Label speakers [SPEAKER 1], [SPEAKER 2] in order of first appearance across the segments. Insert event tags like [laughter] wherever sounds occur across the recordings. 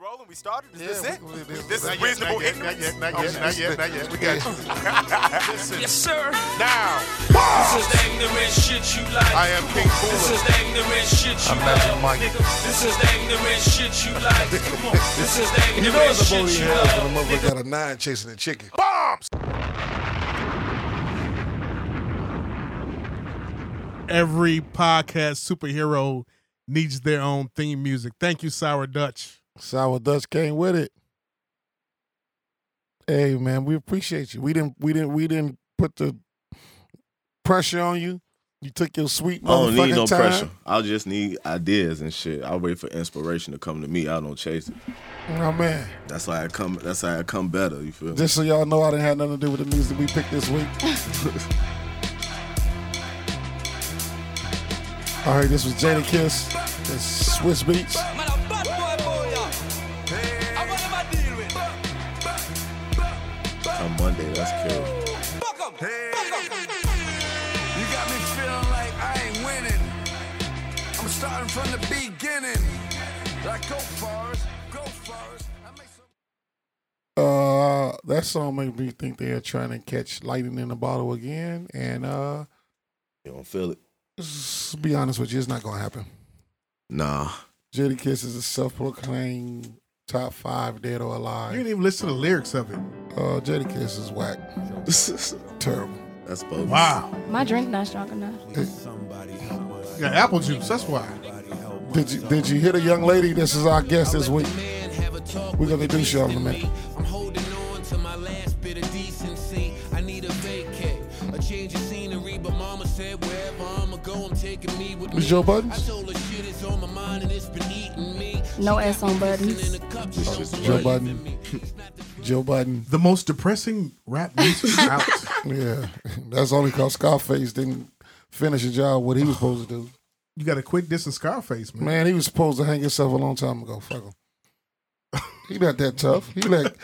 [SPEAKER 1] rolling. We started. Is this
[SPEAKER 2] Yeah,
[SPEAKER 1] it?
[SPEAKER 2] we- we- we-
[SPEAKER 1] this
[SPEAKER 2] not
[SPEAKER 1] is
[SPEAKER 2] yet,
[SPEAKER 1] reasonable
[SPEAKER 2] not yet,
[SPEAKER 1] ignorance.
[SPEAKER 2] Not yet, not yet, not yet. We got you. [laughs] Listen,
[SPEAKER 3] Yes, sir.
[SPEAKER 2] now
[SPEAKER 3] This is the ignorant shit you like.
[SPEAKER 2] I am King
[SPEAKER 3] This is
[SPEAKER 2] Cooler.
[SPEAKER 3] the ignorant shit you
[SPEAKER 2] I'm Magic
[SPEAKER 3] like.
[SPEAKER 2] Mike.
[SPEAKER 3] nigga. This is the ignorant shit you like. Come on. This is
[SPEAKER 4] [laughs]
[SPEAKER 3] the
[SPEAKER 5] You know
[SPEAKER 3] ignorant
[SPEAKER 5] it's a
[SPEAKER 3] shit
[SPEAKER 5] booty
[SPEAKER 3] you
[SPEAKER 5] house
[SPEAKER 3] love.
[SPEAKER 5] when a motherfucker got a nine chasing a chicken.
[SPEAKER 2] Bombs.
[SPEAKER 6] every podcast superhero needs their own theme music. Thank you, Sour Dutch.
[SPEAKER 5] Sour Dutch came with it. Hey man, we appreciate you. We didn't we didn't we didn't put the pressure on you. You took your sweet
[SPEAKER 7] I don't
[SPEAKER 5] motherfucking
[SPEAKER 7] need no
[SPEAKER 5] time.
[SPEAKER 7] pressure. I just need ideas and shit. I wait for inspiration to come to me. I don't chase it.
[SPEAKER 5] Oh man.
[SPEAKER 7] That's how I come. That's how I come better. You feel me?
[SPEAKER 5] Just so y'all know I didn't have nothing to do with the music we picked
[SPEAKER 3] [laughs]
[SPEAKER 5] this week. All right, this was Jada Kiss. It's Swiss Beats.
[SPEAKER 3] Man, I'm bad boy, boy, yeah. I want him I deal with.
[SPEAKER 7] on Monday. That's cool.
[SPEAKER 3] Fuck 'em.
[SPEAKER 4] You got me feeling like I ain't winning. I'm starting from the beginning. Like go forest, go forest. I make some-
[SPEAKER 5] Uh, that song made me think they are trying to catch lightning in a bottle again, and uh,
[SPEAKER 7] You don't feel it?
[SPEAKER 5] s- be honest with you, it's not gonna happen.
[SPEAKER 7] Nah. [laughs]
[SPEAKER 5] Jada Kiss is a self-proclaimed top five dead or
[SPEAKER 6] You didn't
[SPEAKER 5] alive.
[SPEAKER 6] even listen to the lyrics of it.
[SPEAKER 5] Uh, Jada Kiss is whack,
[SPEAKER 7] that's
[SPEAKER 5] terrible.
[SPEAKER 7] both.
[SPEAKER 6] Wow.
[SPEAKER 8] My drink not strong enough.
[SPEAKER 6] You got apple juice. That's why.
[SPEAKER 5] Did you did you hit a young lady? This is our guest this week. We're gonna do show in a minute.
[SPEAKER 9] I'm holding on to my last bit of decency. I need a vacay, a change of scenery. But mama said wherever I'ma go, I'm taking me with me.
[SPEAKER 5] Miss Joe
[SPEAKER 9] I
[SPEAKER 5] Buttons.
[SPEAKER 9] told her shit is on my mind and it's been eating me.
[SPEAKER 8] No S on buttons.
[SPEAKER 9] In a cup, she don't
[SPEAKER 7] Joe
[SPEAKER 5] Joe
[SPEAKER 9] believe in
[SPEAKER 5] Biden.
[SPEAKER 9] me.
[SPEAKER 5] [laughs] Joe Biden.
[SPEAKER 6] The most depressing rap music out.
[SPEAKER 5] Yeah, [laughs] that's only because Scarface didn't finish the job what he was supposed to do.
[SPEAKER 6] You got to quit dissing Scarface, man.
[SPEAKER 5] Man, he was supposed to hang himself a long time ago. Fuck him. He not that tough. He like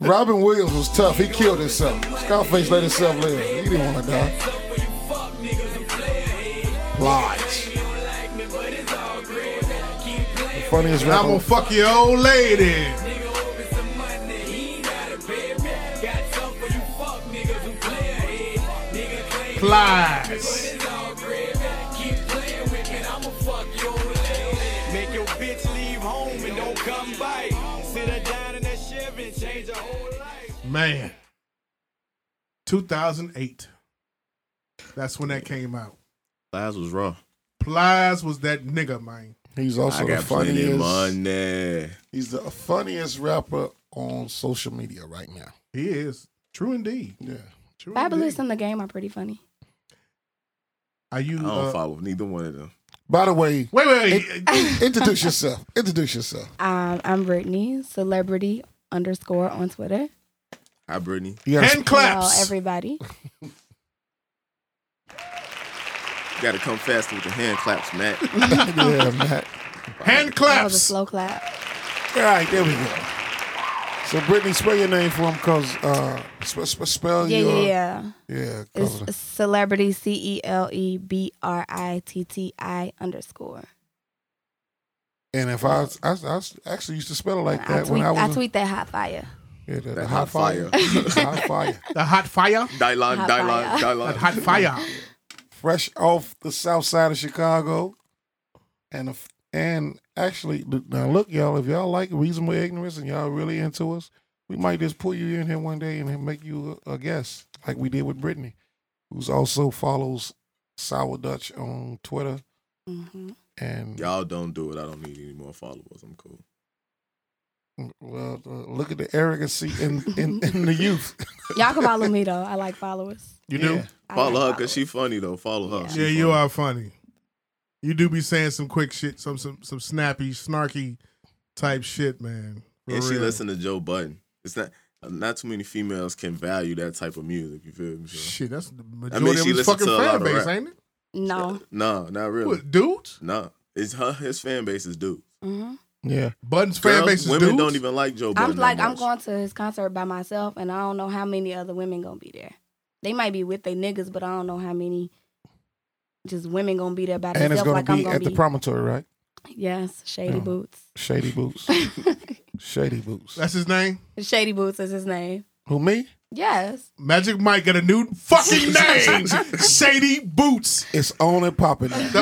[SPEAKER 5] Robin Williams was tough. He killed himself. Scarface let himself live. He didn't want to die. Lies. The funniest
[SPEAKER 6] And I'm
[SPEAKER 5] rapper.
[SPEAKER 6] gonna fuck your old lady. Plies.
[SPEAKER 4] Make your bitch leave home and don't come back. Sit her down in that Chevy and change her whole life.
[SPEAKER 6] Man. 2008. That's when that came out.
[SPEAKER 7] Laz was raw.
[SPEAKER 6] Plies was that nigga, man.
[SPEAKER 5] He's also
[SPEAKER 7] I
[SPEAKER 5] the
[SPEAKER 7] got plenty of
[SPEAKER 5] funniest.
[SPEAKER 7] money.
[SPEAKER 5] He's the funniest rapper on social media right now.
[SPEAKER 6] He is. True indeed.
[SPEAKER 5] Yeah.
[SPEAKER 6] True
[SPEAKER 8] Fabulous
[SPEAKER 6] indeed.
[SPEAKER 8] in the game are pretty funny.
[SPEAKER 6] Are you.
[SPEAKER 7] I don't
[SPEAKER 6] uh,
[SPEAKER 7] follow neither one of them.
[SPEAKER 5] By the way,
[SPEAKER 6] Wait, wait, wait.
[SPEAKER 5] introduce yourself. Introduce yourself.
[SPEAKER 8] Um, I'm Brittany, celebrity underscore on Twitter.
[SPEAKER 7] Hi, Brittany.
[SPEAKER 5] You gotta
[SPEAKER 6] [laughs] Hand
[SPEAKER 8] Hello,
[SPEAKER 6] claps.
[SPEAKER 8] everybody.
[SPEAKER 7] You gotta come faster with the hand claps, Matt.
[SPEAKER 5] [laughs] yeah, Matt.
[SPEAKER 6] Hand
[SPEAKER 8] That was a
[SPEAKER 6] claps.
[SPEAKER 8] slow clap.
[SPEAKER 5] All right, there we go. So, Brittany, spell your name for him, cause uh, sp- sp- spell
[SPEAKER 8] Yeah,
[SPEAKER 5] your
[SPEAKER 8] yeah, yeah.
[SPEAKER 5] yeah. 'cause-
[SPEAKER 8] It's celebrity C E L E B R I T T I underscore.
[SPEAKER 5] uh, and if I, I, I actually used to spell it like
[SPEAKER 8] I
[SPEAKER 5] that when
[SPEAKER 8] tweet,
[SPEAKER 5] I
[SPEAKER 8] I,
[SPEAKER 5] was
[SPEAKER 8] tweet that hot fire.
[SPEAKER 5] yeah, the, the
[SPEAKER 7] That hot
[SPEAKER 5] hot fire,
[SPEAKER 7] fire.
[SPEAKER 5] hot fire, [laughs]
[SPEAKER 6] The hot fire.
[SPEAKER 7] Dylon, Dylon,
[SPEAKER 8] Hot fire.
[SPEAKER 6] That
[SPEAKER 7] Dylon. [laughs]
[SPEAKER 6] hot fire.
[SPEAKER 5] fresh off the south side of Chicago, and if, and actually now look, y'all, if y'all like reasonable ignorance and y'all really into us, we might just pull you in here one day and make you a, a guest like we did with Brittany, who's also follows Sour Dutch on Twitter
[SPEAKER 8] hmm
[SPEAKER 5] and.
[SPEAKER 7] Y'all don't do it. I don't need any more followers. I'm cool.
[SPEAKER 5] Well, uh, look at the arrogancy in, in, in the youth.
[SPEAKER 8] Y'all can follow me though. I like followers.
[SPEAKER 6] You do?
[SPEAKER 5] Yeah.
[SPEAKER 8] I
[SPEAKER 7] Follow her
[SPEAKER 8] like
[SPEAKER 7] because she funny though. Follow her.
[SPEAKER 8] Yeah.
[SPEAKER 7] She
[SPEAKER 6] Yeah, you
[SPEAKER 7] funny.
[SPEAKER 6] are funny. You do be saying some quick shit, some some some snappy, snarky type shit, man. For
[SPEAKER 7] And she
[SPEAKER 6] real.
[SPEAKER 7] listened to Joe Budden. It's not not too many females can value that type of music. You feel me? So.
[SPEAKER 6] Shit, that's the majority
[SPEAKER 7] mean,
[SPEAKER 6] of
[SPEAKER 7] she
[SPEAKER 6] his
[SPEAKER 7] listen
[SPEAKER 6] fucking
[SPEAKER 7] to a lot
[SPEAKER 6] fan
[SPEAKER 7] of
[SPEAKER 6] base,
[SPEAKER 7] rap.
[SPEAKER 6] ain't it?
[SPEAKER 8] No.
[SPEAKER 7] No, not really.
[SPEAKER 6] What, dudes,
[SPEAKER 7] No, it's her. His fan base is dudes.
[SPEAKER 8] hmm
[SPEAKER 5] Yeah.
[SPEAKER 6] Buttons fan
[SPEAKER 7] Girls,
[SPEAKER 6] base is
[SPEAKER 7] women
[SPEAKER 6] dudes.
[SPEAKER 7] don't even like Joe Budden.
[SPEAKER 8] I'm like
[SPEAKER 7] that
[SPEAKER 8] I'm
[SPEAKER 7] much.
[SPEAKER 8] going to his concert by myself, and I don't know how many other women gonna be there. They might be with they niggas, but I don't know how many just women gonna be there by
[SPEAKER 5] And
[SPEAKER 8] themselves.
[SPEAKER 5] it's going
[SPEAKER 8] like
[SPEAKER 5] to
[SPEAKER 8] I'm
[SPEAKER 5] be
[SPEAKER 8] gonna
[SPEAKER 5] at
[SPEAKER 8] be
[SPEAKER 5] the promontory, right?
[SPEAKER 8] yes, shady
[SPEAKER 5] Yeah.
[SPEAKER 8] boots.
[SPEAKER 5] Shady Boots. Shady Boots.
[SPEAKER 6] That's his name.
[SPEAKER 8] Shady Boots is his name.
[SPEAKER 5] Who me?
[SPEAKER 6] [laughs]
[SPEAKER 8] Yes.
[SPEAKER 6] Magic Mike got a new
[SPEAKER 7] [laughs]
[SPEAKER 6] fucking name. Shady Boots.
[SPEAKER 5] It's on and popping. now.
[SPEAKER 6] The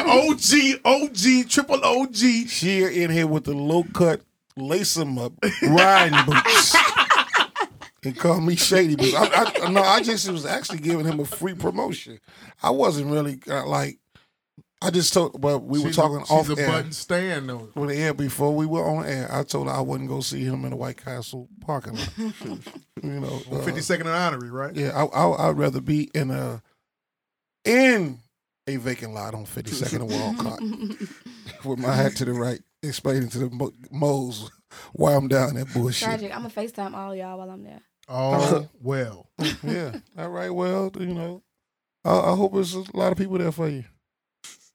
[SPEAKER 6] OG, OG, triple OG.
[SPEAKER 5] She in here with the low cut, lace them up, riding boots. And call me shady boots. I, I, no, I just was actually giving him a free promotion. I wasn't really uh, like. I just told. Well, we were
[SPEAKER 6] She's
[SPEAKER 5] talking
[SPEAKER 6] a, she's
[SPEAKER 5] off
[SPEAKER 6] a
[SPEAKER 5] air.
[SPEAKER 6] button stand though.
[SPEAKER 5] on the air before we were on air. I told her I wouldn't go see him in the White Castle parking lot. you know, uh,
[SPEAKER 6] Fifty second and honorary, right?
[SPEAKER 5] yeah, I, I, I'd rather be in a in a vacant lot on Fifty Second and
[SPEAKER 8] [laughs]
[SPEAKER 5] Walcott with my hat to the right, explaining to the mo- moles why I'm down that bullshit.
[SPEAKER 8] Tragic. I'm going to FaceTime all y'all while I'm there.
[SPEAKER 5] Uh-huh.
[SPEAKER 6] Oh well.
[SPEAKER 5] [laughs] yeah. All right. Well, you know, I, I hope there's a lot of people there for you.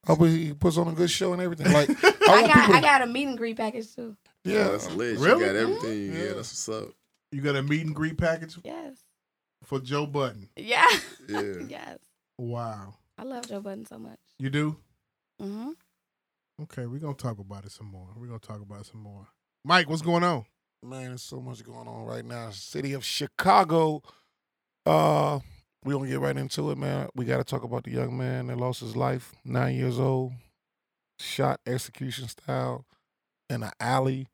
[SPEAKER 5] I hope he puts on a good show and everything.
[SPEAKER 6] [laughs]
[SPEAKER 5] Like I,
[SPEAKER 8] I
[SPEAKER 5] want
[SPEAKER 8] got,
[SPEAKER 5] people.
[SPEAKER 8] I got a meet and greet package too.
[SPEAKER 7] Yeah,
[SPEAKER 5] yeah.
[SPEAKER 7] that's lit.
[SPEAKER 6] Really?
[SPEAKER 7] You got everything.
[SPEAKER 8] Mm-hmm.
[SPEAKER 7] You yeah.
[SPEAKER 6] Yeah.
[SPEAKER 7] that's what's up.
[SPEAKER 6] You got a meet and greet package
[SPEAKER 8] Yes.
[SPEAKER 6] for Joe Button.
[SPEAKER 8] Yeah.
[SPEAKER 7] Yeah.
[SPEAKER 8] [laughs] yes.
[SPEAKER 6] Wow.
[SPEAKER 8] I love Joe Budden so much.
[SPEAKER 6] You do?
[SPEAKER 8] hmm
[SPEAKER 6] Okay, we're gonna talk about it some more. We're gonna talk about it some more. Mike, what's going on?
[SPEAKER 5] Man, there's so much going on right now. City of Chicago. Uh, we gonna get right into it, man. We gotta talk about the young man that lost his life, nine years old, shot execution style in an alley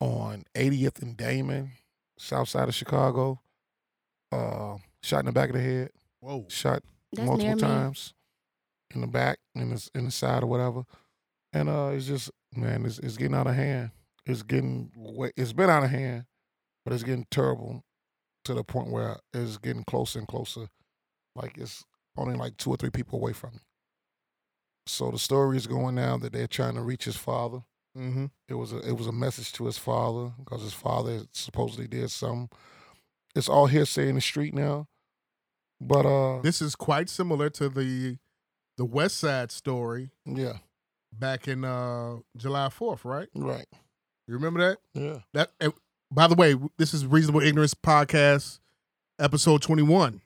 [SPEAKER 5] on 80th and Damon, south side of Chicago. Uh, shot in the back of the head,
[SPEAKER 6] Whoa.
[SPEAKER 5] shot
[SPEAKER 8] That's
[SPEAKER 5] multiple
[SPEAKER 8] near me.
[SPEAKER 5] times in the back, in the in the side, or whatever. And uh, it's just man, it's it's getting out of hand. It's getting wa- it's been out of hand, but it's getting terrible to the point where it's getting closer and closer. Like it's only like two or three people away from me. So the story is going now that they're trying to reach his father
[SPEAKER 6] Mm-hmm.
[SPEAKER 5] it was a it was a message to his father because his father supposedly did something. It's all hearsay in the street now, but uh,
[SPEAKER 6] This is quite similar to the the West Side story
[SPEAKER 5] yeah,
[SPEAKER 6] back in uh July fourth, right?
[SPEAKER 5] right,
[SPEAKER 6] You remember that?
[SPEAKER 5] yeah,
[SPEAKER 6] That. eh, by the way, this is Reasonable Ignorance podcast, episode twenty one.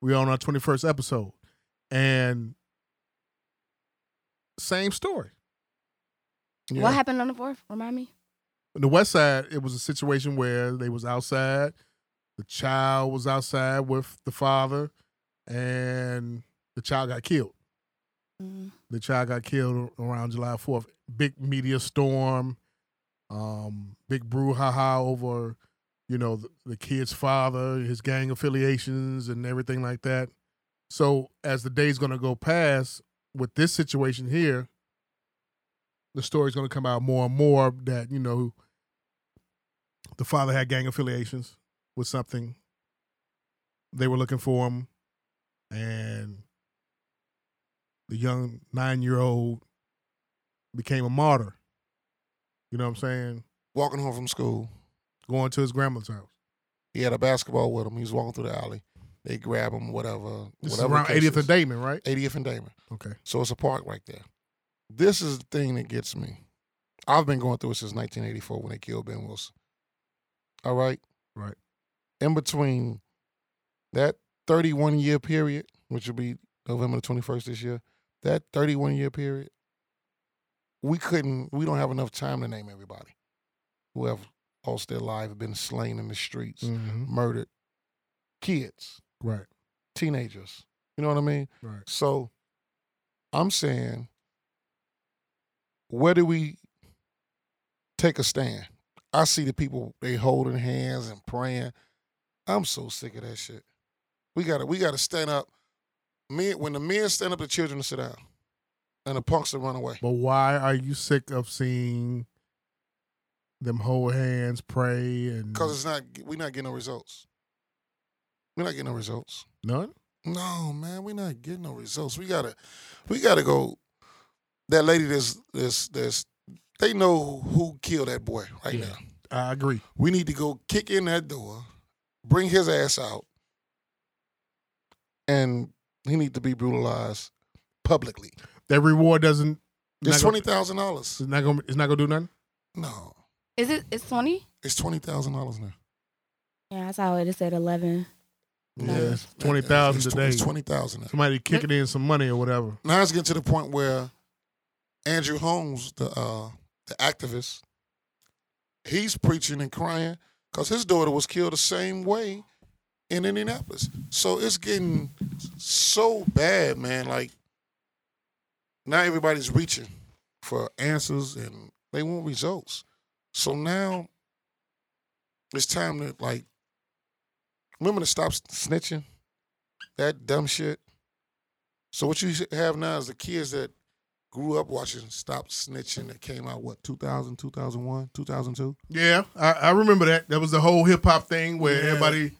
[SPEAKER 6] We're on our twenty first episode, and same story.
[SPEAKER 5] yeah.
[SPEAKER 8] What happened on the fourth? Remind me.
[SPEAKER 6] On the West Side, it was a situation where they was outside. The child was outside with the father, and the child got killed.
[SPEAKER 8] Mm.
[SPEAKER 6] the child got killed around July 4th. Big media storm, um, big brouhaha over, you know, the, the kid's father, his gang affiliations, and everything like that. So as the day's going to go past with this situation here, the story's going to come out more and more that you know the father had gang affiliations with something. They were looking for him, and the young nine year old became a martyr. You know what I'm saying?
[SPEAKER 5] Walking home from school,
[SPEAKER 6] Going to his grandma's house.
[SPEAKER 5] he had a basketball with him. He was walking through the alley. They grab him, whatever,
[SPEAKER 6] This
[SPEAKER 5] whatever.
[SPEAKER 6] is around 80th and Damon, right?
[SPEAKER 5] Eightieth and Damon.
[SPEAKER 6] Okay.
[SPEAKER 5] So it's a park right there. This is the thing that gets me. I've been going through it since 1984 when they killed Ben Wilson. All right?
[SPEAKER 6] Right.
[SPEAKER 5] In between that 31 year period, which will be November the 21st this year, that 31 year period, we couldn't, we don't have enough time to name everybody who have lost their life, been slain in the streets,
[SPEAKER 6] Mm-hmm.
[SPEAKER 5] murdered, kids,
[SPEAKER 6] Right.
[SPEAKER 5] teenagers. You know what I mean?
[SPEAKER 6] Right.
[SPEAKER 5] So I'm saying, where do we take a stand? I see the people they holding hands and praying. I'm so sick of that shit. We gotta we gotta stand up. Men when the men stand up, the children will sit down. And the punks will run away.
[SPEAKER 6] But why are you sick of seeing them hold hands, pray, and
[SPEAKER 5] Cause it's not we're not getting no results. We're not getting no results.
[SPEAKER 6] none?
[SPEAKER 5] No, man, we're not getting no results. We gotta, we gotta go. That lady, that's that's that's they know who killed that boy right
[SPEAKER 6] Yeah.
[SPEAKER 5] now.
[SPEAKER 6] I agree.
[SPEAKER 5] We need to go kick in that door, bring his ass out, and he need to be brutalized publicly.
[SPEAKER 6] That reward doesn't.
[SPEAKER 5] It's
[SPEAKER 6] not
[SPEAKER 5] twenty thousand dollars.
[SPEAKER 6] Gonna, it's not gonna. It's not gonna do nothing.
[SPEAKER 5] No,
[SPEAKER 8] Is it? It's twenty.
[SPEAKER 5] it's twenty thousand dollars now.
[SPEAKER 8] Yeah, I saw it. It said eleven. Yeah,
[SPEAKER 6] it's 20,000
[SPEAKER 5] It's tw-
[SPEAKER 6] today.
[SPEAKER 5] It's twenty thousand.
[SPEAKER 6] Somebody kicking in some money or whatever.
[SPEAKER 5] Now it's getting to the point where Andrew Holmes, the uh, the activist, he's preaching and crying because his daughter was killed the same way in Indianapolis. So it's getting so bad, man. Like now everybody's reaching for answers and they want results. So now it's time to like women to stop snitching that dumb shit. So what you have now is the kids that grew up watching Stop Snitching that came out what 2000, 2001, 2002.
[SPEAKER 6] Yeah, I, I remember that. That was the whole hip hop thing where everybody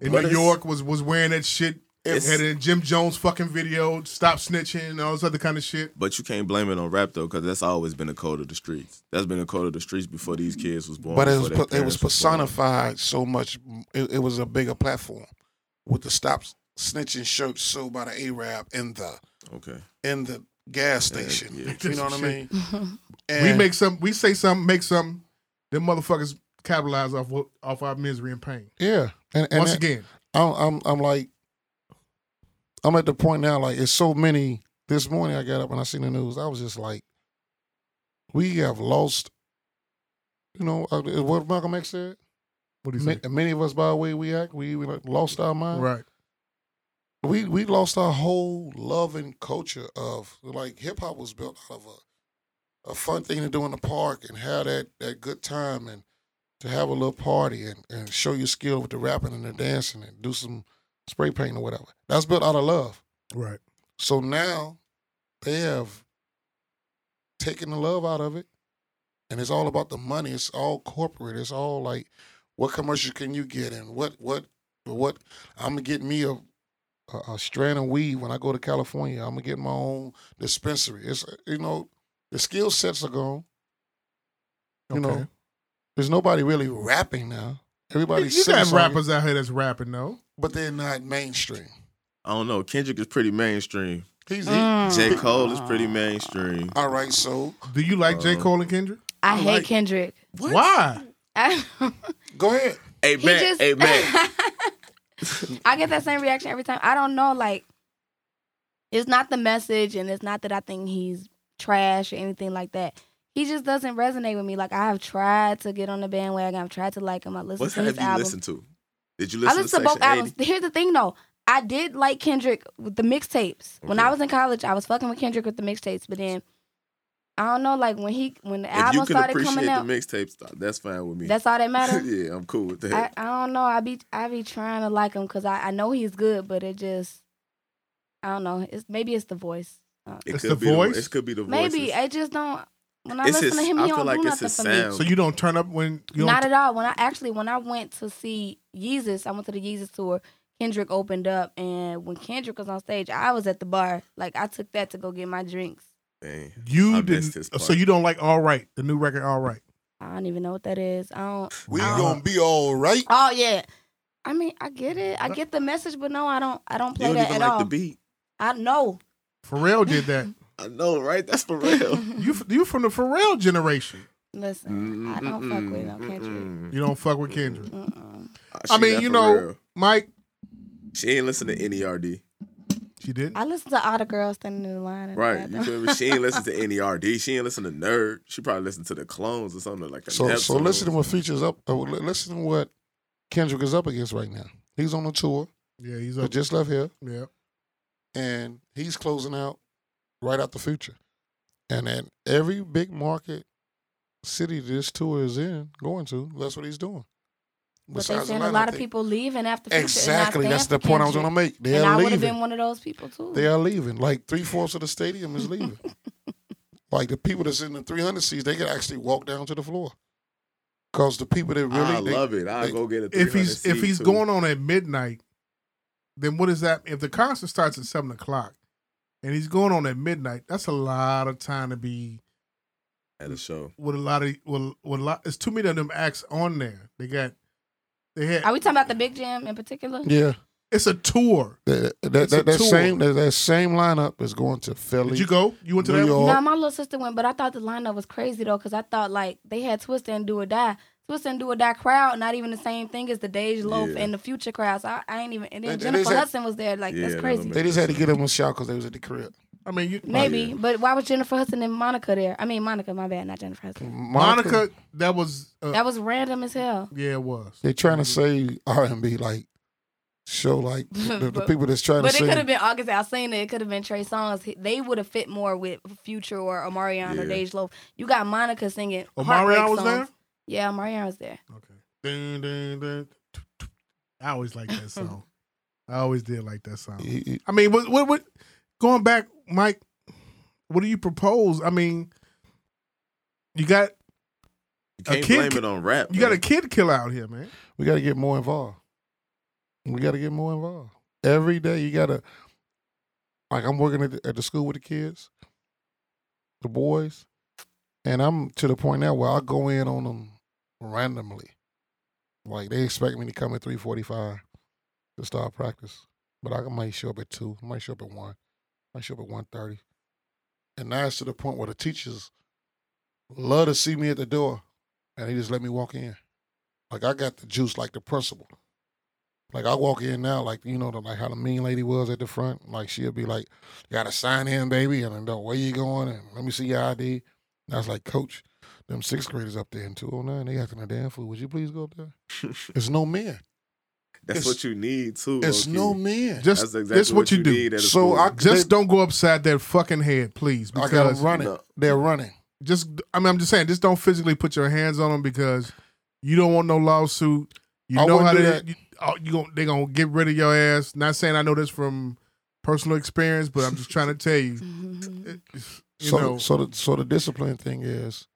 [SPEAKER 6] in
[SPEAKER 7] But
[SPEAKER 6] New
[SPEAKER 7] it's-
[SPEAKER 6] York was was wearing that shit. It
[SPEAKER 7] It's-
[SPEAKER 6] had a Jim Jones fucking video, stop snitching, and all this other kind of shit.
[SPEAKER 7] But you can't blame it on rap though, because that's always been a code of the streets. That's been a code of the streets before these kids was born.
[SPEAKER 5] But it
[SPEAKER 7] before
[SPEAKER 5] was
[SPEAKER 7] their
[SPEAKER 5] put- it was
[SPEAKER 7] parents was born.
[SPEAKER 5] personified so much. It, it was a bigger platform with the Stop Snitching shirt sold by the Arab in the
[SPEAKER 7] Okay.
[SPEAKER 5] in the gas
[SPEAKER 7] Yeah,
[SPEAKER 5] station.
[SPEAKER 7] yeah.
[SPEAKER 5] You know what I mean?
[SPEAKER 6] we
[SPEAKER 5] And-
[SPEAKER 6] make some, we say something, make some. Them motherfuckers capitalize off what- off our misery and pain.
[SPEAKER 5] yeah. And, and
[SPEAKER 6] Once
[SPEAKER 5] that-
[SPEAKER 6] again,
[SPEAKER 5] I'm I'm I'm like I'm at the point now like it's so many this morning I got up and I seen the news. I was just like we have lost you know uh, what Malcolm X said?
[SPEAKER 6] what do you
[SPEAKER 5] Ma- uh-huh.
[SPEAKER 6] say?
[SPEAKER 5] Many of us by the way we act, we, we like, lost our mind.
[SPEAKER 6] Right.
[SPEAKER 5] We we lost our whole love and culture of like hip hop was built out of a a fun thing to do in the park and have that that good time and to have a little party and, and show your skill with the rapping and the dancing and do some spray painting or whatever. That's built out of love.
[SPEAKER 6] Right.
[SPEAKER 5] So now they have taken the love out of it and it's all about the money. It's all corporate. It's all like what commercial can you get and what what what I'm gonna get me a a, a strand of weed when I go to California. I'm gonna get my own dispensary. It's you know the skill sets are gone. You know,
[SPEAKER 6] Okay.
[SPEAKER 5] there's nobody really rapping now. Everybody's
[SPEAKER 6] You got
[SPEAKER 5] sing-songing,
[SPEAKER 6] rappers out here that's rapping though.
[SPEAKER 5] but they're not mainstream.
[SPEAKER 7] I don't know. Kendrick is pretty mainstream.
[SPEAKER 5] He's
[SPEAKER 6] Mm.
[SPEAKER 8] Mm.
[SPEAKER 7] J. Cole is pretty mainstream.
[SPEAKER 5] all right. So
[SPEAKER 6] Do you like
[SPEAKER 7] Um,
[SPEAKER 6] J. Cole and Kendrick?
[SPEAKER 8] I, hate
[SPEAKER 5] like-
[SPEAKER 8] Kendrick. [laughs]
[SPEAKER 6] Why?
[SPEAKER 8] I,
[SPEAKER 5] go ahead.
[SPEAKER 7] Hey
[SPEAKER 8] he
[SPEAKER 7] man,
[SPEAKER 8] just. [laughs]
[SPEAKER 7] hey man.
[SPEAKER 8] I get that same reaction every time. I don't know. Like, it's not the message, and it's not that I think he's trash or anything like that. He just doesn't resonate with me. Like I have tried to get on the bandwagon. I've tried to like him. I listened
[SPEAKER 7] what
[SPEAKER 8] to his
[SPEAKER 7] have you
[SPEAKER 8] album.
[SPEAKER 7] listened to? Did you
[SPEAKER 8] I
[SPEAKER 7] listen
[SPEAKER 8] listened to
[SPEAKER 7] Section
[SPEAKER 8] both albums.
[SPEAKER 7] 80?
[SPEAKER 8] Here's the thing though. I did like Kendrick with the mixtapes. When
[SPEAKER 7] Okay.
[SPEAKER 8] I was in college, I was fucking with Kendrick with the mixtapes, but then I don't know, like when he when the
[SPEAKER 7] If you
[SPEAKER 8] album
[SPEAKER 7] can
[SPEAKER 8] started
[SPEAKER 7] appreciate
[SPEAKER 8] coming out,
[SPEAKER 7] the mixtapes, th- that's fine with me. [laughs]
[SPEAKER 8] that's all that mattered.
[SPEAKER 7] yeah, I'm cool with that.
[SPEAKER 8] I, I don't know. I be I be trying to like him because I, I know he's good, but it just I don't know. It's maybe it's the voice.
[SPEAKER 7] it
[SPEAKER 6] It's
[SPEAKER 7] could
[SPEAKER 6] the
[SPEAKER 7] be
[SPEAKER 6] voice?
[SPEAKER 7] The, it could be the voice.
[SPEAKER 8] Maybe I just don't. When I
[SPEAKER 7] It's
[SPEAKER 8] listen to
[SPEAKER 7] his-
[SPEAKER 8] him,
[SPEAKER 7] I
[SPEAKER 8] he
[SPEAKER 7] feel
[SPEAKER 8] don't
[SPEAKER 7] like it's
[SPEAKER 8] do nothing
[SPEAKER 7] his
[SPEAKER 8] for
[SPEAKER 7] sound.
[SPEAKER 8] me.
[SPEAKER 6] So you don't turn up when you don't
[SPEAKER 8] Not at all. When I actually when I went to see Yeezus, I went to the Yeezus tour. Kendrick opened up, and when Kendrick was on stage, I was at the bar. Like I took that to go get my drinks.
[SPEAKER 6] you
[SPEAKER 7] I missed
[SPEAKER 6] didn't.
[SPEAKER 7] this part.
[SPEAKER 6] So you don't like All Right, the new record All Right.
[SPEAKER 8] I don't even know what that is. I don't.
[SPEAKER 5] We
[SPEAKER 8] I don't-
[SPEAKER 5] gonna be all right.
[SPEAKER 8] Oh yeah. I mean, I get it. I get the message, but no, I don't. I don't
[SPEAKER 7] you
[SPEAKER 8] play
[SPEAKER 7] don't
[SPEAKER 8] that
[SPEAKER 7] even
[SPEAKER 8] at
[SPEAKER 7] like
[SPEAKER 8] all.
[SPEAKER 7] the beat.
[SPEAKER 8] I know.
[SPEAKER 6] Pharrell did that.
[SPEAKER 7] I know, right? That's for
[SPEAKER 8] [laughs]
[SPEAKER 7] real.
[SPEAKER 6] you f- you from the Pharrell generation.
[SPEAKER 8] Listen, I don't fuck with no Kendrick.
[SPEAKER 7] Mm-mm.
[SPEAKER 6] You don't fuck with Kendrick.
[SPEAKER 8] Mm-mm.
[SPEAKER 7] Uh,
[SPEAKER 6] I
[SPEAKER 7] she
[SPEAKER 6] mean,
[SPEAKER 7] not
[SPEAKER 6] you
[SPEAKER 7] for
[SPEAKER 6] know,
[SPEAKER 7] real.
[SPEAKER 6] Mike.
[SPEAKER 7] she ain't listen to E NERD.
[SPEAKER 8] [laughs]
[SPEAKER 6] She did.
[SPEAKER 8] I listen to all the girls standing in the line. at the
[SPEAKER 7] Right. You
[SPEAKER 8] bathroom.
[SPEAKER 7] feel me? She ain't
[SPEAKER 8] [laughs]
[SPEAKER 7] listen to NERD. She ain't listen to Nerd. She probably listen to the clones or something like that.
[SPEAKER 5] So so listen to what features up. Uh, li- listen to what Kendrick is up against right now. He's on a tour.
[SPEAKER 6] Yeah, he's
[SPEAKER 5] But
[SPEAKER 6] up.
[SPEAKER 5] just left here.
[SPEAKER 6] Yeah.
[SPEAKER 5] and he's closing out right out the future. And at every big market city this tour is in, going to, that's what he's doing.
[SPEAKER 8] But they
[SPEAKER 5] Besides
[SPEAKER 8] saying a
[SPEAKER 5] Atlanta,
[SPEAKER 8] lot of
[SPEAKER 5] they-
[SPEAKER 8] people leaving after Future and I
[SPEAKER 5] Exactly,
[SPEAKER 8] stand
[SPEAKER 5] that's the
[SPEAKER 8] for
[SPEAKER 5] point I was
[SPEAKER 8] Kendrick.
[SPEAKER 5] gonna make. They
[SPEAKER 8] and
[SPEAKER 5] are
[SPEAKER 8] I would have
[SPEAKER 5] leaving.
[SPEAKER 8] been one of those people too.
[SPEAKER 5] They are leaving. Like three fourths of the stadium is
[SPEAKER 8] [laughs]
[SPEAKER 5] leaving. like the people that's in the three hundred seats, they can actually walk down to the floor. Cause the people that really
[SPEAKER 7] I
[SPEAKER 5] they-
[SPEAKER 7] love it. I'll
[SPEAKER 5] they-
[SPEAKER 7] go get it.
[SPEAKER 6] If he's if he's going on at midnight, then what is that? If the concert starts at seven o'clock, and he's going on at midnight, that's a lot of time to be
[SPEAKER 7] at a show,
[SPEAKER 6] with a lot of with, with a lot. It's too many of them acts on there. They got they had.
[SPEAKER 8] Are we talking about the Big Jam in particular?
[SPEAKER 5] Yeah,
[SPEAKER 6] it's a tour.
[SPEAKER 5] that that,
[SPEAKER 6] It's a
[SPEAKER 5] that, that
[SPEAKER 6] tour.
[SPEAKER 5] same that, that same lineup is going to Philly.
[SPEAKER 6] Did you go? You went to
[SPEAKER 5] New
[SPEAKER 6] that?
[SPEAKER 5] York.
[SPEAKER 8] No, my little sister went, but I thought the lineup was crazy though, because I thought like they had Twista and Do or Die. Twista and Do or Die crowd, not even the same thing as the Dej Loaf
[SPEAKER 7] Yeah.
[SPEAKER 8] and the Future crowd. So I, I ain't even. And then
[SPEAKER 5] And- and they
[SPEAKER 8] Jennifer
[SPEAKER 5] said-
[SPEAKER 8] Hudson was there. Like
[SPEAKER 7] Yeah,
[SPEAKER 8] that's
[SPEAKER 7] that
[SPEAKER 8] crazy.
[SPEAKER 7] don't
[SPEAKER 5] They just had to get them a shout because they was at the crib.
[SPEAKER 6] I mean, you,
[SPEAKER 8] Maybe, but why was Jennifer Hudson and Monica there? I mean, Monica, my bad, not Jennifer Hudson.
[SPEAKER 6] Monica, that was uh,
[SPEAKER 8] That was random as hell.
[SPEAKER 6] yeah, it was.
[SPEAKER 5] They're trying to say R and B like show like the, the
[SPEAKER 8] [laughs] But-
[SPEAKER 5] people that's trying
[SPEAKER 8] But
[SPEAKER 5] to
[SPEAKER 8] it
[SPEAKER 5] sing.
[SPEAKER 8] could have been August Alsina. It could have been Trey Songz. He- They would have fit more with Future or Omarion or
[SPEAKER 7] Yeah.
[SPEAKER 8] Dej Loaf. You got Monica singing. heartbreak
[SPEAKER 6] Omarion was
[SPEAKER 8] songs.
[SPEAKER 6] there.
[SPEAKER 8] Yeah, Omarion was there.
[SPEAKER 6] Okay. Dun, dun, dun. I always like
[SPEAKER 5] [laughs]
[SPEAKER 6] that song. I always did like that song.
[SPEAKER 5] He- he-
[SPEAKER 6] I mean, what, what, what? Going back, Mike. What do you propose? I mean, you got
[SPEAKER 7] You
[SPEAKER 6] A
[SPEAKER 7] can't
[SPEAKER 6] kid
[SPEAKER 7] blame
[SPEAKER 6] can-
[SPEAKER 7] it on rap.
[SPEAKER 6] you got a
[SPEAKER 7] man.
[SPEAKER 6] kid killer out here, man.
[SPEAKER 5] we got to get more involved. We got to get more involved every day. You got to like I'm working at the, at the school with the kids, the boys, and I'm to the point now where I go in on them randomly. Like they expect me to come at three forty five to start practice, but I might show up at two. I might show up at one. I might show up at one thirty. And now it's to the point where the teachers love to see me at the door, and they just let me walk in. Like I got the juice, like the principal. Like I walk in now, like you know, the, like how the mean lady was at the front. Like she'll be like, "You gotta sign in, baby," and then "No, where you going?" And let me see your ID. And I was like, "Coach, them sixth graders up there in 209, they acting a damn fool. Would you please go up [laughs] there?" it's no men.
[SPEAKER 7] That's
[SPEAKER 5] it's-
[SPEAKER 7] what you need too.
[SPEAKER 5] It's
[SPEAKER 7] low-key.
[SPEAKER 5] no men.
[SPEAKER 6] Just
[SPEAKER 7] That's exactly
[SPEAKER 6] this what, you, do.
[SPEAKER 7] need at a
[SPEAKER 5] So
[SPEAKER 7] school.
[SPEAKER 5] I-
[SPEAKER 6] Just
[SPEAKER 5] They-
[SPEAKER 6] don't go upside that fucking head, please.
[SPEAKER 5] I gotta
[SPEAKER 6] Because
[SPEAKER 5] run it.
[SPEAKER 7] no.
[SPEAKER 5] They're running.
[SPEAKER 6] just, I mean, I'm just saying, just don't physically put your hands on them because you don't want no lawsuit. You
[SPEAKER 5] I
[SPEAKER 6] know
[SPEAKER 5] wouldn't do
[SPEAKER 6] how they,
[SPEAKER 5] that.
[SPEAKER 6] you, oh, you gon' they gonna get rid of your ass. Not saying I know this from personal experience, but I'm just trying to tell you.
[SPEAKER 8] Mhm.
[SPEAKER 6] You
[SPEAKER 5] so,
[SPEAKER 6] know,
[SPEAKER 5] so the so the discipline thing is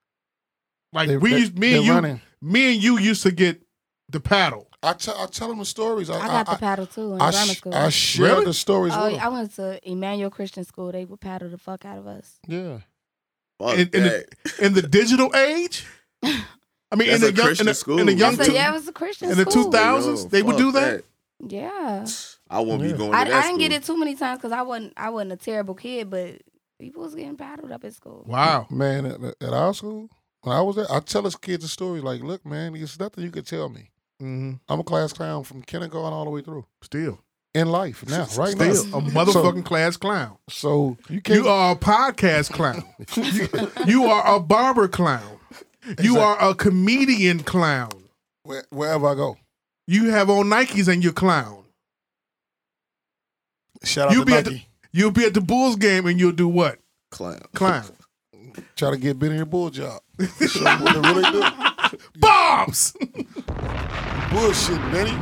[SPEAKER 6] like
[SPEAKER 5] they,
[SPEAKER 6] we,
[SPEAKER 5] they,
[SPEAKER 6] used, me
[SPEAKER 5] they're
[SPEAKER 6] and you,
[SPEAKER 5] running.
[SPEAKER 6] me and you used to get the paddle.
[SPEAKER 5] I tell I tell them the stories. I
[SPEAKER 8] I got
[SPEAKER 5] I,
[SPEAKER 8] the paddle too in
[SPEAKER 5] I, I,
[SPEAKER 8] grammar
[SPEAKER 5] sh-
[SPEAKER 8] school.
[SPEAKER 5] I share
[SPEAKER 6] Really?
[SPEAKER 5] the stories
[SPEAKER 8] oh,
[SPEAKER 5] with
[SPEAKER 8] yeah,
[SPEAKER 5] them.
[SPEAKER 8] I went to Emmanuel Christian School. They would paddle the fuck out of us.
[SPEAKER 5] yeah.
[SPEAKER 7] Fuck
[SPEAKER 6] in- in the-
[SPEAKER 7] that.
[SPEAKER 6] In the digital age, I mean,
[SPEAKER 7] That's
[SPEAKER 6] in the,
[SPEAKER 7] a
[SPEAKER 6] young, in
[SPEAKER 7] Christian
[SPEAKER 6] the, in the
[SPEAKER 7] school.
[SPEAKER 6] young,
[SPEAKER 8] That's
[SPEAKER 7] too-
[SPEAKER 8] a, yeah, it was a Christian
[SPEAKER 6] in the
[SPEAKER 8] school.
[SPEAKER 6] 2000 thousands,
[SPEAKER 7] Yo,
[SPEAKER 6] they would
[SPEAKER 7] fuck
[SPEAKER 6] do that?
[SPEAKER 8] Yeah.
[SPEAKER 7] I won't
[SPEAKER 5] Yeah.
[SPEAKER 7] be going. To
[SPEAKER 8] I, I
[SPEAKER 7] that
[SPEAKER 8] didn't get
[SPEAKER 7] school.
[SPEAKER 8] it too many times because I wasn't I wasn't a terrible kid, but people was getting paddled up at school.
[SPEAKER 6] wow,
[SPEAKER 5] Man, at, at our school, when I was there, I tell us kids a story like, look, man, it's nothing you could tell me.
[SPEAKER 6] mm-hmm.
[SPEAKER 5] I'm a class clown from kindergarten all the way through
[SPEAKER 6] still,
[SPEAKER 5] in life now, right
[SPEAKER 6] still
[SPEAKER 5] now.
[SPEAKER 6] a motherfucking class clown.
[SPEAKER 5] So you can't.
[SPEAKER 6] You are [laughs] a
[SPEAKER 5] [laughs]
[SPEAKER 6] podcast clown. you are a barber clown. You are a comedian clown.
[SPEAKER 5] where, wherever I go,
[SPEAKER 6] You have on Nikes and you're clown.
[SPEAKER 5] shout out
[SPEAKER 6] You
[SPEAKER 5] to
[SPEAKER 6] be at
[SPEAKER 5] Nike.
[SPEAKER 6] You'll be at the Bulls game and you'll do what?
[SPEAKER 7] Clown.
[SPEAKER 6] Clown.
[SPEAKER 5] Try to get Benny the Bull
[SPEAKER 6] [laughs]
[SPEAKER 5] job. Show 'em what they really do.
[SPEAKER 6] Bombs!
[SPEAKER 5] [laughs] Bullshit, Benny.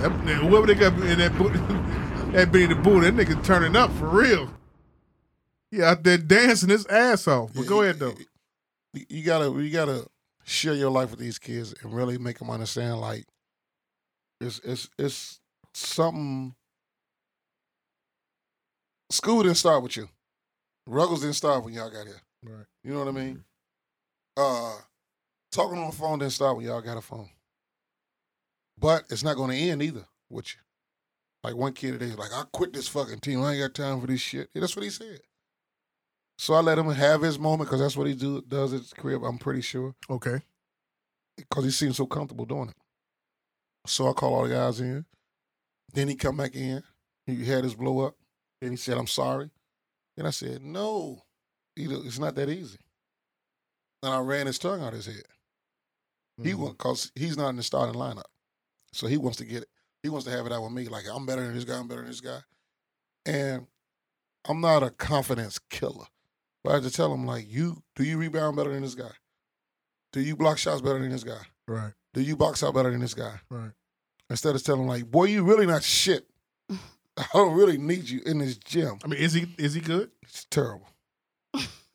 [SPEAKER 6] That- Whoever they got in that boot, [laughs] that being the boot, that nigga turning up for real. He out there dancing his ass off. But go ahead though.
[SPEAKER 5] You- You gotta, you gotta share your life with these kids and really make them understand like it's it's it's something. School didn't start with you. Ruggles didn't start when y'all got here.
[SPEAKER 6] Right.
[SPEAKER 5] You know what I mean? Uh, talking on the phone didn't start when y'all got a phone. But it's not going to end either with you. Like one kid today's like, I quit this fucking team. I ain't got time for this shit. Yeah, that's what he said. So I let him have his moment because that's what he do does at his crib. I'm pretty sure
[SPEAKER 6] Okay.
[SPEAKER 5] because he seems so comfortable doing it. So I call all the guys in. Then he come back in. He had his blow up. Then he said, "I'm sorry." And I said, "No, you know, it's not that easy." And I ran his tongue out his head. He
[SPEAKER 6] Mm-hmm.
[SPEAKER 5] want because he's not in the starting lineup, so he wants to get it. He wants to have it out with me. Like I'm better than this guy. I'm better than this guy. And I'm not a confidence killer, but I had to tell him like, "You do you rebound better than this guy? Do you block shots better than this guy?
[SPEAKER 6] Right.
[SPEAKER 5] Do you box out better than this guy?
[SPEAKER 6] Right.
[SPEAKER 5] Instead of telling him like, boy, you really not
[SPEAKER 6] [laughs]
[SPEAKER 5] shit. I don't really need you in this gym.
[SPEAKER 6] I mean, is he is he good?
[SPEAKER 5] It's terrible.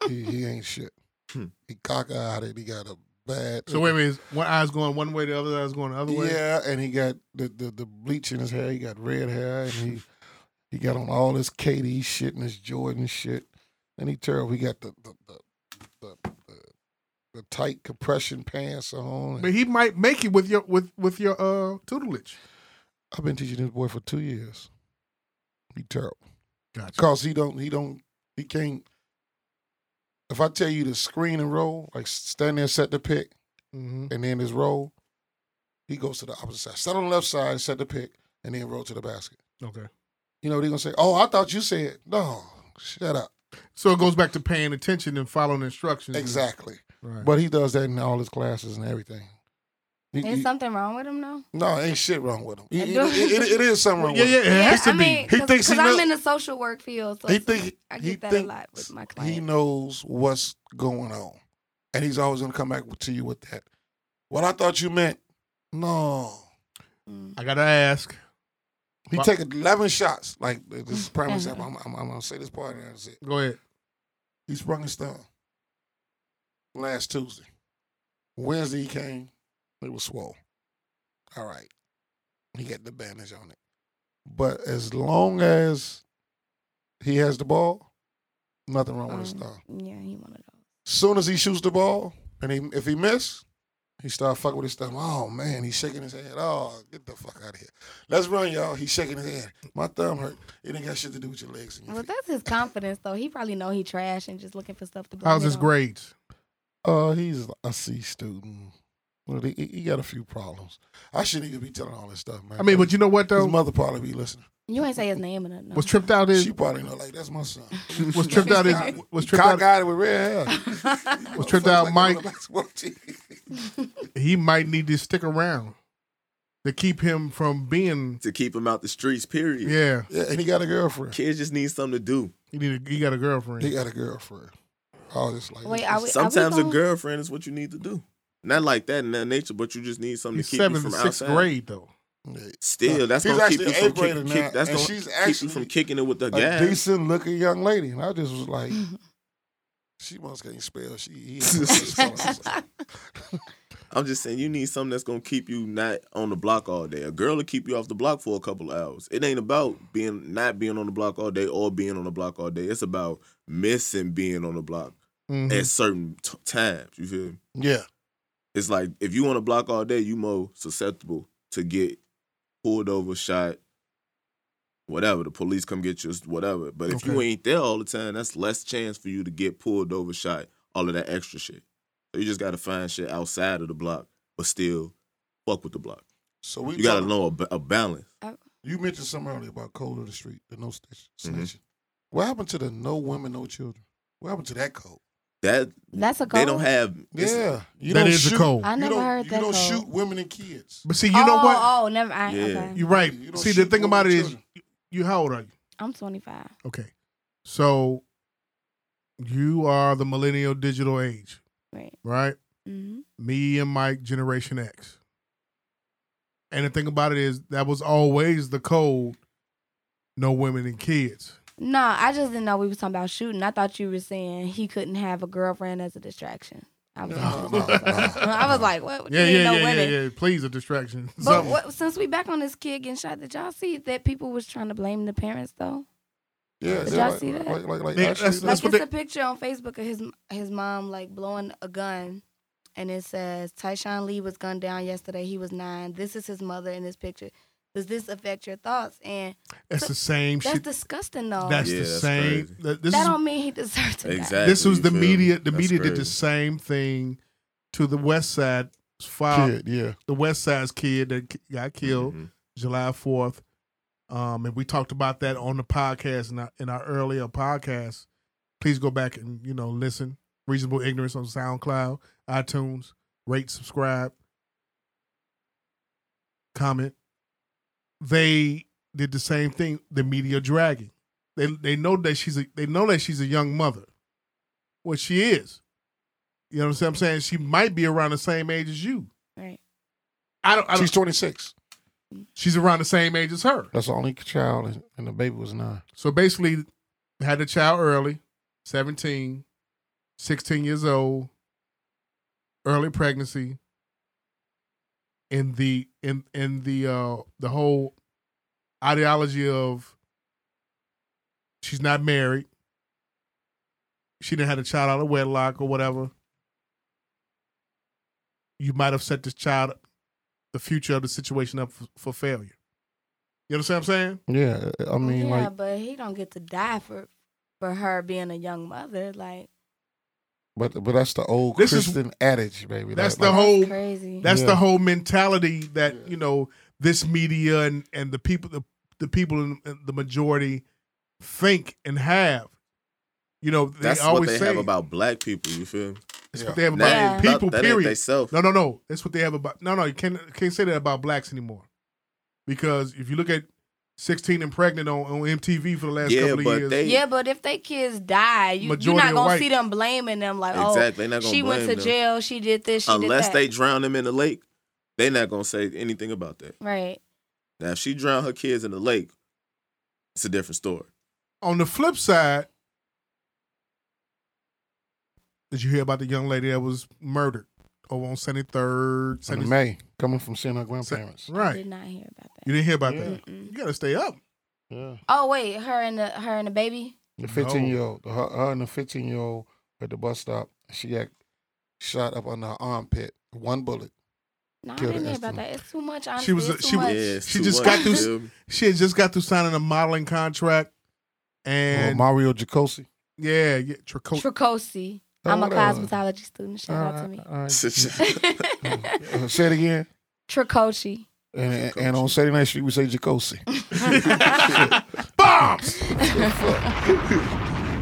[SPEAKER 5] he, he ain't shit.
[SPEAKER 6] Hmm.
[SPEAKER 5] He cockeyed it. He got a bad.
[SPEAKER 6] So wait a minute, is one eye's going one way, the other eye's going the other way.
[SPEAKER 5] Yeah, and he got the, the the bleach in his hair. He got red hair, and he he got on all this KD shit and this Jordan shit, and he terrible. He got the the the the, the, the tight compression pants on. and-
[SPEAKER 6] But he might make it with your with with your uh tutelage.
[SPEAKER 5] I've been teaching this boy for two years. He terrible.
[SPEAKER 6] Gotcha.
[SPEAKER 5] Cause he don't he don't he can't if I tell you to screen and roll, like stand there, set the pick,
[SPEAKER 6] Mm-hmm.
[SPEAKER 5] and then his roll, he goes to the opposite side. Set on the left side, set the pick, and then roll to the basket.
[SPEAKER 6] Okay.
[SPEAKER 5] You know what he gonna say? Oh, I thought you said no. Shut up.
[SPEAKER 6] So it goes back to paying attention and following instructions.
[SPEAKER 5] Exactly.
[SPEAKER 6] Mm-hmm. Right.
[SPEAKER 5] But he does that in all his classes and everything. He-
[SPEAKER 8] Is
[SPEAKER 5] he-
[SPEAKER 8] something wrong with him though?
[SPEAKER 5] no, ain't shit wrong with him. He-
[SPEAKER 8] I
[SPEAKER 5] he-
[SPEAKER 8] do-
[SPEAKER 5] it- it- it is something wrong
[SPEAKER 6] yeah,
[SPEAKER 5] with him.
[SPEAKER 6] yeah, it has
[SPEAKER 8] I
[SPEAKER 6] to
[SPEAKER 8] mean,
[SPEAKER 5] He
[SPEAKER 8] cause,
[SPEAKER 5] thinks he
[SPEAKER 8] cause I'm
[SPEAKER 5] know-
[SPEAKER 8] in the social work field, so
[SPEAKER 5] he
[SPEAKER 8] it's like,
[SPEAKER 5] think
[SPEAKER 8] I
[SPEAKER 5] he
[SPEAKER 8] get that a
[SPEAKER 5] think
[SPEAKER 8] lot with my
[SPEAKER 5] he
[SPEAKER 8] clients.
[SPEAKER 5] knows what's going on, and he's always gonna come back to you with that. What I thought you meant, no.
[SPEAKER 8] Mm.
[SPEAKER 6] I gotta ask.
[SPEAKER 5] He
[SPEAKER 6] Wha-
[SPEAKER 5] take eleven shots. Like this is a prime example. I'm, I'm, I'm gonna say this part and that's it.
[SPEAKER 6] Go ahead.
[SPEAKER 5] He sprung his thumb last Tuesday. Wednesday he came, it was swole. All right. He got the bandage on it. But as long as he has the ball, nothing wrong with his
[SPEAKER 8] Um,
[SPEAKER 5] thumb.
[SPEAKER 8] Yeah, he one of those.
[SPEAKER 5] Soon as he shoots the ball, and he, if he miss, he start fucking with his thumb. Oh man, he's shaking his head. Oh, get the fuck out of here. Let's run, y'all. He's shaking his head. My thumb hurt. It ain't got shit to do with your legs. And your
[SPEAKER 8] Well,
[SPEAKER 5] feet.
[SPEAKER 8] that's his confidence though. He probably know he trash and just looking for stuff to. blame
[SPEAKER 6] How's
[SPEAKER 8] it
[SPEAKER 6] his
[SPEAKER 8] on.
[SPEAKER 6] grades?
[SPEAKER 5] Uh, he's a C student. Well, he, he got a few problems. I shouldn't even be telling all this stuff, man.
[SPEAKER 6] I mean, but you know what
[SPEAKER 5] his
[SPEAKER 6] though?
[SPEAKER 5] mother probably be listening.
[SPEAKER 8] You ain't say his name or nothing. no.
[SPEAKER 6] Was tripped out his
[SPEAKER 5] She probably know, like, that's my son.
[SPEAKER 6] [laughs] was tripped out his was tripped out
[SPEAKER 5] Cockeyed with red [laughs] hair.
[SPEAKER 6] [laughs] was tripped out Mike.
[SPEAKER 5] Mike.
[SPEAKER 6] He might need to stick around to keep him from being
[SPEAKER 7] to keep him out the streets. Period.
[SPEAKER 6] yeah.
[SPEAKER 5] [laughs] Yeah, and he got a girlfriend.
[SPEAKER 7] Kids just need something to do.
[SPEAKER 6] He need a, he got a girlfriend.
[SPEAKER 5] He got a girlfriend. I was just like,
[SPEAKER 8] Wait, are we? are
[SPEAKER 7] Sometimes
[SPEAKER 8] we
[SPEAKER 7] a
[SPEAKER 8] gonna-
[SPEAKER 7] girlfriend is what you need to do. Not like that in that nature, but you just need something
[SPEAKER 6] He's
[SPEAKER 7] to keep you
[SPEAKER 6] seventh
[SPEAKER 7] from
[SPEAKER 6] and
[SPEAKER 7] outside.
[SPEAKER 6] sixth grade though.
[SPEAKER 5] Yeah.
[SPEAKER 7] Still, that's
[SPEAKER 5] He's
[SPEAKER 7] gonna keep you
[SPEAKER 5] actually
[SPEAKER 7] from
[SPEAKER 5] eighth grader
[SPEAKER 7] kicking.
[SPEAKER 5] now,
[SPEAKER 7] Kick, that's
[SPEAKER 5] and
[SPEAKER 7] gonna
[SPEAKER 5] she's
[SPEAKER 7] keep you
[SPEAKER 5] actually
[SPEAKER 7] from kicking it with the
[SPEAKER 5] a
[SPEAKER 7] gas.
[SPEAKER 5] decent looking young lady. And I just was like, she must can't spell. She, he
[SPEAKER 8] [laughs]
[SPEAKER 6] [laughs]
[SPEAKER 7] I'm just saying, you need something that's gonna keep you not on the block all day. A girl will keep you off the block for a couple of hours. It ain't about being not being on the block all day or being on the block all day. It's about missing being on the block
[SPEAKER 6] Mhm.
[SPEAKER 7] at certain t- times. You feel me?
[SPEAKER 5] yeah.
[SPEAKER 7] It's like if you on the block all day, you more susceptible to get pulled over, shot, whatever. The police come get you, whatever. But if you
[SPEAKER 6] Okay.
[SPEAKER 7] ain't there all the time, that's less chance for you to get pulled over, shot, all of that extra shit. So you just gotta find shit outside of the block, but still fuck with the block.
[SPEAKER 5] So we
[SPEAKER 7] You gotta
[SPEAKER 5] talking-
[SPEAKER 7] know a, ba- a balance.
[SPEAKER 5] You mentioned something earlier about code of the street, the no snitch,
[SPEAKER 7] Mhm.
[SPEAKER 6] Mm-hmm.
[SPEAKER 5] snitching. What happened to the no women, no children? What happened to that code?
[SPEAKER 7] That
[SPEAKER 8] That's a
[SPEAKER 7] they
[SPEAKER 8] code?
[SPEAKER 7] don't have. it's-
[SPEAKER 5] yeah, you
[SPEAKER 6] That
[SPEAKER 5] don't
[SPEAKER 6] is
[SPEAKER 5] shoot,
[SPEAKER 6] a code.
[SPEAKER 8] I
[SPEAKER 5] you
[SPEAKER 8] never
[SPEAKER 5] don't-
[SPEAKER 8] heard that.
[SPEAKER 5] You don't
[SPEAKER 8] code.
[SPEAKER 5] shoot women and kids.
[SPEAKER 6] But see, you know
[SPEAKER 8] oh,
[SPEAKER 6] what?
[SPEAKER 8] Oh, never. I,
[SPEAKER 7] Yeah.
[SPEAKER 8] okay.
[SPEAKER 6] You're right.
[SPEAKER 5] You don't
[SPEAKER 6] See, the
[SPEAKER 5] shoot
[SPEAKER 6] thing
[SPEAKER 5] women
[SPEAKER 6] about it
[SPEAKER 5] and
[SPEAKER 6] is,
[SPEAKER 5] children.
[SPEAKER 6] you how old are you?
[SPEAKER 8] I'm 25.
[SPEAKER 6] Okay. So you are the millennial digital age,
[SPEAKER 8] Right.
[SPEAKER 6] right?
[SPEAKER 8] hmm
[SPEAKER 6] Me and Mike, Generation X. And the thing about it is, that was always the code no women and kids.
[SPEAKER 8] No, I just didn't know we was talking about shooting. I thought you were saying he couldn't have a girlfriend as a distraction. I was,
[SPEAKER 5] No, [laughs] no, no.
[SPEAKER 6] [laughs]
[SPEAKER 8] [laughs] I was like, what?
[SPEAKER 6] Yeah,
[SPEAKER 8] You ain't
[SPEAKER 6] yeah,
[SPEAKER 8] no
[SPEAKER 6] yeah, yeah,
[SPEAKER 8] women.
[SPEAKER 6] yeah. Please, a distraction.
[SPEAKER 8] But
[SPEAKER 6] Something.
[SPEAKER 8] [laughs] what, since we back on this kid getting shot, did y'all see that people was trying to blame the parents though?
[SPEAKER 5] Yeah,
[SPEAKER 8] Did
[SPEAKER 5] they're
[SPEAKER 8] y'all
[SPEAKER 5] like,
[SPEAKER 8] see that?
[SPEAKER 5] Like, like, like
[SPEAKER 6] They-
[SPEAKER 5] actually,
[SPEAKER 6] that's-
[SPEAKER 8] Like
[SPEAKER 6] what
[SPEAKER 8] it's
[SPEAKER 6] they-
[SPEAKER 8] a picture on Facebook of his his mom like blowing a gun, and it says Tyshawn Lee was gunned down yesterday. He was nine. This is his mother in this picture. Does this affect your thoughts? And
[SPEAKER 6] That's the same
[SPEAKER 8] that's
[SPEAKER 6] shit.
[SPEAKER 8] disgusting though.
[SPEAKER 6] That's
[SPEAKER 7] Yeah,
[SPEAKER 6] the
[SPEAKER 7] that's
[SPEAKER 6] same.
[SPEAKER 7] crazy.
[SPEAKER 6] That, this
[SPEAKER 8] that
[SPEAKER 6] is
[SPEAKER 8] don't mean he deserves to die.
[SPEAKER 7] Exactly.
[SPEAKER 6] this was
[SPEAKER 7] you
[SPEAKER 6] the
[SPEAKER 7] feel me?
[SPEAKER 6] media. The
[SPEAKER 7] That's
[SPEAKER 6] media did the
[SPEAKER 7] crazy.
[SPEAKER 6] same thing to the West Side file.
[SPEAKER 5] kid, yeah.
[SPEAKER 6] The West Side's kid that ki- got killed
[SPEAKER 7] Mhm.
[SPEAKER 6] July fourth, um, and we talked about that on the podcast in our, in our earlier podcast. Please go back and you know listen. Reasonable ignorance on SoundCloud, iTunes, rate, subscribe, comment. They did the same thing. The media dragging. They they know that she's a they know that she's a young mother. Well, she is. You know what I'm saying? She might be around the same age as you.
[SPEAKER 8] Right.
[SPEAKER 6] I don't. I don't
[SPEAKER 5] She's 26.
[SPEAKER 6] she's around the same age as her.
[SPEAKER 5] That's the only child, and, and the baby was nine.
[SPEAKER 6] So basically, had a child early, 17, 16 years old, early pregnancy. In the in in the uh the whole ideology of she's not married, she didn't have a child out of wedlock or whatever. You might have set this child, the future of the situation up for, for failure. You understand what I'm saying?
[SPEAKER 5] Yeah, I mean,
[SPEAKER 8] yeah,
[SPEAKER 5] like,
[SPEAKER 8] but he don't get to die for for her being a young mother. Like
[SPEAKER 5] but but that's the old
[SPEAKER 6] This is-
[SPEAKER 5] Christian adage, baby.
[SPEAKER 6] That's
[SPEAKER 5] Like-
[SPEAKER 6] the
[SPEAKER 5] like,
[SPEAKER 6] whole-
[SPEAKER 8] that's crazy.
[SPEAKER 6] That's the
[SPEAKER 5] Yeah.
[SPEAKER 6] whole mentality that
[SPEAKER 5] Yeah.
[SPEAKER 6] you know this media and and the people the, the people in in the majority think and have. You know, they
[SPEAKER 7] That's what
[SPEAKER 6] always
[SPEAKER 7] they
[SPEAKER 6] say
[SPEAKER 7] have about black people. You feel? me?
[SPEAKER 6] that's what they have
[SPEAKER 7] That
[SPEAKER 6] about
[SPEAKER 7] ain't-
[SPEAKER 6] people.
[SPEAKER 7] that, that ain't
[SPEAKER 6] period.
[SPEAKER 7] they self.
[SPEAKER 6] No, no, no. That's what they have about. No, no. You can't can't say that about blacks anymore, because if you look at sixteen and pregnant on, on MTV for the last
[SPEAKER 7] Yeah,
[SPEAKER 6] couple
[SPEAKER 7] but
[SPEAKER 6] of years,
[SPEAKER 7] they-
[SPEAKER 8] Yeah, but if they kids die, you, you're
[SPEAKER 6] Majority
[SPEAKER 8] not
[SPEAKER 6] are
[SPEAKER 8] gonna
[SPEAKER 6] white.
[SPEAKER 8] see them blaming them like,
[SPEAKER 7] Exactly. They not
[SPEAKER 8] oh,
[SPEAKER 7] gonna
[SPEAKER 8] she went
[SPEAKER 7] blame
[SPEAKER 8] to
[SPEAKER 7] them.
[SPEAKER 8] jail, she did this, she
[SPEAKER 7] Unless
[SPEAKER 8] did
[SPEAKER 7] they
[SPEAKER 8] that.
[SPEAKER 7] drown them in the lake, they not gonna say anything about that.
[SPEAKER 8] right.
[SPEAKER 7] Now, if she drowned her kids in the lake, it's a different story.
[SPEAKER 6] on the flip side, did you hear about the young lady that was murdered over on seventy third?
[SPEAKER 5] In May, coming from seeing her grandparents.
[SPEAKER 8] I
[SPEAKER 6] Right.
[SPEAKER 8] Did not hear about that.
[SPEAKER 6] You didn't hear about
[SPEAKER 5] Yeah.
[SPEAKER 6] that. You gotta stay up.
[SPEAKER 5] Yeah.
[SPEAKER 8] Oh wait, her and the her and the baby.
[SPEAKER 5] The 15 year old, her, her and the 15 year old at the bus stop, she got shot up under her armpit. One bullet.
[SPEAKER 8] No, I
[SPEAKER 5] Killed
[SPEAKER 8] didn't
[SPEAKER 5] her
[SPEAKER 8] hear about
[SPEAKER 5] instantly.
[SPEAKER 8] that. It's too much. Honestly.
[SPEAKER 6] She was-
[SPEAKER 8] It's too
[SPEAKER 6] she was-
[SPEAKER 8] much.
[SPEAKER 7] Yeah, it's
[SPEAKER 6] She
[SPEAKER 7] too
[SPEAKER 6] just
[SPEAKER 7] much,
[SPEAKER 6] got through-
[SPEAKER 7] you feel
[SPEAKER 6] [laughs]
[SPEAKER 7] me?
[SPEAKER 6] She had just got through signing a modeling contract,
[SPEAKER 5] Well,
[SPEAKER 6] and
[SPEAKER 5] Mario Jacosi.
[SPEAKER 6] yeah, yeah, Trico-
[SPEAKER 8] Tricosi. I'm a cosmetology student. Shout out to me.
[SPEAKER 5] [laughs] say it again.
[SPEAKER 8] Tricosi.
[SPEAKER 5] And, and, on Saturday Night Street, we say Jacosi.
[SPEAKER 6] [laughs] bombs.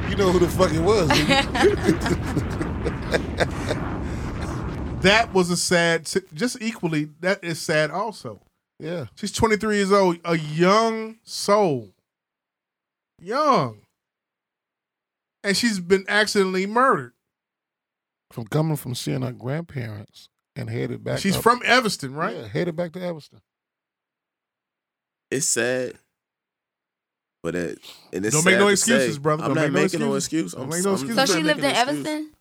[SPEAKER 5] You know who the fuck it was. didn't you?
[SPEAKER 6] That was a sad. si- Just equally, that is sad. Also,
[SPEAKER 5] yeah.
[SPEAKER 6] she's 23 years old, a young soul, young, and she's been accidentally murdered.
[SPEAKER 5] From coming from seeing her grandparents and headed back.
[SPEAKER 6] She's
[SPEAKER 5] up-
[SPEAKER 6] from Evanston, right?
[SPEAKER 5] Yeah, headed back to Evanston.
[SPEAKER 7] It's sad. But it, and it's
[SPEAKER 6] Don't make
[SPEAKER 7] sad
[SPEAKER 6] no
[SPEAKER 7] to
[SPEAKER 6] excuses,
[SPEAKER 7] say.
[SPEAKER 6] brother.
[SPEAKER 7] I'm
[SPEAKER 6] Don't
[SPEAKER 7] not
[SPEAKER 6] make no
[SPEAKER 7] making no excuse.
[SPEAKER 6] excuses. Don't
[SPEAKER 7] I'm,
[SPEAKER 6] make no
[SPEAKER 7] I'm
[SPEAKER 6] excuses.
[SPEAKER 8] So
[SPEAKER 7] not
[SPEAKER 8] she
[SPEAKER 7] making
[SPEAKER 8] lived
[SPEAKER 7] no
[SPEAKER 8] in
[SPEAKER 7] excuse.
[SPEAKER 8] Evanston,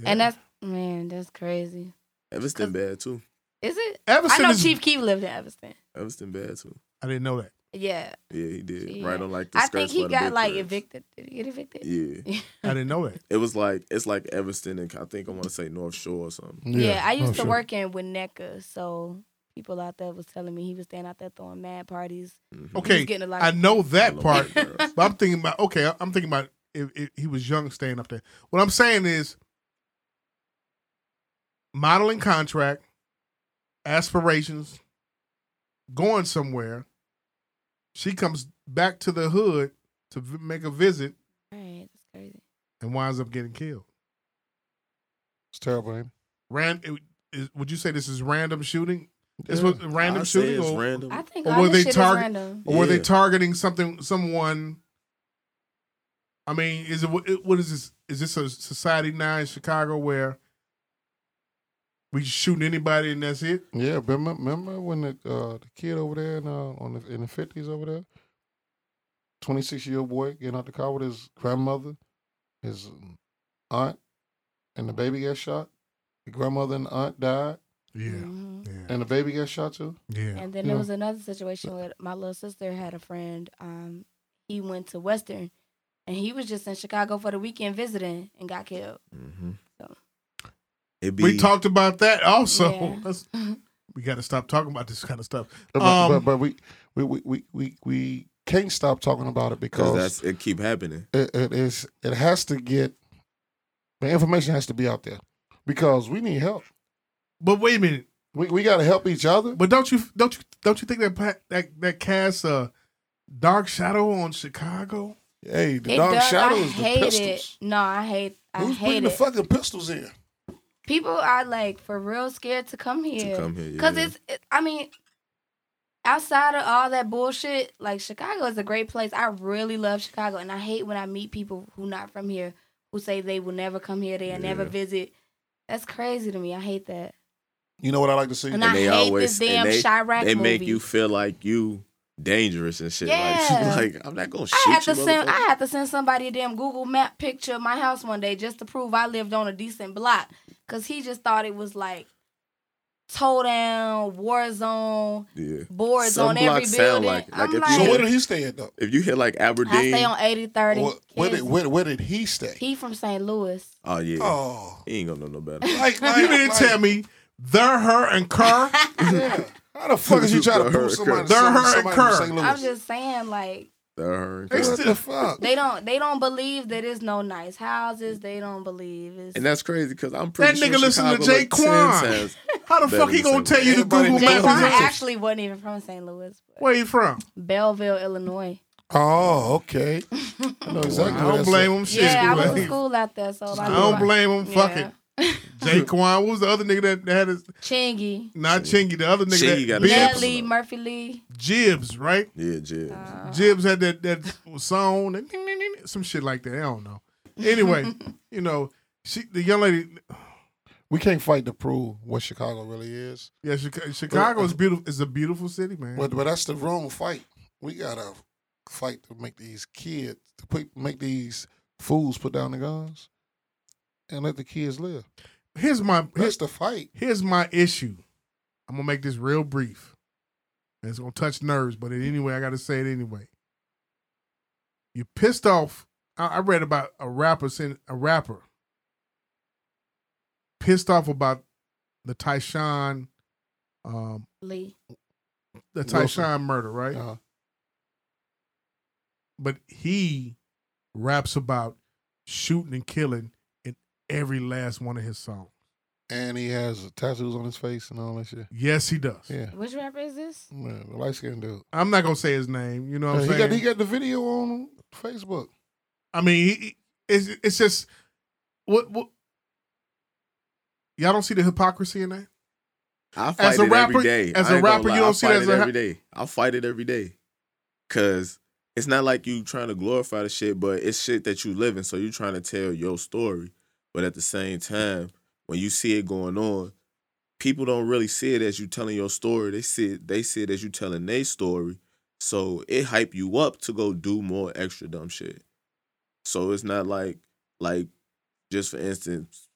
[SPEAKER 5] Yeah.
[SPEAKER 8] and that's man, that's crazy.
[SPEAKER 7] Evanston bad too.
[SPEAKER 8] Is it?
[SPEAKER 6] Evanston
[SPEAKER 8] I know
[SPEAKER 6] is-
[SPEAKER 8] Chief Keef lived in Evanston.
[SPEAKER 7] Evanston bad too.
[SPEAKER 6] I didn't know that.
[SPEAKER 8] Yeah,
[SPEAKER 7] Yeah, he did.
[SPEAKER 8] Yeah.
[SPEAKER 7] Right on like the
[SPEAKER 8] I think
[SPEAKER 7] skirts
[SPEAKER 8] he
[SPEAKER 7] by the
[SPEAKER 8] got
[SPEAKER 7] big
[SPEAKER 8] like
[SPEAKER 7] cribs.
[SPEAKER 8] evicted. Did he get evicted?
[SPEAKER 7] Yeah.
[SPEAKER 6] I didn't know that.
[SPEAKER 7] It was like it's like Evanston and I think I want to say North Shore or something.
[SPEAKER 8] Yeah, I used
[SPEAKER 5] Oh,
[SPEAKER 8] to
[SPEAKER 5] sure.
[SPEAKER 8] work in Winnetka, so people out there was telling me he was staying out there throwing mad parties.
[SPEAKER 6] Okay,
[SPEAKER 8] [laughs] He's getting a lot
[SPEAKER 6] I
[SPEAKER 8] of-
[SPEAKER 6] know that
[SPEAKER 7] Hello,
[SPEAKER 6] part,
[SPEAKER 7] girls.
[SPEAKER 6] but I'm thinking about okay. I'm thinking about if, if he was young staying up there. What I'm saying is modeling contract, aspirations, going somewhere. She comes back to the hood to v- make a visit
[SPEAKER 8] Right, that's crazy.
[SPEAKER 6] and winds up getting killed.
[SPEAKER 5] It's terrible, ain't it?
[SPEAKER 6] Ran, it- is- would you say this is random shooting? This
[SPEAKER 5] Yeah.
[SPEAKER 6] was random
[SPEAKER 7] I'd say
[SPEAKER 6] shooting,
[SPEAKER 7] it's
[SPEAKER 6] or,
[SPEAKER 7] random.
[SPEAKER 8] I think
[SPEAKER 6] Or
[SPEAKER 8] all
[SPEAKER 6] were
[SPEAKER 8] this
[SPEAKER 6] they
[SPEAKER 8] shit
[SPEAKER 6] target-
[SPEAKER 8] is random.
[SPEAKER 6] or were they
[SPEAKER 7] Yeah.
[SPEAKER 6] targeting something, someone? I mean, is it what- what is this? Is this a society now in Chicago where we shooting anybody and that's it?
[SPEAKER 5] Yeah, remember, remember when the uh, the kid over there in uh, on the, in the fifties over there, twenty six year old boy getting out the car with his grandmother, his um, aunt, and the baby got shot. The grandmother and the aunt died,
[SPEAKER 8] Mhm.
[SPEAKER 6] yeah,
[SPEAKER 5] and the baby got shot too.
[SPEAKER 6] yeah.
[SPEAKER 8] And then
[SPEAKER 5] Yeah.
[SPEAKER 8] there was another situation where my little sister had a friend. Um, he went to Western, and he was just in Chicago for the weekend visiting and got killed.
[SPEAKER 7] Mm-hmm. It be
[SPEAKER 6] We talked about that also.
[SPEAKER 8] Yeah.
[SPEAKER 6] [laughs] That's- we got to stop talking about this kind of stuff.
[SPEAKER 5] But,
[SPEAKER 6] Um,
[SPEAKER 5] but, but we, we, we, we, we, we can't stop talking about it
[SPEAKER 7] because
[SPEAKER 5] because
[SPEAKER 7] that's it keep happening.
[SPEAKER 5] it, it is it has to get the information has to be out there because we need help.
[SPEAKER 6] But wait a minute.
[SPEAKER 5] We we got to help each other.
[SPEAKER 6] But don't you don't you don't you think that pa- that that casts a dark shadow on Chicago?
[SPEAKER 5] Hey, the
[SPEAKER 8] It
[SPEAKER 5] dark
[SPEAKER 8] does.
[SPEAKER 5] shadow
[SPEAKER 8] I
[SPEAKER 5] is the
[SPEAKER 8] hate
[SPEAKER 5] pistols.
[SPEAKER 8] it. No, I hate. I
[SPEAKER 5] Who's
[SPEAKER 8] hate
[SPEAKER 5] bringing the
[SPEAKER 8] it.
[SPEAKER 5] fucking pistols in?
[SPEAKER 8] People are like for real scared to come here.
[SPEAKER 7] come here,
[SPEAKER 8] Cause
[SPEAKER 7] yeah.
[SPEAKER 8] it's. It, I mean, outside of all that bullshit, like Chicago is a great place. I really love Chicago, and I hate when I meet people who not from here who say they will never come here, they'll never
[SPEAKER 7] Yeah.
[SPEAKER 8] visit. That's crazy to me. I hate that.
[SPEAKER 5] You know what I like to see?
[SPEAKER 8] And I hate this damn
[SPEAKER 7] and they,
[SPEAKER 8] Chirac
[SPEAKER 7] they make
[SPEAKER 8] movie.
[SPEAKER 7] you feel like you dangerous and shit.
[SPEAKER 8] Yeah.
[SPEAKER 7] Like, [laughs] like I'm not gonna shoot
[SPEAKER 8] I had to
[SPEAKER 7] you.
[SPEAKER 8] send
[SPEAKER 7] motherfucker.
[SPEAKER 8] I had to send somebody a damn Google map picture of my house one day just to prove I lived on a decent block. Cause he just thought it was like toe down, war zone,
[SPEAKER 7] yeah.
[SPEAKER 8] boards
[SPEAKER 7] Some
[SPEAKER 8] on every
[SPEAKER 7] blocks
[SPEAKER 8] building.
[SPEAKER 7] sound like it. Like,
[SPEAKER 8] I'm
[SPEAKER 7] if
[SPEAKER 8] like,
[SPEAKER 7] you-
[SPEAKER 5] so where did he stay at though?
[SPEAKER 7] If you hit like
[SPEAKER 8] I
[SPEAKER 7] Aberdeen,
[SPEAKER 8] stay on eighty thirty.
[SPEAKER 5] Where, where did where, where did he stay?
[SPEAKER 8] he from St. Louis.
[SPEAKER 7] oh yeah,
[SPEAKER 5] oh,
[SPEAKER 7] he ain't gonna know no
[SPEAKER 8] [laughs]
[SPEAKER 7] better.
[SPEAKER 5] like, like
[SPEAKER 6] You didn't
[SPEAKER 5] like-
[SPEAKER 6] tell me they're her and Kerr.
[SPEAKER 5] Yeah. How the fuck
[SPEAKER 6] [laughs]
[SPEAKER 5] is you trying to
[SPEAKER 7] They're
[SPEAKER 5] prove somebody?
[SPEAKER 7] her-
[SPEAKER 5] to send
[SPEAKER 6] they're her
[SPEAKER 5] somebody
[SPEAKER 6] and
[SPEAKER 5] to
[SPEAKER 6] Kerr.
[SPEAKER 5] St.
[SPEAKER 8] I'm
[SPEAKER 5] Louis?
[SPEAKER 8] just saying, like
[SPEAKER 7] They're-
[SPEAKER 5] They still- the fuck?
[SPEAKER 8] they don't they don't believe that it's no nice houses. They don't believe it's
[SPEAKER 7] and that's crazy because I'm pretty
[SPEAKER 6] That
[SPEAKER 7] sure
[SPEAKER 6] nigga listen to
[SPEAKER 7] Chicago
[SPEAKER 6] Jay
[SPEAKER 7] like 10
[SPEAKER 6] Quan.
[SPEAKER 7] times-
[SPEAKER 6] How the
[SPEAKER 7] Better
[SPEAKER 6] fuck he
[SPEAKER 7] than St.
[SPEAKER 6] gonna tell you to
[SPEAKER 5] Everybody knows
[SPEAKER 6] Google
[SPEAKER 8] Jay
[SPEAKER 6] Maps?
[SPEAKER 8] Quan
[SPEAKER 6] is empty?
[SPEAKER 8] actually wasn't even from St. Louis. but
[SPEAKER 6] Where you from?
[SPEAKER 8] Belleville, Illinois.
[SPEAKER 5] Oh, okay. I know exactly.
[SPEAKER 6] I don't blame him. Shit.
[SPEAKER 8] Yeah, I was in
[SPEAKER 6] Like,
[SPEAKER 8] school out there, so
[SPEAKER 6] I
[SPEAKER 8] like,
[SPEAKER 6] don't blame him. Fuck
[SPEAKER 8] Yeah.
[SPEAKER 6] it.
[SPEAKER 8] [laughs]
[SPEAKER 6] Jaquan, what was the other nigga that, that had his
[SPEAKER 8] Chingy,
[SPEAKER 6] not Chingy, the other nigga
[SPEAKER 7] Chingy
[SPEAKER 6] that
[SPEAKER 7] got
[SPEAKER 6] Bibbs,
[SPEAKER 7] Bibbs.
[SPEAKER 8] Nelly, Murphy Lee. uh,
[SPEAKER 6] Jibs, right?
[SPEAKER 8] [laughs]
[SPEAKER 7] Yeah, Jib.
[SPEAKER 8] Uh-huh.
[SPEAKER 6] Jibs had that that song, and ding, ding, ding, some shit like that. I don't know.
[SPEAKER 8] [laughs]
[SPEAKER 6] Anyway, you know, she the young lady.
[SPEAKER 5] We can't fight to prove what Chicago really is.
[SPEAKER 6] Yeah, Chica-
[SPEAKER 7] uh,
[SPEAKER 6] Chicago is beautiful. It's a beautiful city, man.
[SPEAKER 5] But but that's the wrong fight. We gotta fight to make these kids to put, make these fools put down the guns and let the kids live.
[SPEAKER 6] Here's my
[SPEAKER 5] That's
[SPEAKER 6] here's
[SPEAKER 5] the fight.
[SPEAKER 6] here's my issue. I'm gonna make this real brief. And it's gonna touch nerves, but anyway, I gotta say it anyway. You pissed off. I, I read about a rapper sent a rapper pissed off about the Tyshawn, um,
[SPEAKER 8] Lee.
[SPEAKER 6] the
[SPEAKER 5] Wilson.
[SPEAKER 6] Tyshawn murder, right?
[SPEAKER 5] Uh,
[SPEAKER 6] But he raps about shooting and killing in every last one of his songs.
[SPEAKER 5] and he has tattoos on his face and all that shit.
[SPEAKER 6] Yes, he does.
[SPEAKER 5] Yeah,
[SPEAKER 8] Which rapper is this?
[SPEAKER 5] man, the light skinned dude.
[SPEAKER 6] I'm not gonna say his name. You know what I'm
[SPEAKER 5] he
[SPEAKER 6] saying?
[SPEAKER 5] got he got the video on Facebook.
[SPEAKER 6] I mean, he, he- it's it's just what what y'all don't see the hypocrisy in that.
[SPEAKER 7] I fight
[SPEAKER 6] As a
[SPEAKER 7] it
[SPEAKER 6] rapper-
[SPEAKER 7] every day.
[SPEAKER 6] as
[SPEAKER 7] I
[SPEAKER 6] a
[SPEAKER 7] ain't gonna
[SPEAKER 6] rapper,
[SPEAKER 7] lie,
[SPEAKER 6] you don't
[SPEAKER 7] I
[SPEAKER 6] see it
[SPEAKER 7] fight
[SPEAKER 6] as
[SPEAKER 7] it
[SPEAKER 6] a ha-
[SPEAKER 7] every day. I fight it every day, cause it's not like you trying to glorify the shit, but it's shit that you live in. So you trying to tell your story, but at the same time, when you see it going on, people don't really see it as you telling your story. They see it, they see it as you telling their story. So it hype you up to go do more extra dumb shit. So it's not like like just for instance,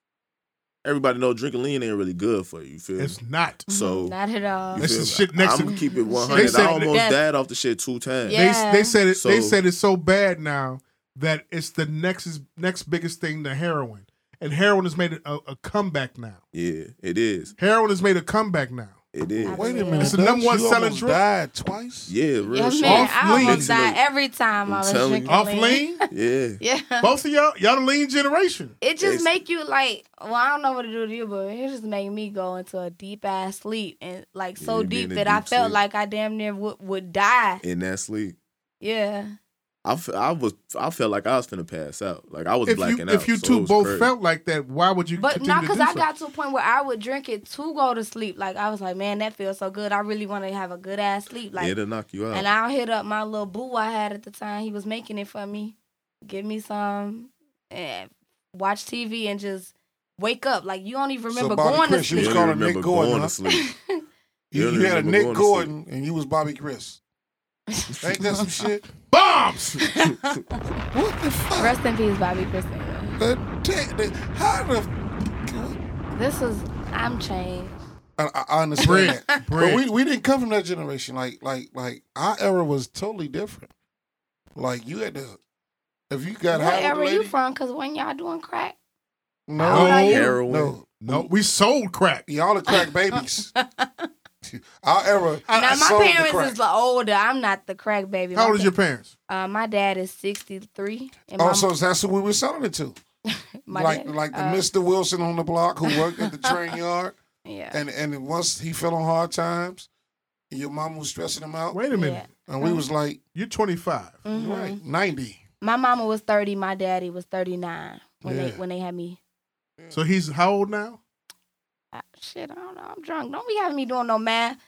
[SPEAKER 7] everybody know drinking lean ain't really good for you. you Feel me?
[SPEAKER 6] It's not.
[SPEAKER 7] So
[SPEAKER 8] Mm-hmm. Not at all.
[SPEAKER 6] That's
[SPEAKER 7] feel
[SPEAKER 6] the
[SPEAKER 7] me?
[SPEAKER 6] shit next to
[SPEAKER 7] I'm
[SPEAKER 6] me.
[SPEAKER 7] keep it
[SPEAKER 6] They
[SPEAKER 7] 100.
[SPEAKER 6] said-
[SPEAKER 7] I almost
[SPEAKER 8] Yes.
[SPEAKER 7] died off the shit two times.
[SPEAKER 8] Yeah.
[SPEAKER 6] They they said it.
[SPEAKER 7] So-
[SPEAKER 6] they said it's so bad now that it's the next is next biggest thing to heroin, and heroin has made a, a comeback now.
[SPEAKER 7] Yeah, it is.
[SPEAKER 6] Heroin has made a comeback now.
[SPEAKER 7] It is.
[SPEAKER 8] I-
[SPEAKER 5] Wait a
[SPEAKER 8] Yeah.
[SPEAKER 5] minute,
[SPEAKER 8] It's
[SPEAKER 6] the number
[SPEAKER 5] Dutch,
[SPEAKER 6] one
[SPEAKER 5] you
[SPEAKER 6] selling
[SPEAKER 5] almost
[SPEAKER 6] drug.
[SPEAKER 5] Died twice.
[SPEAKER 7] Yeah, real
[SPEAKER 8] Yeah,
[SPEAKER 7] shit.
[SPEAKER 8] man, I
[SPEAKER 7] Mentally-
[SPEAKER 8] almost die every time I
[SPEAKER 7] I'm
[SPEAKER 8] was
[SPEAKER 7] telling
[SPEAKER 8] drinking
[SPEAKER 7] you.
[SPEAKER 6] Off
[SPEAKER 8] [laughs]
[SPEAKER 6] lean,
[SPEAKER 7] Yeah.
[SPEAKER 8] Yeah.
[SPEAKER 6] both of y'all y'all the lean generation.
[SPEAKER 8] It just
[SPEAKER 7] It's-
[SPEAKER 8] make you like, well, I don't know what to do to you, but it just made me go into a deep ass sleep and like so
[SPEAKER 7] you be
[SPEAKER 8] deep
[SPEAKER 7] in a
[SPEAKER 8] that I
[SPEAKER 7] deep
[SPEAKER 8] felt
[SPEAKER 7] sleep.
[SPEAKER 8] like I damn near would, would die.
[SPEAKER 7] In that sleep.
[SPEAKER 8] Yeah.
[SPEAKER 7] I, f- I was I felt like I was finna pass out. Like I was
[SPEAKER 6] If you
[SPEAKER 7] blacking out.
[SPEAKER 6] if you
[SPEAKER 7] so it
[SPEAKER 6] two
[SPEAKER 7] was
[SPEAKER 6] both
[SPEAKER 7] crazy.
[SPEAKER 6] felt like that, why would you?
[SPEAKER 8] But
[SPEAKER 6] continue
[SPEAKER 8] not
[SPEAKER 6] to
[SPEAKER 8] because
[SPEAKER 6] do
[SPEAKER 8] I
[SPEAKER 6] so?
[SPEAKER 8] got to a point where I would drink it to go to sleep. Like I was like, man, that feels so good. I really want to have a good ass sleep. Like,
[SPEAKER 7] it'll knock you out.
[SPEAKER 8] and I'll hit up my little boo I had at the time. He was making it for me. Give me some and watch TV and just wake up. Like you don't even remember
[SPEAKER 5] Bobby
[SPEAKER 8] going to
[SPEAKER 5] Chris, you was
[SPEAKER 8] sleep.
[SPEAKER 7] You
[SPEAKER 5] calling
[SPEAKER 7] don't remember
[SPEAKER 5] Nick Gordon,
[SPEAKER 7] going
[SPEAKER 5] huh?
[SPEAKER 7] to sleep.
[SPEAKER 5] You,
[SPEAKER 7] Yeah,
[SPEAKER 5] you had a
[SPEAKER 7] remember
[SPEAKER 5] Nick
[SPEAKER 7] going to sleep.
[SPEAKER 5] Gordon and you was Bobby Chris. Ain't that some shit?
[SPEAKER 6] bombs.
[SPEAKER 7] [laughs]
[SPEAKER 5] What the fuck?
[SPEAKER 8] [laughs] Rest in peace, Bobby Christina.
[SPEAKER 5] The te- the- how the
[SPEAKER 8] This is I'm changed.
[SPEAKER 5] I, I- I understand
[SPEAKER 6] Bread,
[SPEAKER 5] that. But
[SPEAKER 6] bread.
[SPEAKER 5] we, we didn't come from that generation. Like like like our era was totally different. Like you had to if you got
[SPEAKER 8] What
[SPEAKER 5] high
[SPEAKER 8] era
[SPEAKER 5] with a
[SPEAKER 8] you
[SPEAKER 5] lady-
[SPEAKER 8] from? Cause when y'all doing crack,
[SPEAKER 5] No,
[SPEAKER 6] No.
[SPEAKER 7] Heroin.
[SPEAKER 5] no,
[SPEAKER 6] no, we sold crack.
[SPEAKER 5] y'all the crack babies. our era.
[SPEAKER 8] now my
[SPEAKER 5] sold the
[SPEAKER 8] parents
[SPEAKER 5] crack.
[SPEAKER 8] is like older. I'm not the crack baby.
[SPEAKER 6] How
[SPEAKER 8] my
[SPEAKER 6] old is your parents?
[SPEAKER 8] Uh, my dad is 63. And my,
[SPEAKER 5] Oh, so that's who we were selling it to.
[SPEAKER 8] my
[SPEAKER 5] like
[SPEAKER 8] dad-
[SPEAKER 5] like the
[SPEAKER 8] uh,
[SPEAKER 5] Mr. Wilson on the block who worked
[SPEAKER 8] [laughs]
[SPEAKER 5] at the train yard.
[SPEAKER 8] Yeah.
[SPEAKER 5] And and once he fell on hard times, and your mom was stressing him out.
[SPEAKER 6] Wait a minute.
[SPEAKER 8] Yeah.
[SPEAKER 5] And we was
[SPEAKER 8] Mm-hmm.
[SPEAKER 5] like,
[SPEAKER 6] You're 25.
[SPEAKER 8] Mhm.
[SPEAKER 5] right, 90.
[SPEAKER 8] My mama was 30. My daddy was 39 when they
[SPEAKER 5] Yeah.
[SPEAKER 8] when they had me.
[SPEAKER 6] So he's how old now?
[SPEAKER 8] I, shit, I don't know. I'm drunk. Don't be having me doing no math.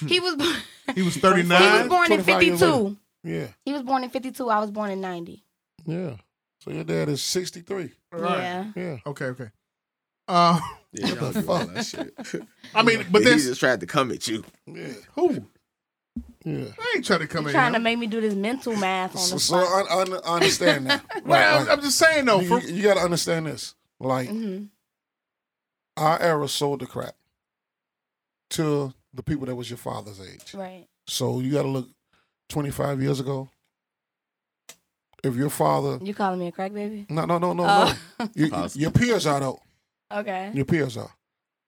[SPEAKER 8] [laughs] He was born-
[SPEAKER 6] He was
[SPEAKER 8] he was
[SPEAKER 6] 39.
[SPEAKER 8] born in
[SPEAKER 5] 25 Hmm. years
[SPEAKER 8] 52.
[SPEAKER 5] Yeah,
[SPEAKER 8] He was born in 52. I was born in 90.
[SPEAKER 5] yeah. So your dad is 63.
[SPEAKER 6] Right.
[SPEAKER 8] Yeah.
[SPEAKER 5] Yeah.
[SPEAKER 6] Okay, okay. Uh, [laughs]
[SPEAKER 7] Yeah, y'all do all that shit.
[SPEAKER 6] I mean, but
[SPEAKER 7] he
[SPEAKER 6] this
[SPEAKER 7] just tried to come at you.
[SPEAKER 5] Yeah,
[SPEAKER 6] who?
[SPEAKER 5] yeah.
[SPEAKER 6] I ain't trying to come
[SPEAKER 8] You
[SPEAKER 6] in.
[SPEAKER 8] trying to
[SPEAKER 6] here.
[SPEAKER 8] make me do this mental math on
[SPEAKER 5] So,
[SPEAKER 8] the
[SPEAKER 5] so
[SPEAKER 8] spot.
[SPEAKER 5] I, I un- understand
[SPEAKER 8] [laughs]
[SPEAKER 5] that. Like-
[SPEAKER 6] well,
[SPEAKER 5] like,
[SPEAKER 6] I'm just saying though.
[SPEAKER 5] you,
[SPEAKER 6] For,
[SPEAKER 5] you got to understand this. Like,
[SPEAKER 8] Mhm.
[SPEAKER 5] our era sold the crap to the people that was your father's age.
[SPEAKER 8] Right.
[SPEAKER 5] So you got to look 25 years ago. If your father,
[SPEAKER 8] You calling me a crack baby?
[SPEAKER 5] no, no, no, no,
[SPEAKER 8] Oh.
[SPEAKER 5] no. You- you-
[SPEAKER 7] Possible.
[SPEAKER 5] your peers are though.
[SPEAKER 8] Okay.
[SPEAKER 5] Your peers are.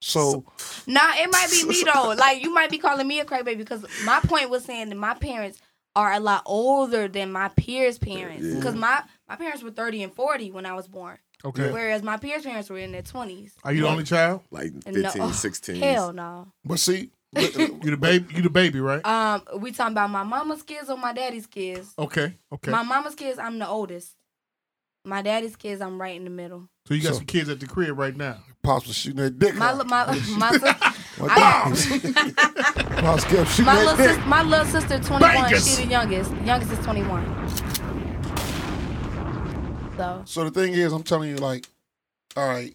[SPEAKER 5] So,
[SPEAKER 8] Nah, it might be
[SPEAKER 7] [laughs]
[SPEAKER 8] me though. Like you might be calling me a crack baby because my point was saying that my parents are a lot older than my peers' parents.
[SPEAKER 7] Yeah.
[SPEAKER 8] Because my my parents were thirty and forty when I was born,
[SPEAKER 6] okay.
[SPEAKER 8] whereas my peers' parents were in their twenties.
[SPEAKER 6] [laughs]
[SPEAKER 8] [laughs]
[SPEAKER 6] Are you the only child?
[SPEAKER 7] Like
[SPEAKER 8] No.
[SPEAKER 7] 15, 16.
[SPEAKER 8] Hell no.
[SPEAKER 5] but see,
[SPEAKER 6] You the baby. You the baby, right?
[SPEAKER 8] Um, we talking about my mama's kids or my daddy's kids?
[SPEAKER 6] Okay. Okay.
[SPEAKER 8] My mama's kids, I'm the oldest. My daddy's kids, I'm right in the middle.
[SPEAKER 6] so you got
[SPEAKER 5] So-
[SPEAKER 6] some kids at the crib right now.
[SPEAKER 5] Pops was shooting that dick.
[SPEAKER 8] My
[SPEAKER 5] out.
[SPEAKER 8] li- my [laughs]
[SPEAKER 7] [laughs]
[SPEAKER 8] my sis-
[SPEAKER 5] What [laughs]
[SPEAKER 8] I [laughs]
[SPEAKER 5] the- Pops kept shooting
[SPEAKER 8] my
[SPEAKER 5] that
[SPEAKER 8] little
[SPEAKER 5] dick.
[SPEAKER 8] sister, my little sister, 21.
[SPEAKER 6] Bangers.
[SPEAKER 8] She the youngest. Youngest is 21. So
[SPEAKER 5] So the thing is, I'm telling you, like, all right,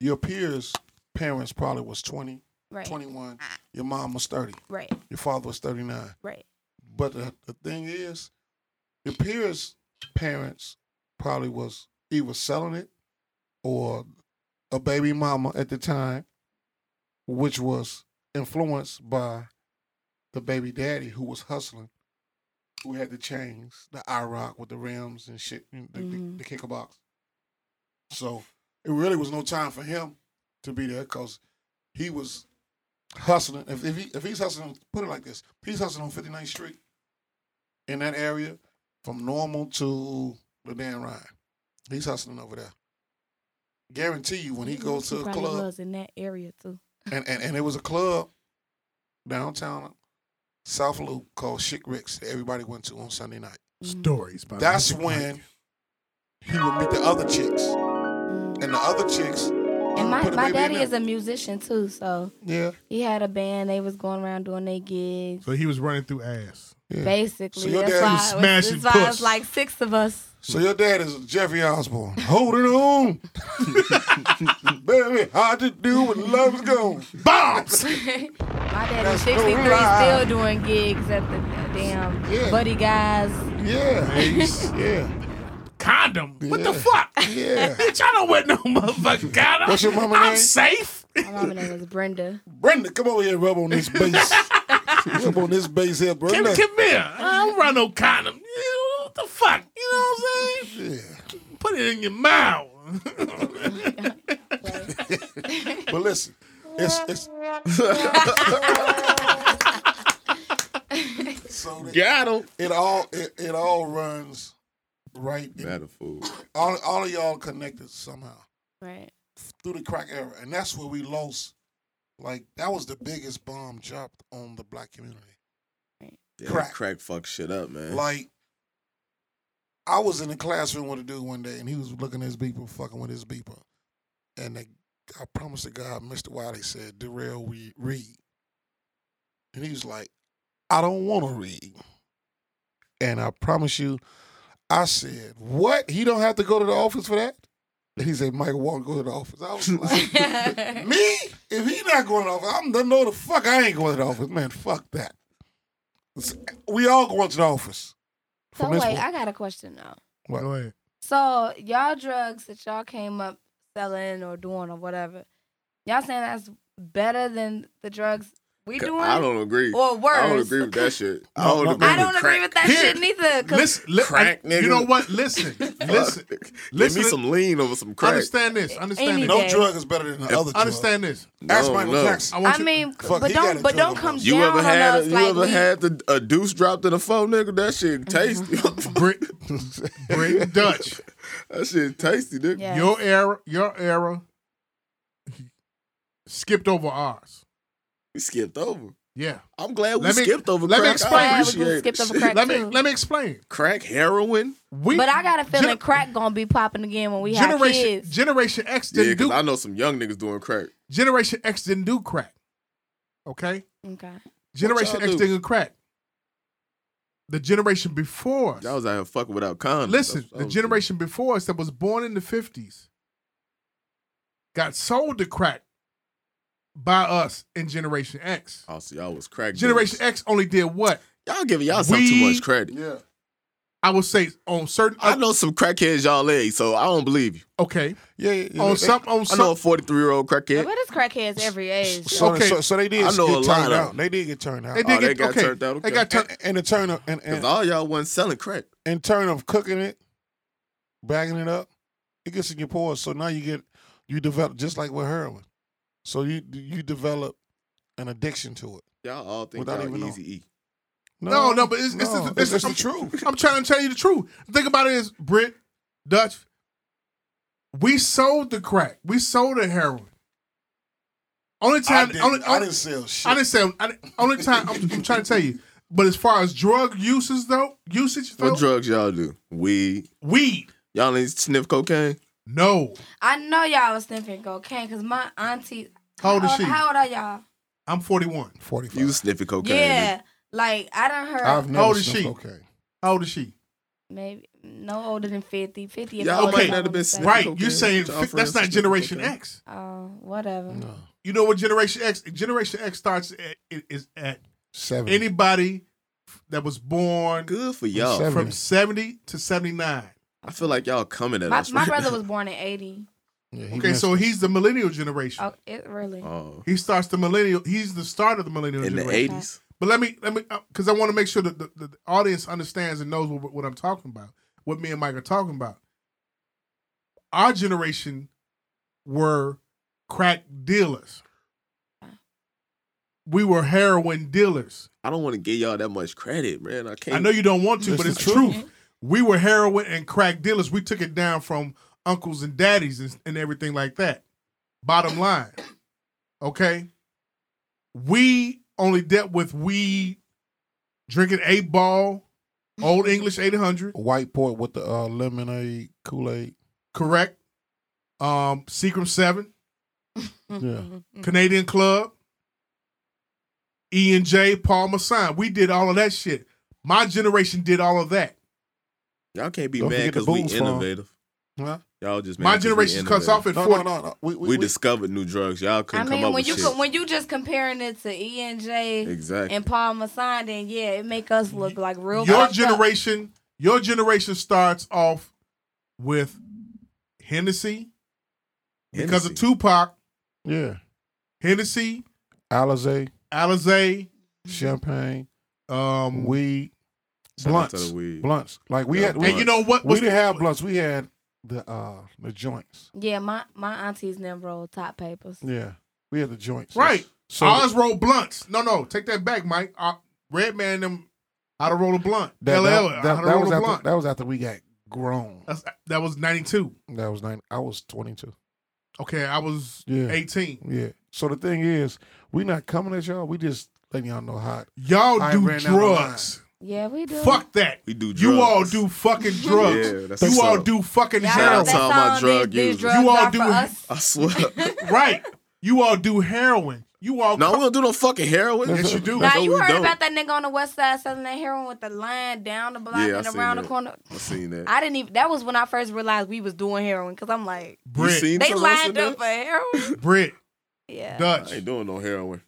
[SPEAKER 5] your peers' parents probably was 20,
[SPEAKER 8] right,
[SPEAKER 5] 21. Your mom was 30.
[SPEAKER 8] right,
[SPEAKER 5] Your father was 39.
[SPEAKER 8] right,
[SPEAKER 5] But the, the thing is, your peers' parents probably was either selling it or a baby mama at the time, which was influenced by the baby daddy who was hustling, who had the chains, the IROC with the rims and shit, you know, the,
[SPEAKER 8] Mhm.
[SPEAKER 5] the, the kicker box. So it really was no time for him to be there because he was hustling. If if, he, if he's hustling, put it like this: if he's hustling on 59th Street in that area, from Normal to the Dan Ryan. He's hustling over there. Guarantee you, when he goes to
[SPEAKER 8] She
[SPEAKER 5] a
[SPEAKER 8] probably
[SPEAKER 5] club,
[SPEAKER 8] was in that area too.
[SPEAKER 5] and, and, and it was a club downtown South Loop called Chick Rick's that everybody went to on Sunday night.
[SPEAKER 6] Stories. By
[SPEAKER 5] That's
[SPEAKER 6] Magic Mike.
[SPEAKER 5] when he would meet the other chicks.
[SPEAKER 8] Mm.
[SPEAKER 5] And the other chicks,
[SPEAKER 8] And my,
[SPEAKER 5] put a
[SPEAKER 8] my
[SPEAKER 5] baby in
[SPEAKER 8] daddy
[SPEAKER 5] there.
[SPEAKER 8] is a musician too, so
[SPEAKER 5] yeah.
[SPEAKER 8] he had a band. They was going around doing their gigs.
[SPEAKER 6] So he was running through ass.
[SPEAKER 8] Basically,
[SPEAKER 5] So your
[SPEAKER 8] that's
[SPEAKER 5] daddy
[SPEAKER 8] why,
[SPEAKER 5] was
[SPEAKER 8] it was,
[SPEAKER 6] smashing
[SPEAKER 8] that's why it
[SPEAKER 6] puss.
[SPEAKER 8] was like six of us.
[SPEAKER 5] So your dad is Jeffrey Osborne. Hold it on. Baby, hard to do when love's gone.
[SPEAKER 6] Bombs.
[SPEAKER 8] my daddy's
[SPEAKER 5] That's no
[SPEAKER 8] 63
[SPEAKER 5] lie.
[SPEAKER 8] still doing gigs at the damn
[SPEAKER 5] Yeah.
[SPEAKER 8] Buddy Guys.
[SPEAKER 5] Yeah. Yeah.
[SPEAKER 6] Condom. What the
[SPEAKER 5] Yeah.
[SPEAKER 6] fuck?
[SPEAKER 5] Yeah.
[SPEAKER 6] Bitch, I don't wear no motherfucking condom.
[SPEAKER 5] What's your mama
[SPEAKER 6] I'm
[SPEAKER 5] name?
[SPEAKER 6] safe.
[SPEAKER 8] My mama name was Brenda.
[SPEAKER 5] Brenda, come over here and rub on this bass. rub on this bass here,
[SPEAKER 6] Come,
[SPEAKER 5] Brenda.
[SPEAKER 6] come here. I don't run no condom. You know, what the fuck? You know what I'm saying?
[SPEAKER 5] Yeah.
[SPEAKER 6] Put it in your mouth. [laughs]
[SPEAKER 5] But listen, it's it's so that
[SPEAKER 7] Got him.
[SPEAKER 5] it all it, it all runs right.
[SPEAKER 7] That a fool.
[SPEAKER 5] All all of y'all connected somehow
[SPEAKER 8] Right. [laughs]
[SPEAKER 5] through the crack era, and that's where we lost. Like that was the biggest bomb dropped on the black community.
[SPEAKER 7] Yeah,
[SPEAKER 5] Crack.
[SPEAKER 7] crack. fuck shit up, man.
[SPEAKER 5] Like I was in the classroom with a dude one day, and he was looking at his beeper, fucking with his beeper, and the, I promise to God, Mr. Wiley said, "Darrell, we read," and he was like, "I don't want to read," and I promise you, I said, "What? He don't have to go to the office for that?" And he said, "Michael Walker, go to the office." I was like. Me? If he not going to the office, I'm the know the fuck I ain't going to the office, man. Fuck that. It's- We all going to the office.
[SPEAKER 8] so
[SPEAKER 5] From this
[SPEAKER 8] wait,
[SPEAKER 5] one.
[SPEAKER 8] I got a question now.
[SPEAKER 5] What?
[SPEAKER 6] Go ahead.
[SPEAKER 8] So y'all drugs that y'all came up selling or doing or whatever, y'all saying that's better than the drugs we doing?
[SPEAKER 7] I don't agree.
[SPEAKER 8] or worse.
[SPEAKER 7] I don't agree with that shit. I
[SPEAKER 5] No,
[SPEAKER 7] don't
[SPEAKER 5] no,
[SPEAKER 7] agree.
[SPEAKER 8] I don't
[SPEAKER 7] with
[SPEAKER 8] agree
[SPEAKER 7] crack.
[SPEAKER 8] with that
[SPEAKER 6] Here.
[SPEAKER 8] shit neither. 'cause
[SPEAKER 6] Listen, li-
[SPEAKER 7] Crack,
[SPEAKER 6] I-
[SPEAKER 7] nigga.
[SPEAKER 6] You know what? Listen, listen.
[SPEAKER 7] [laughs] Fuck. Give
[SPEAKER 6] listen.
[SPEAKER 7] me some lean over some crack.
[SPEAKER 6] Understand this. Understand
[SPEAKER 8] Any
[SPEAKER 6] this.
[SPEAKER 5] No
[SPEAKER 8] day.
[SPEAKER 5] drug is better than the other drug.
[SPEAKER 6] Understand this.
[SPEAKER 7] No,
[SPEAKER 5] Ask Michael
[SPEAKER 7] no.
[SPEAKER 5] Jackson.
[SPEAKER 6] I want
[SPEAKER 8] I
[SPEAKER 6] you.
[SPEAKER 8] mean,
[SPEAKER 5] Fuck,
[SPEAKER 8] but
[SPEAKER 5] he got
[SPEAKER 8] don't
[SPEAKER 5] a
[SPEAKER 8] but
[SPEAKER 5] drug
[SPEAKER 8] don't come
[SPEAKER 5] abuse.
[SPEAKER 7] You
[SPEAKER 8] down
[SPEAKER 7] ever
[SPEAKER 8] on
[SPEAKER 7] had
[SPEAKER 8] us
[SPEAKER 7] a, you
[SPEAKER 8] like
[SPEAKER 7] ever
[SPEAKER 8] we-
[SPEAKER 7] had the, a deuce dropped in a phone, nigga? That
[SPEAKER 6] [laughs]
[SPEAKER 7] shit tasty. [laughs]
[SPEAKER 6] Brit, Brit Dutch.
[SPEAKER 7] that shit tasty, nigga.
[SPEAKER 8] Yeah.
[SPEAKER 6] Your era, your era skipped over ours.
[SPEAKER 7] We skipped over.
[SPEAKER 6] Yeah.
[SPEAKER 7] I'm glad we
[SPEAKER 6] Let me-
[SPEAKER 7] skipped over
[SPEAKER 6] let me
[SPEAKER 7] crack.
[SPEAKER 6] explain.
[SPEAKER 7] I
[SPEAKER 6] Yeah, we
[SPEAKER 7] appreciate
[SPEAKER 8] skipped over
[SPEAKER 7] shit.
[SPEAKER 8] crack.
[SPEAKER 6] Let me
[SPEAKER 8] too.
[SPEAKER 6] let me explain.
[SPEAKER 7] [laughs] Crack heroin.
[SPEAKER 6] We
[SPEAKER 8] But I got a feeling
[SPEAKER 6] Gen-
[SPEAKER 8] crack gonna be popping again when we have
[SPEAKER 6] generation
[SPEAKER 8] kids.
[SPEAKER 6] Generation X
[SPEAKER 7] Yeah,
[SPEAKER 6] didn't
[SPEAKER 7] because
[SPEAKER 6] do
[SPEAKER 7] I know some young niggas doing crack.
[SPEAKER 6] Generation X didn't do crack. Okay?
[SPEAKER 8] Okay.
[SPEAKER 6] Generation
[SPEAKER 7] y'all
[SPEAKER 6] X
[SPEAKER 7] do?
[SPEAKER 6] didn't do crack. The generation before us.
[SPEAKER 7] Y'all was out here fucking without condoms.
[SPEAKER 6] Listen,
[SPEAKER 7] That's- that
[SPEAKER 6] the
[SPEAKER 7] was-
[SPEAKER 6] generation before us that was born in the 50s got sold to crack by us in Generation X.
[SPEAKER 7] Oh, so y'all was crack.
[SPEAKER 6] Generation
[SPEAKER 7] dudes.
[SPEAKER 6] X only did what?
[SPEAKER 7] Y'all giving y'all some too
[SPEAKER 6] We-
[SPEAKER 7] much credit.
[SPEAKER 5] Yeah.
[SPEAKER 6] I would say on certain
[SPEAKER 7] I know some crackheads y'all age, so I don't believe you.
[SPEAKER 6] okay.
[SPEAKER 5] Yeah, yeah, yeah.
[SPEAKER 6] On
[SPEAKER 5] They-
[SPEAKER 6] some on
[SPEAKER 7] I know a
[SPEAKER 6] some
[SPEAKER 7] 43 year old crackhead.
[SPEAKER 8] But it's crackheads every age.
[SPEAKER 5] So,
[SPEAKER 6] Okay.
[SPEAKER 5] so, so they did
[SPEAKER 7] I know a
[SPEAKER 5] get
[SPEAKER 7] lot
[SPEAKER 5] turned
[SPEAKER 7] of
[SPEAKER 5] out.
[SPEAKER 7] them.
[SPEAKER 5] They did get turned out.
[SPEAKER 6] they did
[SPEAKER 7] Oh,
[SPEAKER 6] get
[SPEAKER 7] they got
[SPEAKER 6] okay.
[SPEAKER 7] turned out,
[SPEAKER 6] They
[SPEAKER 7] okay.
[SPEAKER 6] got turned
[SPEAKER 5] and, and the turn of and,
[SPEAKER 7] Because
[SPEAKER 5] and
[SPEAKER 7] all y'all wasn't selling crack.
[SPEAKER 5] in turn of cooking it, bagging it up, it gets in your pores. So now you get you develop just like with heroin. So you you develop an addiction to it.
[SPEAKER 7] Y'all all think
[SPEAKER 5] Without even
[SPEAKER 7] y'all
[SPEAKER 5] knowing.
[SPEAKER 7] easy E.
[SPEAKER 6] No, no, but it's- it's the- it's-
[SPEAKER 5] just the
[SPEAKER 6] I'm-
[SPEAKER 5] truth.
[SPEAKER 6] I'm trying to tell you the truth. The thing about it is, Brit, Dutch, we sold the crack. We sold the heroin. Only
[SPEAKER 5] I
[SPEAKER 6] time
[SPEAKER 5] didn't,
[SPEAKER 6] only,
[SPEAKER 5] I didn't sell shit.
[SPEAKER 6] I didn't say. I didn't- only time I'm, I'm trying to tell you. But as far as drug uses though, usage though,
[SPEAKER 7] What drugs y'all do? Weed.
[SPEAKER 6] weed.
[SPEAKER 7] Y'all ain't sniff cocaine?
[SPEAKER 6] No,
[SPEAKER 8] I know y'all was sniffing cocaine because my auntie.
[SPEAKER 6] How old is she?
[SPEAKER 8] How old are y'all?
[SPEAKER 6] I'm 41.
[SPEAKER 5] 45.
[SPEAKER 7] You sniffing cocaine?
[SPEAKER 8] yeah, like I done heard
[SPEAKER 5] I've never
[SPEAKER 6] How old is
[SPEAKER 5] sniffed
[SPEAKER 6] she?
[SPEAKER 5] cocaine.
[SPEAKER 6] How old is she?
[SPEAKER 8] maybe no older than 50. 50 is
[SPEAKER 7] Y'all
[SPEAKER 8] older
[SPEAKER 6] might
[SPEAKER 8] than
[SPEAKER 6] not
[SPEAKER 7] have
[SPEAKER 8] I'm
[SPEAKER 7] been
[SPEAKER 8] saying.
[SPEAKER 7] sniffing.
[SPEAKER 6] Right,
[SPEAKER 7] cocaine.
[SPEAKER 6] you're saying
[SPEAKER 7] Y'all
[SPEAKER 6] fi- that's
[SPEAKER 7] friends
[SPEAKER 6] not
[SPEAKER 7] sniffing
[SPEAKER 6] Generation
[SPEAKER 7] cocaine.
[SPEAKER 6] X.
[SPEAKER 8] Oh, whatever.
[SPEAKER 5] No.
[SPEAKER 6] You know what Generation X? Generation X starts at, it is at
[SPEAKER 5] 70.
[SPEAKER 6] anybody that was born
[SPEAKER 7] Good for y'all.
[SPEAKER 5] Seven.
[SPEAKER 6] from 70 to 79.
[SPEAKER 7] I feel like y'all coming at
[SPEAKER 8] My,
[SPEAKER 7] us.
[SPEAKER 8] my
[SPEAKER 7] right
[SPEAKER 8] brother
[SPEAKER 7] now.
[SPEAKER 8] was born in 80.
[SPEAKER 5] Yeah, he
[SPEAKER 6] Okay,
[SPEAKER 5] missed
[SPEAKER 6] so
[SPEAKER 5] it.
[SPEAKER 6] he's the millennial generation.
[SPEAKER 8] Oh, it really.
[SPEAKER 7] [laughs] Oh,
[SPEAKER 6] He starts the millennial. He's the start of the millennial
[SPEAKER 7] in the
[SPEAKER 6] generation.
[SPEAKER 7] eighties.
[SPEAKER 6] But let me let me because I want to make sure that the, the, the audience understands and knows what, what I'm talking about. What me and Mike are talking about. Our generation were crack dealers. We were heroin dealers.
[SPEAKER 7] I don't want to give y'all that much credit, man. I can't.
[SPEAKER 6] I know you don't want to,
[SPEAKER 5] That's
[SPEAKER 6] but
[SPEAKER 5] the
[SPEAKER 6] it's the truth. We were heroin and crack dealers. We took it down from uncles and daddies and, and everything like that. Bottom line, okay? We only dealt with weed, drinking eight ball, old English 800,
[SPEAKER 5] White port with the uh, lemonade, Kool Aid.
[SPEAKER 6] correct? Um, Secret 7,
[SPEAKER 5] Yeah.
[SPEAKER 6] Canadian Club, E and J, Paul Masson. We did all of that shit. My generation did all of that.
[SPEAKER 7] y'all can't be
[SPEAKER 5] Don't
[SPEAKER 7] mad
[SPEAKER 5] forget the
[SPEAKER 7] because we
[SPEAKER 5] booze farm.
[SPEAKER 7] innovative.
[SPEAKER 5] Huh?
[SPEAKER 7] Y'all just
[SPEAKER 6] My
[SPEAKER 7] mad 'cause we
[SPEAKER 6] generation cuts off
[SPEAKER 7] innovative.
[SPEAKER 5] No,
[SPEAKER 6] at 40.
[SPEAKER 5] no, no, no. We, we,
[SPEAKER 7] We
[SPEAKER 5] we-
[SPEAKER 7] discovered new drugs. Y'all
[SPEAKER 8] I
[SPEAKER 7] couldn't
[SPEAKER 8] mean,
[SPEAKER 7] come up
[SPEAKER 8] when
[SPEAKER 7] with
[SPEAKER 8] you
[SPEAKER 7] shit.
[SPEAKER 8] co- when you just comparing it to E and J
[SPEAKER 7] exactly.
[SPEAKER 8] and Paul Masson, then yeah, it make us look like real.
[SPEAKER 6] your
[SPEAKER 8] fucked up.
[SPEAKER 6] generation your generation starts off with Hennessy because of
[SPEAKER 7] Hennessy.
[SPEAKER 6] Tupac,
[SPEAKER 5] yeah.
[SPEAKER 6] Hennessy,
[SPEAKER 5] Alizé,
[SPEAKER 6] Alizé,
[SPEAKER 5] champagne,
[SPEAKER 6] Mm-hmm. um
[SPEAKER 5] weed,
[SPEAKER 7] Shout out to
[SPEAKER 5] blunts.
[SPEAKER 7] the weed.
[SPEAKER 5] Blunts. Like we
[SPEAKER 7] Yeah,
[SPEAKER 5] had,
[SPEAKER 6] and
[SPEAKER 5] we,
[SPEAKER 6] you know what
[SPEAKER 5] we
[SPEAKER 6] was
[SPEAKER 5] didn't have blunts. We had the uh, the joints.
[SPEAKER 8] Yeah, my my aunties never rolled top papers.
[SPEAKER 5] Yeah. We had the joints.
[SPEAKER 6] right.
[SPEAKER 5] So
[SPEAKER 6] Ours rolled blunts. No, no, take that back, Mike. Uh, Red Man them how to roll a blunt.
[SPEAKER 5] that,
[SPEAKER 6] LL,
[SPEAKER 5] that,
[SPEAKER 6] how
[SPEAKER 5] that,
[SPEAKER 6] to
[SPEAKER 5] that
[SPEAKER 6] roll
[SPEAKER 5] was
[SPEAKER 6] a
[SPEAKER 5] after,
[SPEAKER 6] blunt.
[SPEAKER 5] that was after we got grown.
[SPEAKER 6] That's, that was 92.
[SPEAKER 5] That was nine. I was 22.
[SPEAKER 6] Okay, I was
[SPEAKER 5] Yeah.
[SPEAKER 6] 18.
[SPEAKER 5] Yeah. So the thing is, we not coming at y'all. We just letting y'all know how.
[SPEAKER 6] Y'all
[SPEAKER 5] I
[SPEAKER 6] do
[SPEAKER 5] ran out of line.
[SPEAKER 6] drugs.
[SPEAKER 8] Yeah, we do.
[SPEAKER 6] Fuck that.
[SPEAKER 7] We do drugs.
[SPEAKER 6] You all do fucking
[SPEAKER 7] [laughs]
[SPEAKER 6] drugs.
[SPEAKER 7] Yeah, that's
[SPEAKER 6] you
[SPEAKER 7] what's
[SPEAKER 6] all
[SPEAKER 7] up.
[SPEAKER 6] do fucking
[SPEAKER 8] Y'all
[SPEAKER 7] Shout out to
[SPEAKER 6] heroin.
[SPEAKER 8] know that
[SPEAKER 7] all my
[SPEAKER 8] song,
[SPEAKER 7] drug
[SPEAKER 8] these, these
[SPEAKER 7] users.
[SPEAKER 8] drugs
[SPEAKER 6] You all
[SPEAKER 8] are
[SPEAKER 6] do
[SPEAKER 8] for
[SPEAKER 6] it.
[SPEAKER 8] us.
[SPEAKER 7] I
[SPEAKER 8] [laughs]
[SPEAKER 7] swear. [laughs]
[SPEAKER 6] Right. You all do heroin. You all
[SPEAKER 7] no, we
[SPEAKER 6] co-
[SPEAKER 7] don't do no fucking heroin.
[SPEAKER 6] Yes, you do.
[SPEAKER 8] Now
[SPEAKER 7] That's what
[SPEAKER 8] you
[SPEAKER 7] we
[SPEAKER 8] heard
[SPEAKER 7] don't.
[SPEAKER 8] about that nigga on the west side selling that heroin with the line down the block
[SPEAKER 7] Yeah, I
[SPEAKER 8] and
[SPEAKER 7] seen
[SPEAKER 8] around the
[SPEAKER 7] that.
[SPEAKER 8] corner.
[SPEAKER 7] I seen that.
[SPEAKER 8] I didn't even. That was when I first realized we was doing heroin because I'm like,
[SPEAKER 7] you
[SPEAKER 6] Brit,
[SPEAKER 7] seen
[SPEAKER 8] they
[SPEAKER 7] some
[SPEAKER 8] lined
[SPEAKER 7] of
[SPEAKER 8] up
[SPEAKER 7] us
[SPEAKER 6] [laughs]
[SPEAKER 8] for heroin.
[SPEAKER 6] Brit,
[SPEAKER 8] Yeah,
[SPEAKER 7] in
[SPEAKER 6] Dutch.
[SPEAKER 7] there? I ain't doing no heroin.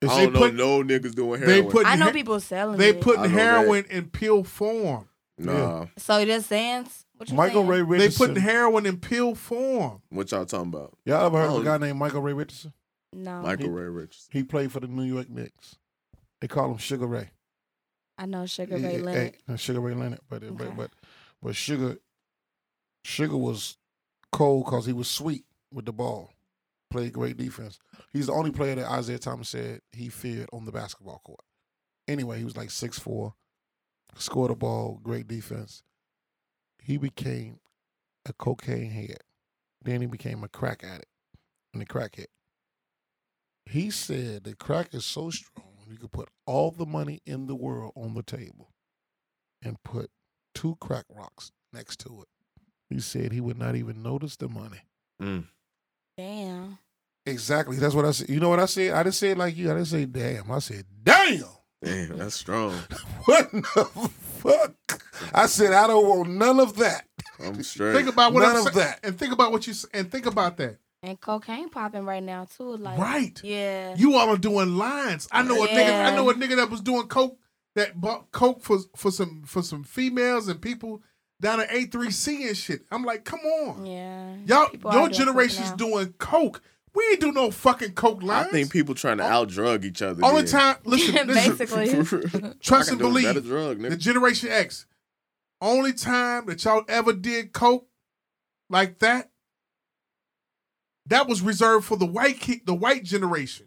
[SPEAKER 6] It's-
[SPEAKER 7] I
[SPEAKER 6] they
[SPEAKER 7] don't know
[SPEAKER 6] put-
[SPEAKER 7] no niggas doing
[SPEAKER 6] They
[SPEAKER 7] heroin.
[SPEAKER 6] put
[SPEAKER 8] I know
[SPEAKER 6] he-
[SPEAKER 8] people selling.
[SPEAKER 6] they
[SPEAKER 8] it.
[SPEAKER 6] put
[SPEAKER 7] I know
[SPEAKER 6] heroin in pill form.
[SPEAKER 7] nah.
[SPEAKER 8] So just saying, what you
[SPEAKER 5] Michael
[SPEAKER 8] saying?
[SPEAKER 5] Ray
[SPEAKER 6] They
[SPEAKER 5] Richardson.
[SPEAKER 6] put heroin in pill form.
[SPEAKER 7] What y'all talking about?
[SPEAKER 5] y'all ever heard of
[SPEAKER 7] Oh.
[SPEAKER 5] a guy named Michael Ray Richardson?
[SPEAKER 8] No,
[SPEAKER 7] Michael Ray Richards.
[SPEAKER 5] He played for the New York Knicks. They call him Sugar Ray.
[SPEAKER 8] I know Sugar Ray
[SPEAKER 5] Yeah,
[SPEAKER 8] Leonard.
[SPEAKER 5] hey, no, Sugar Ray Leonard, but it-
[SPEAKER 8] Okay.
[SPEAKER 5] but, but but Sugar Sugar was cold because he was sweet with the ball. Played great defense. He's the only player that Isaiah Thomas said he feared on the basketball court. Anyway, he was like six four, scored a ball, great defense. He became a cocaine head. Then he became a crack addict and a crackhead. He said that crack is so strong, you could put all the money in the world on the table and put two crack rocks next to it. He said he would not even notice the money.
[SPEAKER 8] Damn.
[SPEAKER 5] Exactly. That's what I said. You know what I said? I didn't say it like you. I didn't say damn. I said damn. [laughs]
[SPEAKER 7] Damn, that's strong.
[SPEAKER 5] What the fuck? I said I don't want none of that.
[SPEAKER 7] I'm straight.
[SPEAKER 6] Think about what
[SPEAKER 5] None
[SPEAKER 6] I'm
[SPEAKER 5] of
[SPEAKER 6] saying.
[SPEAKER 5] that.
[SPEAKER 6] And think about what you s- and think about that.
[SPEAKER 8] And cocaine popping right now too. Like
[SPEAKER 6] Right.
[SPEAKER 8] Yeah.
[SPEAKER 6] You all are doing lines. I know a nigga.
[SPEAKER 8] Yeah.
[SPEAKER 6] I know a nigga that was doing coke that bought coke for for some for some females and people down at A3C and shit. I'm like, come on,
[SPEAKER 8] yeah.
[SPEAKER 6] y'all.
[SPEAKER 8] People
[SPEAKER 6] your
[SPEAKER 8] are doing coke
[SPEAKER 6] generation's
[SPEAKER 8] now.
[SPEAKER 6] doing coke. We ain't do no fucking coke
[SPEAKER 7] I
[SPEAKER 6] lines.
[SPEAKER 7] think people trying to outdrug each other.
[SPEAKER 6] Only [laughs]
[SPEAKER 7] then.
[SPEAKER 8] [laughs]
[SPEAKER 6] time, listen,
[SPEAKER 7] [laughs]
[SPEAKER 6] listen
[SPEAKER 8] Basically.
[SPEAKER 6] trust
[SPEAKER 7] I
[SPEAKER 6] and
[SPEAKER 7] can do a better
[SPEAKER 6] believe.
[SPEAKER 7] drug,
[SPEAKER 6] The
[SPEAKER 7] nigga.
[SPEAKER 6] Generation X, only time that y'all ever did coke like that, that was reserved for the white kid, the white generation,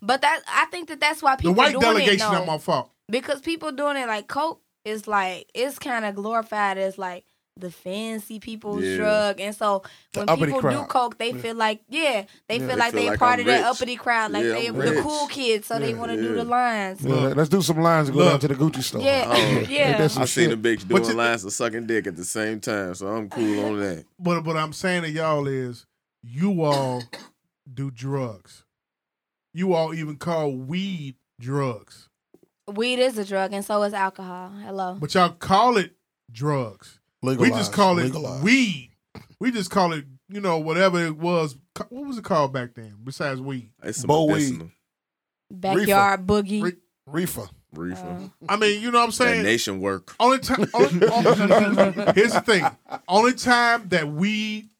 [SPEAKER 8] But that I think that that's why people
[SPEAKER 6] the white
[SPEAKER 8] doing
[SPEAKER 6] delegation.
[SPEAKER 8] it though.
[SPEAKER 6] I'm on fault.
[SPEAKER 8] because people doing it like coke is like it's kind of glorified as like the fancy people's
[SPEAKER 7] Yeah.
[SPEAKER 8] drug, and so
[SPEAKER 5] The
[SPEAKER 8] when
[SPEAKER 5] uppity
[SPEAKER 8] people
[SPEAKER 5] crowd.
[SPEAKER 8] do coke, they feel like yeah, they feel like
[SPEAKER 7] feel
[SPEAKER 8] they
[SPEAKER 7] like
[SPEAKER 8] part
[SPEAKER 7] I'm
[SPEAKER 8] of that
[SPEAKER 7] rich.
[SPEAKER 8] uppity crowd, like
[SPEAKER 7] Yeah,
[SPEAKER 8] they
[SPEAKER 7] I'm
[SPEAKER 8] the
[SPEAKER 7] rich.
[SPEAKER 8] cool kids, so they want to do
[SPEAKER 7] yeah.
[SPEAKER 8] the lines.
[SPEAKER 5] Yeah, let- let's do some lines and go
[SPEAKER 6] Look.
[SPEAKER 5] down to the Gucci store.
[SPEAKER 8] Yeah,
[SPEAKER 7] Oh,
[SPEAKER 8] yeah.
[SPEAKER 5] that's
[SPEAKER 7] I seen the
[SPEAKER 5] shit.
[SPEAKER 7] bitch
[SPEAKER 5] But
[SPEAKER 7] doing
[SPEAKER 5] you-
[SPEAKER 7] lines and sucking dick at the same time, so I'm cool on that.
[SPEAKER 6] But what I'm saying to y'all is, you all do drugs. You all even call weed drugs,
[SPEAKER 8] Weed is a drug, and so is alcohol. Hello.
[SPEAKER 6] but y'all call it drugs. we just call it
[SPEAKER 5] legalize.
[SPEAKER 6] weed. We just call it, you know, whatever it was. Co- What was it called back then? Besides weed,
[SPEAKER 7] It's some
[SPEAKER 5] Bowie.
[SPEAKER 7] medicinal
[SPEAKER 8] Backyard boogie. Uh,
[SPEAKER 6] Re-
[SPEAKER 5] reefer.
[SPEAKER 7] reefer.
[SPEAKER 8] Oh.
[SPEAKER 6] I mean, you know what I'm
[SPEAKER 7] that
[SPEAKER 6] saying.
[SPEAKER 7] nation work.
[SPEAKER 6] Only time. Only,
[SPEAKER 5] [laughs]
[SPEAKER 6] only- here's the thing. Only time that we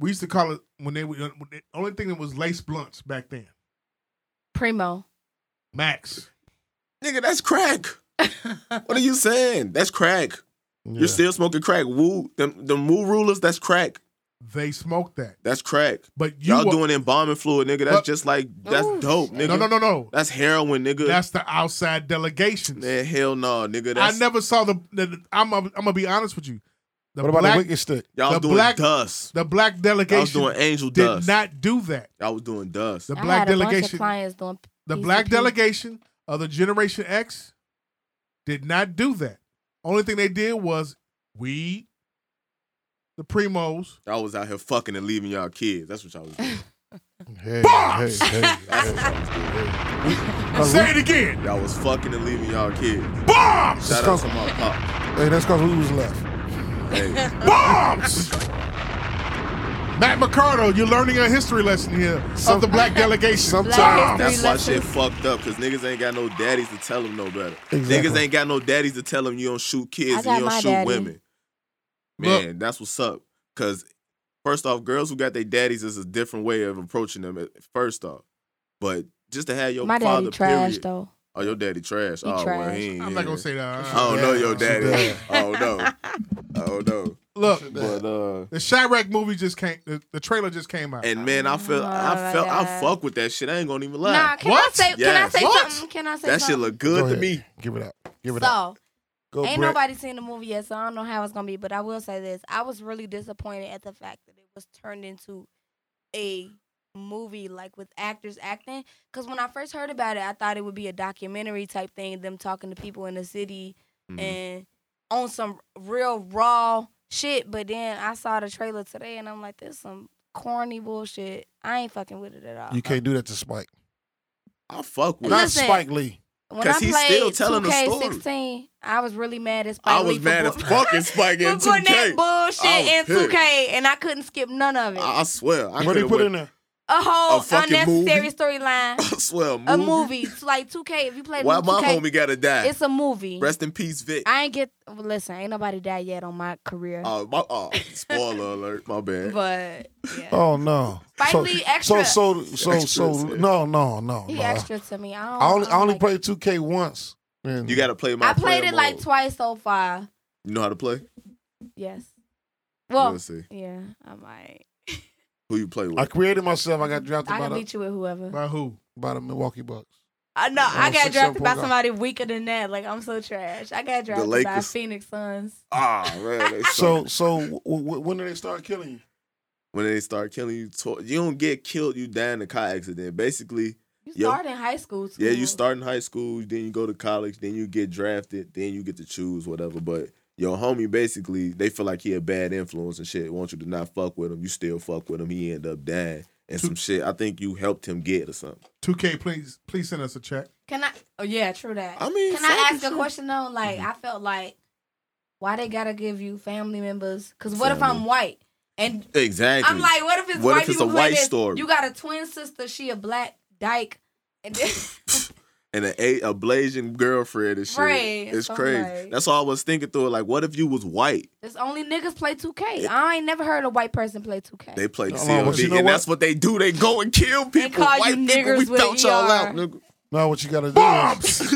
[SPEAKER 6] we used to call it when they were when they- only thing that was lace blunts back then.
[SPEAKER 8] Primo.
[SPEAKER 6] Max.
[SPEAKER 7] Nigga, that's crack. what are you saying? That's crack. You're still smoking crack. Woo, them the woo rulers. That's crack.
[SPEAKER 6] They smoked that,
[SPEAKER 7] That's crack.
[SPEAKER 6] but you
[SPEAKER 7] Y'all
[SPEAKER 6] were-
[SPEAKER 7] doing embalming fluid, nigga. That's
[SPEAKER 6] But-
[SPEAKER 7] just like that's
[SPEAKER 8] Ooh,
[SPEAKER 7] dope,
[SPEAKER 8] shit.
[SPEAKER 7] nigga.
[SPEAKER 6] no, no, no, no.
[SPEAKER 7] That's heroin, nigga.
[SPEAKER 6] That's the outside delegations.
[SPEAKER 7] man, hell no, nigga. That's
[SPEAKER 6] I never saw the. the I'm, I'm gonna be honest with you. The
[SPEAKER 5] What about
[SPEAKER 6] black
[SPEAKER 5] the wicked stick?
[SPEAKER 7] y'all
[SPEAKER 6] the
[SPEAKER 7] doing
[SPEAKER 6] black-
[SPEAKER 7] dust.
[SPEAKER 6] the black
[SPEAKER 7] Y'all was
[SPEAKER 6] delegation
[SPEAKER 7] doing angel
[SPEAKER 6] did
[SPEAKER 7] dust.
[SPEAKER 6] not do that.
[SPEAKER 7] y'all was doing dust.
[SPEAKER 6] The
[SPEAKER 8] I
[SPEAKER 6] black
[SPEAKER 8] had a bunch of
[SPEAKER 6] delegation,
[SPEAKER 8] clients doing
[SPEAKER 6] the
[SPEAKER 8] PCP.
[SPEAKER 6] black delegation of the Generation X, did not do that. Only thing they did was weed, the primos.
[SPEAKER 7] Y'all was out here fucking and leaving y'all kids. That's what y'all was doing.
[SPEAKER 5] Hey, [laughs]
[SPEAKER 6] Bombs!
[SPEAKER 5] hey, hey,
[SPEAKER 7] That's
[SPEAKER 5] hey.
[SPEAKER 7] what y'all was doing.
[SPEAKER 6] Say it again.
[SPEAKER 7] Y'all was fucking and leaving y'all
[SPEAKER 6] [laughs]
[SPEAKER 7] kids.
[SPEAKER 6] Bombs.
[SPEAKER 7] Shout out to my pop.
[SPEAKER 5] Hey, that's because we was left.
[SPEAKER 7] Hey,
[SPEAKER 6] Bombs. Matt McCardo, you're learning a history lesson here of the black delegation.
[SPEAKER 5] Sometimes
[SPEAKER 7] that's why
[SPEAKER 8] lesson.
[SPEAKER 7] shit fucked up, because niggas ain't got no daddies to tell them no better.
[SPEAKER 5] Exactly.
[SPEAKER 7] Niggas ain't got no daddies to tell them you don't shoot
[SPEAKER 8] I
[SPEAKER 7] kids
[SPEAKER 8] got
[SPEAKER 7] and you
[SPEAKER 8] my
[SPEAKER 7] don't shoot
[SPEAKER 8] daddy.
[SPEAKER 7] women. Man, that's what's up. Because, first off, girls who got their daddies is a different way of approaching them, at- first off. But just to have your
[SPEAKER 8] My
[SPEAKER 7] father,
[SPEAKER 8] daddy trash
[SPEAKER 7] period.
[SPEAKER 8] though.
[SPEAKER 7] Oh, your daddy trash.
[SPEAKER 8] He
[SPEAKER 7] oh, well,
[SPEAKER 8] trash.
[SPEAKER 7] he ain't.
[SPEAKER 6] I'm not
[SPEAKER 7] yeah.
[SPEAKER 6] gonna say that.
[SPEAKER 7] I don't know your
[SPEAKER 5] Yeah,
[SPEAKER 7] daddy. [laughs]
[SPEAKER 5] yeah.
[SPEAKER 7] Oh no. Oh no.
[SPEAKER 6] Look,
[SPEAKER 7] But uh
[SPEAKER 6] the Chirac movie just came. The, the trailer just came out.
[SPEAKER 7] and man, I feel I
[SPEAKER 8] Oh,
[SPEAKER 7] felt I
[SPEAKER 8] God.
[SPEAKER 7] fuck with that shit. I ain't gonna even lie.
[SPEAKER 8] Nah, can
[SPEAKER 6] What?
[SPEAKER 8] I say can I
[SPEAKER 7] Yes.
[SPEAKER 8] say
[SPEAKER 6] What?
[SPEAKER 8] something? Can I say
[SPEAKER 7] that shit
[SPEAKER 8] something?
[SPEAKER 7] look good
[SPEAKER 5] Go
[SPEAKER 7] to
[SPEAKER 5] ahead.
[SPEAKER 7] me.
[SPEAKER 5] Give it up. Give it up.
[SPEAKER 8] so
[SPEAKER 5] Go,
[SPEAKER 8] ain't
[SPEAKER 5] Brett.
[SPEAKER 8] nobody seen the movie yet, so I don't know how it's gonna be. But I will say this: I was really disappointed at the fact that it was turned into a movie, like with actors acting. Because when I first heard about it, I thought it would be a documentary type thing, them talking to people in the city
[SPEAKER 7] Mhm.
[SPEAKER 8] and on some real raw shit. But then I saw the trailer today, and I'm like, this some corny bullshit. I ain't fucking with it at all.
[SPEAKER 5] You can't do that to Spike.
[SPEAKER 7] I fuck with
[SPEAKER 5] Not
[SPEAKER 8] Listen.
[SPEAKER 5] Spike Lee.
[SPEAKER 8] When
[SPEAKER 7] 'Cause
[SPEAKER 8] I
[SPEAKER 7] he's
[SPEAKER 8] played
[SPEAKER 7] still telling the story.
[SPEAKER 8] 2K16, I was really mad at Spike
[SPEAKER 7] I was
[SPEAKER 8] Lee for
[SPEAKER 7] mad as
[SPEAKER 8] bu- [laughs]
[SPEAKER 7] fucking Spike in
[SPEAKER 8] for putting
[SPEAKER 7] 2K.
[SPEAKER 8] that
[SPEAKER 7] I was
[SPEAKER 8] bullshit in
[SPEAKER 7] pissed.
[SPEAKER 8] 2K, and I couldn't skip none of it.
[SPEAKER 7] I I swear. I
[SPEAKER 5] What do
[SPEAKER 7] could
[SPEAKER 5] you put in there?
[SPEAKER 8] a whole
[SPEAKER 7] a fucking
[SPEAKER 8] unnecessary
[SPEAKER 7] movie?
[SPEAKER 8] storyline,
[SPEAKER 7] [laughs] I swear,
[SPEAKER 8] a movie. It's like 2K. If you play
[SPEAKER 7] Why
[SPEAKER 8] the new
[SPEAKER 7] my
[SPEAKER 8] 2K,
[SPEAKER 7] homie gotta die?
[SPEAKER 8] it's a movie.
[SPEAKER 7] Rest in peace, Vic.
[SPEAKER 8] I ain't get. well, Listen, ain't nobody died yet on my career,
[SPEAKER 7] Oh, my,
[SPEAKER 8] [laughs]
[SPEAKER 7] oh, [laughs] spoiler alert, my bad.
[SPEAKER 8] but yeah.
[SPEAKER 5] Oh no.
[SPEAKER 8] Spike
[SPEAKER 5] so,
[SPEAKER 8] Lee extra.
[SPEAKER 5] So so so so
[SPEAKER 7] Extras, yeah.
[SPEAKER 5] no no no.
[SPEAKER 8] he
[SPEAKER 5] no.
[SPEAKER 8] extra to me. I don't.
[SPEAKER 5] I only, I
[SPEAKER 8] don't
[SPEAKER 5] only played
[SPEAKER 8] like-
[SPEAKER 5] 2K once. And
[SPEAKER 7] You gotta play my
[SPEAKER 8] I played
[SPEAKER 7] player
[SPEAKER 8] it like
[SPEAKER 7] mode.
[SPEAKER 8] twice so far.
[SPEAKER 7] You know how to play?
[SPEAKER 8] Yes. Well,
[SPEAKER 7] Let's see.
[SPEAKER 8] yeah, I might.
[SPEAKER 7] Who you play with?
[SPEAKER 5] I created myself. I got dropped
[SPEAKER 8] I
[SPEAKER 5] by
[SPEAKER 8] can
[SPEAKER 5] the,
[SPEAKER 8] beat you with whoever.
[SPEAKER 6] By who?
[SPEAKER 5] by the Milwaukee Bucks.
[SPEAKER 8] I know.
[SPEAKER 5] I
[SPEAKER 8] I
[SPEAKER 5] don't
[SPEAKER 8] got
[SPEAKER 5] think so,
[SPEAKER 8] drafted by
[SPEAKER 5] Pogba.
[SPEAKER 8] somebody weaker than that. Like I'm so trash. I got drafted by
[SPEAKER 7] Lakers.
[SPEAKER 8] Phoenix Suns.
[SPEAKER 7] Ah man, they
[SPEAKER 5] [laughs] So so w- w- when did they start killing you?
[SPEAKER 7] when they start killing you. Tw- you don't get killed. You die in a car accident. Basically,
[SPEAKER 8] You
[SPEAKER 7] Yo.
[SPEAKER 8] started in high school.
[SPEAKER 7] yeah, you
[SPEAKER 8] too.
[SPEAKER 7] start in high school, then you go to college, then you get drafted, then you get to choose whatever. But your homie, basically, they feel like he a bad influence and shit. Want you to not fuck with him. You still fuck with him. He end up dying and some shit. I think you helped him get or something.
[SPEAKER 6] 2K, please, please send us a check.
[SPEAKER 8] Can I? Oh yeah, true that.
[SPEAKER 7] I mean, Mm-hmm.
[SPEAKER 8] can I
[SPEAKER 7] fuck
[SPEAKER 8] ask
[SPEAKER 7] it,
[SPEAKER 8] a
[SPEAKER 7] sure.
[SPEAKER 8] question though? Like I felt like why they gotta give you family members? Because what if
[SPEAKER 7] Family.
[SPEAKER 8] I'm white and
[SPEAKER 7] Exactly.
[SPEAKER 8] I'm like, what if it's
[SPEAKER 7] What
[SPEAKER 8] white
[SPEAKER 7] if it's
[SPEAKER 8] people
[SPEAKER 7] a
[SPEAKER 8] who like
[SPEAKER 7] white
[SPEAKER 8] this?
[SPEAKER 7] story?
[SPEAKER 8] You got a twin sister. She a black dyke. And then, [laughs]
[SPEAKER 7] and a, a, a blazing girlfriend and shit.
[SPEAKER 8] Right,
[SPEAKER 7] It's
[SPEAKER 8] so I'm
[SPEAKER 7] crazy.
[SPEAKER 8] like-
[SPEAKER 7] That's all I was thinking through. Like, what if you was white?
[SPEAKER 8] there's only niggas play 2K. I ain't never heard a white person play 2K.
[SPEAKER 7] They play
[SPEAKER 5] Hold on, but
[SPEAKER 7] CLB,
[SPEAKER 5] you know
[SPEAKER 7] and
[SPEAKER 5] what?
[SPEAKER 7] that's what they do. They go and kill people.
[SPEAKER 8] call you
[SPEAKER 7] white people,
[SPEAKER 8] niggers
[SPEAKER 7] we
[SPEAKER 8] with
[SPEAKER 7] found y'all
[SPEAKER 8] ER.
[SPEAKER 7] out, nigga.
[SPEAKER 5] Now what [laughs] you gotta do? Is,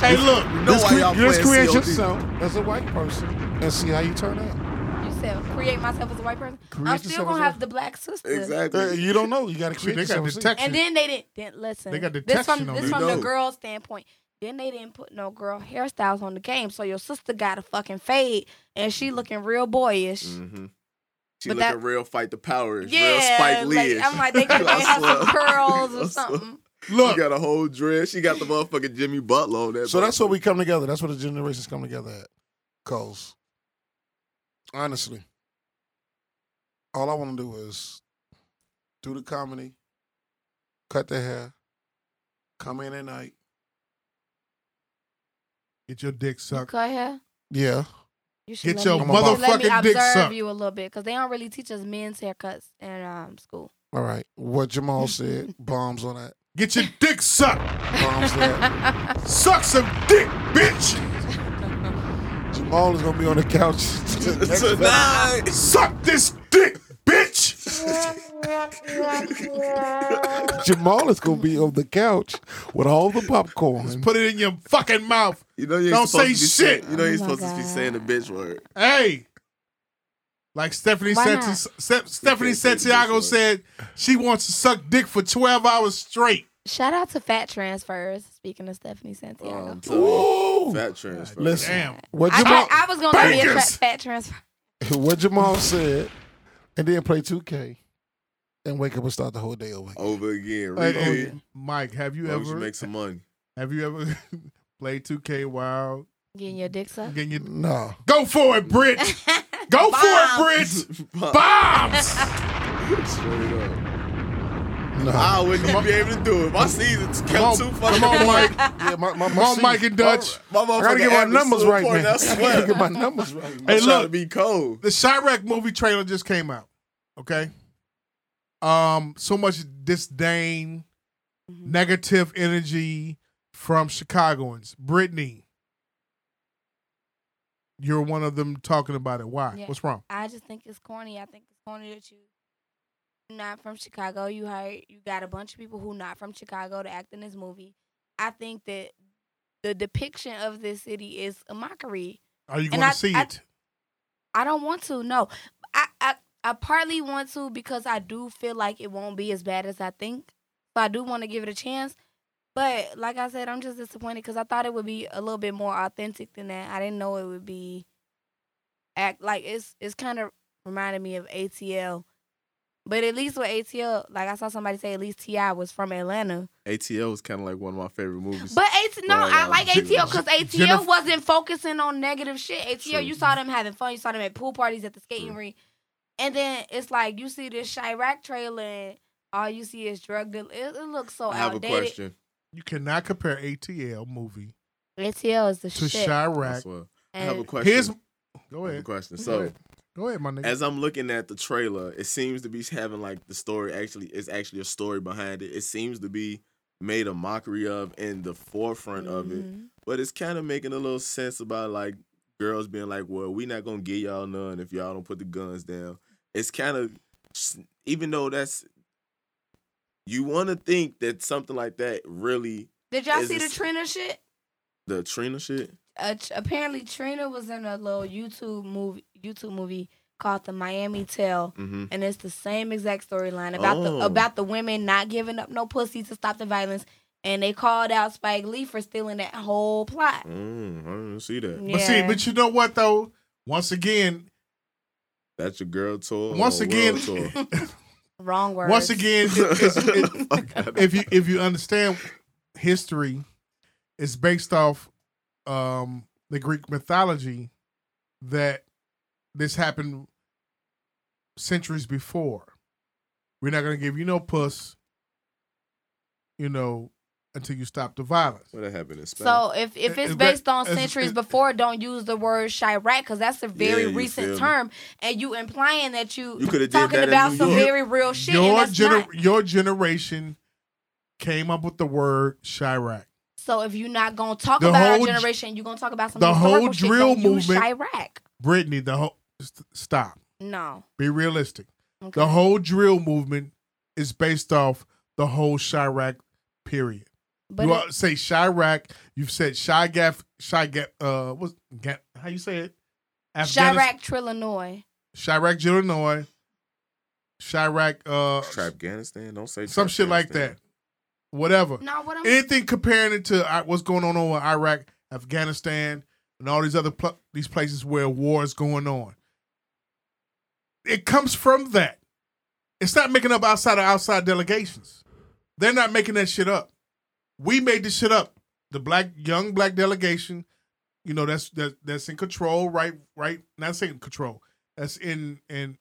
[SPEAKER 6] Hey, look,
[SPEAKER 7] Know why y'all
[SPEAKER 5] you just
[SPEAKER 7] playing
[SPEAKER 5] create
[SPEAKER 7] CLB.
[SPEAKER 5] yourself as a white person and see how you turn out.
[SPEAKER 8] you said create myself as a white person. I'm
[SPEAKER 5] Create
[SPEAKER 8] still
[SPEAKER 5] yourself as
[SPEAKER 8] gonna
[SPEAKER 5] a-
[SPEAKER 8] have the black sister.
[SPEAKER 7] Exactly.
[SPEAKER 5] Uh, you don't know. You gotta
[SPEAKER 6] See,
[SPEAKER 5] create
[SPEAKER 6] they got
[SPEAKER 5] yourself. and see.
[SPEAKER 6] detection.
[SPEAKER 8] And then they didn't, didn't listen.
[SPEAKER 6] They got
[SPEAKER 8] this
[SPEAKER 6] detection
[SPEAKER 8] from
[SPEAKER 6] on
[SPEAKER 8] this
[SPEAKER 7] it.
[SPEAKER 8] from
[SPEAKER 7] No.
[SPEAKER 8] the girl's standpoint. Then they didn't put no girl hairstyles on the game, so your sister got a fucking fade, and
[SPEAKER 6] Mm.
[SPEAKER 8] she looking real boyish.
[SPEAKER 7] Mm-hmm. She
[SPEAKER 8] But
[SPEAKER 7] look
[SPEAKER 8] that-
[SPEAKER 7] at real fight the power. is real
[SPEAKER 8] Yeah,
[SPEAKER 7] Spike
[SPEAKER 8] like,
[SPEAKER 7] Lee.
[SPEAKER 8] I'm
[SPEAKER 6] [laughs]
[SPEAKER 8] like they
[SPEAKER 7] [laughs]
[SPEAKER 8] got they have some curls or something.
[SPEAKER 7] Look,
[SPEAKER 5] Look,
[SPEAKER 7] she got a whole dress. She got the motherfucking Jimmy Butler on that.
[SPEAKER 5] so that's where we come together. That's where the generations come together at. Cause honestly, all I want to do is do the comedy, cut the hair, come in at night.
[SPEAKER 6] Get your dick sucked.
[SPEAKER 8] Cut hair.
[SPEAKER 5] Yeah,
[SPEAKER 8] You
[SPEAKER 6] Get
[SPEAKER 8] should let
[SPEAKER 6] your
[SPEAKER 8] me, you should let me
[SPEAKER 6] motherfucking dick
[SPEAKER 8] observe
[SPEAKER 6] sucked.
[SPEAKER 8] you a little bit because they don't really teach us men's haircuts in um, school.
[SPEAKER 5] all right. What Jamal [laughs] said, bombs on that,
[SPEAKER 6] Get your dick sucked.
[SPEAKER 5] bombs [laughs] there.
[SPEAKER 6] Suck some dick, bitch.
[SPEAKER 5] Jamal is gonna be on the couch. [laughs]
[SPEAKER 7] [laughs]
[SPEAKER 5] next
[SPEAKER 7] So
[SPEAKER 5] night.
[SPEAKER 7] now-
[SPEAKER 6] Suck this dick, bitch.
[SPEAKER 5] Jamal is gonna be on the couch with all the popcorn.
[SPEAKER 6] Put it in your fucking mouth.
[SPEAKER 7] you know you ain't
[SPEAKER 6] Don't
[SPEAKER 7] supposed
[SPEAKER 6] say
[SPEAKER 7] to be
[SPEAKER 6] shit.
[SPEAKER 7] saying- You know you ain't
[SPEAKER 8] Oh my
[SPEAKER 7] supposed to be saying the bitch word.
[SPEAKER 6] Hey. Like Stephanie
[SPEAKER 8] Why
[SPEAKER 6] said,
[SPEAKER 8] not?
[SPEAKER 6] Ste- Stephanie
[SPEAKER 7] You can't say
[SPEAKER 6] Santiago
[SPEAKER 7] this
[SPEAKER 6] said she wants to suck dick for twelve hours straight.
[SPEAKER 8] Shout out to Fat Transfers. Speaking of Stephanie Santiago,
[SPEAKER 7] Um, so
[SPEAKER 5] Ooh.
[SPEAKER 7] fat transfer.
[SPEAKER 5] Listen,
[SPEAKER 6] Damn.
[SPEAKER 5] what
[SPEAKER 8] I,
[SPEAKER 5] Jamal,
[SPEAKER 8] thought I was gonna be a tra-
[SPEAKER 6] Bankers.
[SPEAKER 8] Fat Transfer.
[SPEAKER 5] [laughs] what Jamal said, and then play 2K, and wake up and start the whole day over.
[SPEAKER 7] Over again.
[SPEAKER 6] Hey,
[SPEAKER 7] Repeat.
[SPEAKER 6] hey, Mike, have you
[SPEAKER 7] As long as you
[SPEAKER 6] ever
[SPEAKER 7] make some money.
[SPEAKER 6] [laughs]
[SPEAKER 7] [laughs]
[SPEAKER 6] have you ever [laughs] played 2K while
[SPEAKER 8] Getting your dick sucked.
[SPEAKER 6] getting your [laughs]
[SPEAKER 5] No,
[SPEAKER 6] Go for it,
[SPEAKER 8] [laughs]
[SPEAKER 6] Brit. Go for it, Brit.
[SPEAKER 7] [laughs]
[SPEAKER 6] Bombs.
[SPEAKER 7] Straight up.
[SPEAKER 5] no.
[SPEAKER 7] I wouldn't even be able to do it. My season's
[SPEAKER 6] Come
[SPEAKER 7] kept
[SPEAKER 6] on,
[SPEAKER 7] too
[SPEAKER 6] come on,
[SPEAKER 7] fucking
[SPEAKER 6] Mike.
[SPEAKER 5] yeah, my, my,
[SPEAKER 6] Come on, Mike and Dutch.
[SPEAKER 7] My
[SPEAKER 5] I gotta
[SPEAKER 7] motherfucking
[SPEAKER 5] get my
[SPEAKER 7] average
[SPEAKER 5] numbers
[SPEAKER 7] to a
[SPEAKER 5] right,
[SPEAKER 7] point,
[SPEAKER 5] man.
[SPEAKER 7] I
[SPEAKER 5] [laughs] I gotta
[SPEAKER 7] swear.
[SPEAKER 5] get my numbers right. Man.
[SPEAKER 6] Hey,
[SPEAKER 7] I'm trying to
[SPEAKER 6] look.
[SPEAKER 7] be cold.
[SPEAKER 6] The Chirac movie trailer just came out. Okay. Um, so much disdain,
[SPEAKER 8] Mm-hmm.
[SPEAKER 6] negative energy from Chicagoans. Brittany, you're one of them talking about it. Why?
[SPEAKER 8] Yeah.
[SPEAKER 6] What's wrong?
[SPEAKER 8] I just think it's corny. I think it's corny that you not from Chicago. You hired you got a bunch of people who not from Chicago to act in this movie. I think that the depiction of this city is a mockery.
[SPEAKER 6] Are you
[SPEAKER 8] And
[SPEAKER 6] going
[SPEAKER 8] I-
[SPEAKER 6] to see
[SPEAKER 8] I-
[SPEAKER 6] it?
[SPEAKER 8] I don't want to. No, I, I I partly want to because I do feel like it won't be as bad as I think. So I do want to give it a chance. But like I said, I'm just disappointed because I thought it would be a little bit more authentic than that. I didn't know it would be act like it's it's kind of reminded me of ATL. But at least with ATL, like I saw somebody say, at least Ti was from Atlanta.
[SPEAKER 7] ATL is kind of like one of my favorite movies.
[SPEAKER 8] But AT no,
[SPEAKER 7] Well,
[SPEAKER 8] I
[SPEAKER 7] um,
[SPEAKER 8] like
[SPEAKER 7] Jen-
[SPEAKER 8] ATL because ATL
[SPEAKER 6] Jennifer-
[SPEAKER 8] wasn't focusing on negative shit. ATL,
[SPEAKER 7] True.
[SPEAKER 8] you saw them having fun. You saw them at pool parties at the skating rink, and then it's like you see this Chirac trailer, and all you see is drug deal. It, it looks so
[SPEAKER 7] I have a
[SPEAKER 8] outdated.
[SPEAKER 7] question.
[SPEAKER 6] You cannot compare ATL movie
[SPEAKER 8] ATL is the
[SPEAKER 6] to
[SPEAKER 8] shit.
[SPEAKER 7] I
[SPEAKER 6] Chirac.
[SPEAKER 7] swear. I
[SPEAKER 8] and
[SPEAKER 7] have a question.
[SPEAKER 6] Here's go
[SPEAKER 7] I have a
[SPEAKER 6] ahead.
[SPEAKER 7] question.
[SPEAKER 6] Go
[SPEAKER 7] So,
[SPEAKER 6] ahead. Go ahead, my nigga.
[SPEAKER 7] as I'm looking at the trailer, it seems to be having like the story actually it's actually a story behind it. It seems to be made a mockery of in the forefront of it.
[SPEAKER 8] Mhm.
[SPEAKER 7] But it's kind of making a little sense about like girls being like, "Well, we not gonna give y'all none if y'all don't put the guns down." It's kind of even though that's you want to think that something like that really
[SPEAKER 8] Did y'all
[SPEAKER 7] Is
[SPEAKER 8] see the
[SPEAKER 7] this-
[SPEAKER 8] Trina shit?
[SPEAKER 7] the Trina shit.
[SPEAKER 8] Uh, tr- apparently, Trina was in a little YouTube movie. YouTube movie called the Miami Tale.
[SPEAKER 7] Mm-hmm.
[SPEAKER 8] and it's the same exact storyline about
[SPEAKER 7] Oh.
[SPEAKER 8] the about the women not giving up no pussy to stop the violence, and they called out Spike Lee for stealing that whole plot.
[SPEAKER 7] Mm, I didn't see that.
[SPEAKER 8] Yeah.
[SPEAKER 6] But see, but you know what though? Once again,
[SPEAKER 7] That's your girl tour.
[SPEAKER 6] Once
[SPEAKER 7] or
[SPEAKER 6] again-
[SPEAKER 7] world
[SPEAKER 6] [laughs]
[SPEAKER 7] tour? [laughs]
[SPEAKER 8] Wrong word.
[SPEAKER 6] once again, it- it's- it-
[SPEAKER 7] Fuck outta
[SPEAKER 6] if you if you understand history, it's based off um, the Greek mythology that this happened centuries before. We're not gonna give you no puss, you know, until you stop the violence.
[SPEAKER 7] What happened in Spain?
[SPEAKER 8] So if, if
[SPEAKER 6] It-
[SPEAKER 8] it's
[SPEAKER 6] it-
[SPEAKER 8] based on
[SPEAKER 6] it's-
[SPEAKER 8] centuries
[SPEAKER 6] it-
[SPEAKER 8] before, don't use the word Chirac because that's a very
[SPEAKER 7] Yeah, you feel
[SPEAKER 8] recent
[SPEAKER 7] me.
[SPEAKER 8] term, and you implying that you,
[SPEAKER 7] You coulda did
[SPEAKER 8] talking
[SPEAKER 7] that in
[SPEAKER 8] about
[SPEAKER 7] New
[SPEAKER 8] some
[SPEAKER 7] York.
[SPEAKER 8] very real shit. and
[SPEAKER 6] Your
[SPEAKER 8] that's
[SPEAKER 6] gener-
[SPEAKER 8] not.
[SPEAKER 6] your generation came up with the word Chirac.
[SPEAKER 8] So if you're not gonna talk
[SPEAKER 6] The
[SPEAKER 8] about
[SPEAKER 6] whole
[SPEAKER 8] our
[SPEAKER 6] dr-
[SPEAKER 8] generation, you're gonna talk about some
[SPEAKER 6] the whole
[SPEAKER 8] historical shit,
[SPEAKER 6] drill
[SPEAKER 8] don't use
[SPEAKER 6] movement-
[SPEAKER 8] Chirac.
[SPEAKER 6] Brittany, the whole st- stop.
[SPEAKER 8] No.
[SPEAKER 6] Be realistic.
[SPEAKER 8] Okay.
[SPEAKER 6] The whole drill movement is based off the whole Chirac period.
[SPEAKER 8] but
[SPEAKER 6] you
[SPEAKER 8] it-
[SPEAKER 6] all say Chirac, you've said Shigaf, Shigaf, uh, what's Ga- how you say it? Afghanis-
[SPEAKER 8] Chirac, Trillinois.
[SPEAKER 6] Chirac, Illinois, Chirac, uh,
[SPEAKER 7] Trapganistan? Don't say
[SPEAKER 6] some shit like that. whatever.
[SPEAKER 8] No, what I'm
[SPEAKER 6] Anything comparing it to uh, what's going on over in Iraq, Afghanistan, and all these other pl- these places where war is going on. It comes from that. It's not making up outside of outside delegations. They're not making that shit up. We made this shit up. The black young black delegation, you know, that's that, that's in control right right not saying control. That's in in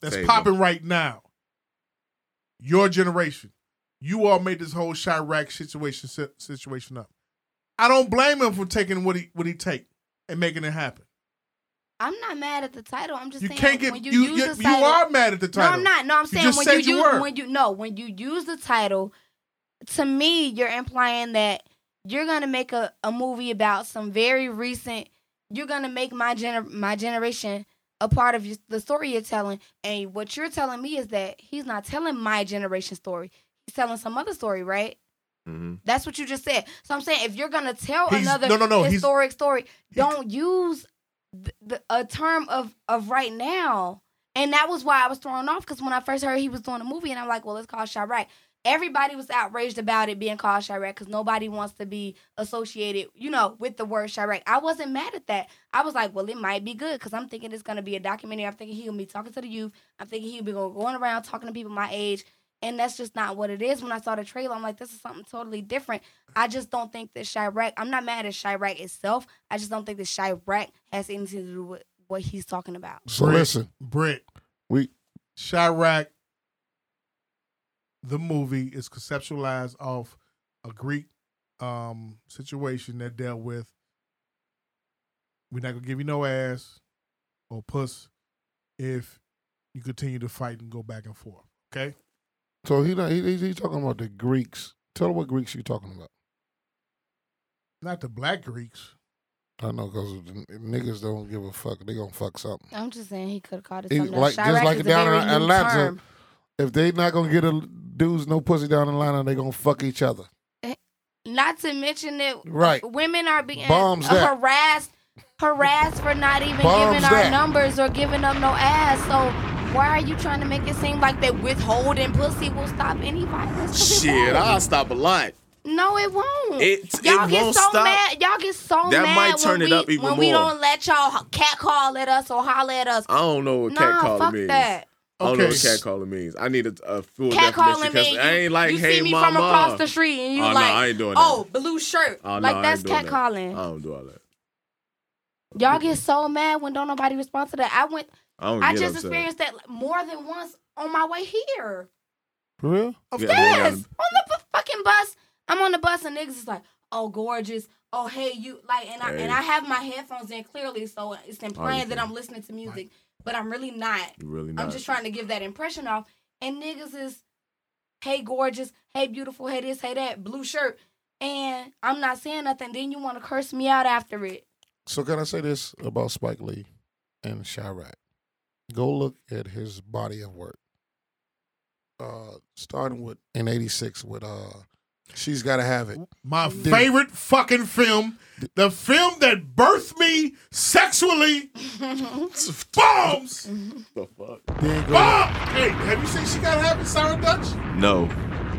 [SPEAKER 6] that's
[SPEAKER 7] Favor.
[SPEAKER 6] popping right now. Your generation, you all made this whole Chirac situation si- situation up. I don't blame him for taking what he what he take and making it happen.
[SPEAKER 8] I'm not mad at the title. I'm just
[SPEAKER 6] You
[SPEAKER 8] saying
[SPEAKER 6] can't get
[SPEAKER 8] when
[SPEAKER 6] you
[SPEAKER 8] you,
[SPEAKER 6] you,
[SPEAKER 8] use
[SPEAKER 6] you,
[SPEAKER 8] the title.
[SPEAKER 6] are mad at the title.
[SPEAKER 8] No, I'm not. No, I'm
[SPEAKER 6] You
[SPEAKER 8] saying
[SPEAKER 6] just
[SPEAKER 8] when
[SPEAKER 6] said
[SPEAKER 8] you,
[SPEAKER 6] you
[SPEAKER 8] use
[SPEAKER 6] were.
[SPEAKER 8] when you no when you use the title, to me you're implying that you're gonna make a, a movie about some very recent. You're gonna make my gener my generation a part of your, the story you're telling, and what you're telling me is that he's not telling my generation story. He's telling some other story, right?
[SPEAKER 7] Mhm.
[SPEAKER 8] That's what you just said. So I'm saying if you're gonna tell
[SPEAKER 6] He's-
[SPEAKER 8] another
[SPEAKER 6] no, no, no, he's-
[SPEAKER 8] historic story, don't use th- the, a term of of right now. And that was why I was thrown off because when I first heard he was doing a movie, and I'm like, well, it's called Chirac. Everybody was outraged about it being called Chirac because nobody wants to be associated, you know, with the word Chirac. I wasn't mad at that. I was like, well, it might be good because I'm thinking it's going to be a documentary. I'm thinking he'll be talking to the youth. I'm thinking he'll be go- going around talking to people my age. And that's just not what it is. When I saw the trailer, I'm like, this is something totally different. I just don't think that Chirac, I'm not mad at Chirac itself. I just don't think that Chirac has anything to do with what he's talking about.
[SPEAKER 5] So
[SPEAKER 6] Brick.
[SPEAKER 5] listen,
[SPEAKER 6] Brick.
[SPEAKER 5] we
[SPEAKER 6] Chirac, the movie is conceptualized off a Greek um, situation that dealt with we're not gonna give you no ass or puss if you continue to fight and go back and forth. Okay,
[SPEAKER 5] so he not- he he, he talking about the Greeks. Tell him what Greeks you talking about.
[SPEAKER 6] not the black Greeks.
[SPEAKER 5] I know because niggas don't give a fuck. They gonna fuck something.
[SPEAKER 8] I'm just saying he could have called it
[SPEAKER 5] He-
[SPEAKER 8] something. else.
[SPEAKER 5] like- just
[SPEAKER 8] Chirac
[SPEAKER 5] like
[SPEAKER 8] is a
[SPEAKER 5] down
[SPEAKER 8] very
[SPEAKER 5] in
[SPEAKER 8] new
[SPEAKER 5] Atlanta.
[SPEAKER 8] term.
[SPEAKER 5] If they not gonna get a dudes no pussy down in Atlanta, they gonna fuck each other.
[SPEAKER 8] Not to mention that
[SPEAKER 5] Right.
[SPEAKER 8] women are being
[SPEAKER 5] Bombs
[SPEAKER 8] uh,
[SPEAKER 5] that.
[SPEAKER 8] harassed, harassed for not even
[SPEAKER 5] Bombs
[SPEAKER 8] giving
[SPEAKER 5] that.
[SPEAKER 8] our numbers or giving up no ass. So why are you trying to make it seem like that withholding pussy will stop any violence? 'Cause it
[SPEAKER 7] Shit,
[SPEAKER 8] won't.
[SPEAKER 7] I'll stop a lot.
[SPEAKER 8] No, it won't.
[SPEAKER 7] It- it
[SPEAKER 8] y'all get
[SPEAKER 7] won't
[SPEAKER 8] so
[SPEAKER 7] stop.
[SPEAKER 8] mad. Y'all get so
[SPEAKER 7] That
[SPEAKER 8] mad
[SPEAKER 7] might turn
[SPEAKER 8] when
[SPEAKER 7] it
[SPEAKER 8] we,
[SPEAKER 7] up even
[SPEAKER 8] when we
[SPEAKER 7] more.
[SPEAKER 8] don't let y'all catcall at us or holler at us.
[SPEAKER 7] I don't know what cat
[SPEAKER 8] nah,
[SPEAKER 7] calling
[SPEAKER 8] fuck
[SPEAKER 7] means.
[SPEAKER 8] that.
[SPEAKER 7] I don't know
[SPEAKER 6] Okay.
[SPEAKER 7] what cat calling means. I need a, a full definition
[SPEAKER 8] Cat calling
[SPEAKER 7] because
[SPEAKER 8] me.
[SPEAKER 7] I ain't like,
[SPEAKER 8] you
[SPEAKER 7] hey,
[SPEAKER 8] see me
[SPEAKER 7] mama.
[SPEAKER 8] from across the street and you
[SPEAKER 7] Oh, no,
[SPEAKER 8] like,
[SPEAKER 7] I ain't doing that.
[SPEAKER 8] oh, blue shirt.
[SPEAKER 7] Oh, no, I
[SPEAKER 8] like
[SPEAKER 7] ain't
[SPEAKER 8] that's
[SPEAKER 7] doing
[SPEAKER 8] cat
[SPEAKER 7] that. Oh,
[SPEAKER 8] calling.
[SPEAKER 7] I don't do all that.
[SPEAKER 8] Y'all get so mad when don't nobody respond to that. I went.
[SPEAKER 7] I don't
[SPEAKER 8] I
[SPEAKER 7] get
[SPEAKER 8] just
[SPEAKER 7] upset.
[SPEAKER 8] experienced that more than once on my way here.
[SPEAKER 5] For real?
[SPEAKER 7] Of
[SPEAKER 8] Yes, on the bu- fucking bus. I'm on the bus and niggas is like, "Oh, gorgeous. Oh, hey, you like." And I and I have my headphones in clearly, so
[SPEAKER 7] Oh,
[SPEAKER 8] it's implying that I'm listening to music, but I'm really not.
[SPEAKER 7] Really not.
[SPEAKER 8] I'm just trying to give that impression off. And niggas is, hey, gorgeous, hey, beautiful, hey, this, hey, that, blue shirt. And I'm not saying nothing. Then you want to curse me out after it.
[SPEAKER 5] So can I say this about Spike Lee and Chirac? Go look at his body of work. Uh, starting with in '86 with uh, she's gotta have it.
[SPEAKER 6] My favorite fucking film, the film that birthed me sexually, bombs.
[SPEAKER 7] the fuck?
[SPEAKER 5] Then
[SPEAKER 8] Ah!
[SPEAKER 5] go
[SPEAKER 6] Bomb! Hey, have you seen She Gotta Have It, Sarah Dutch?
[SPEAKER 7] No.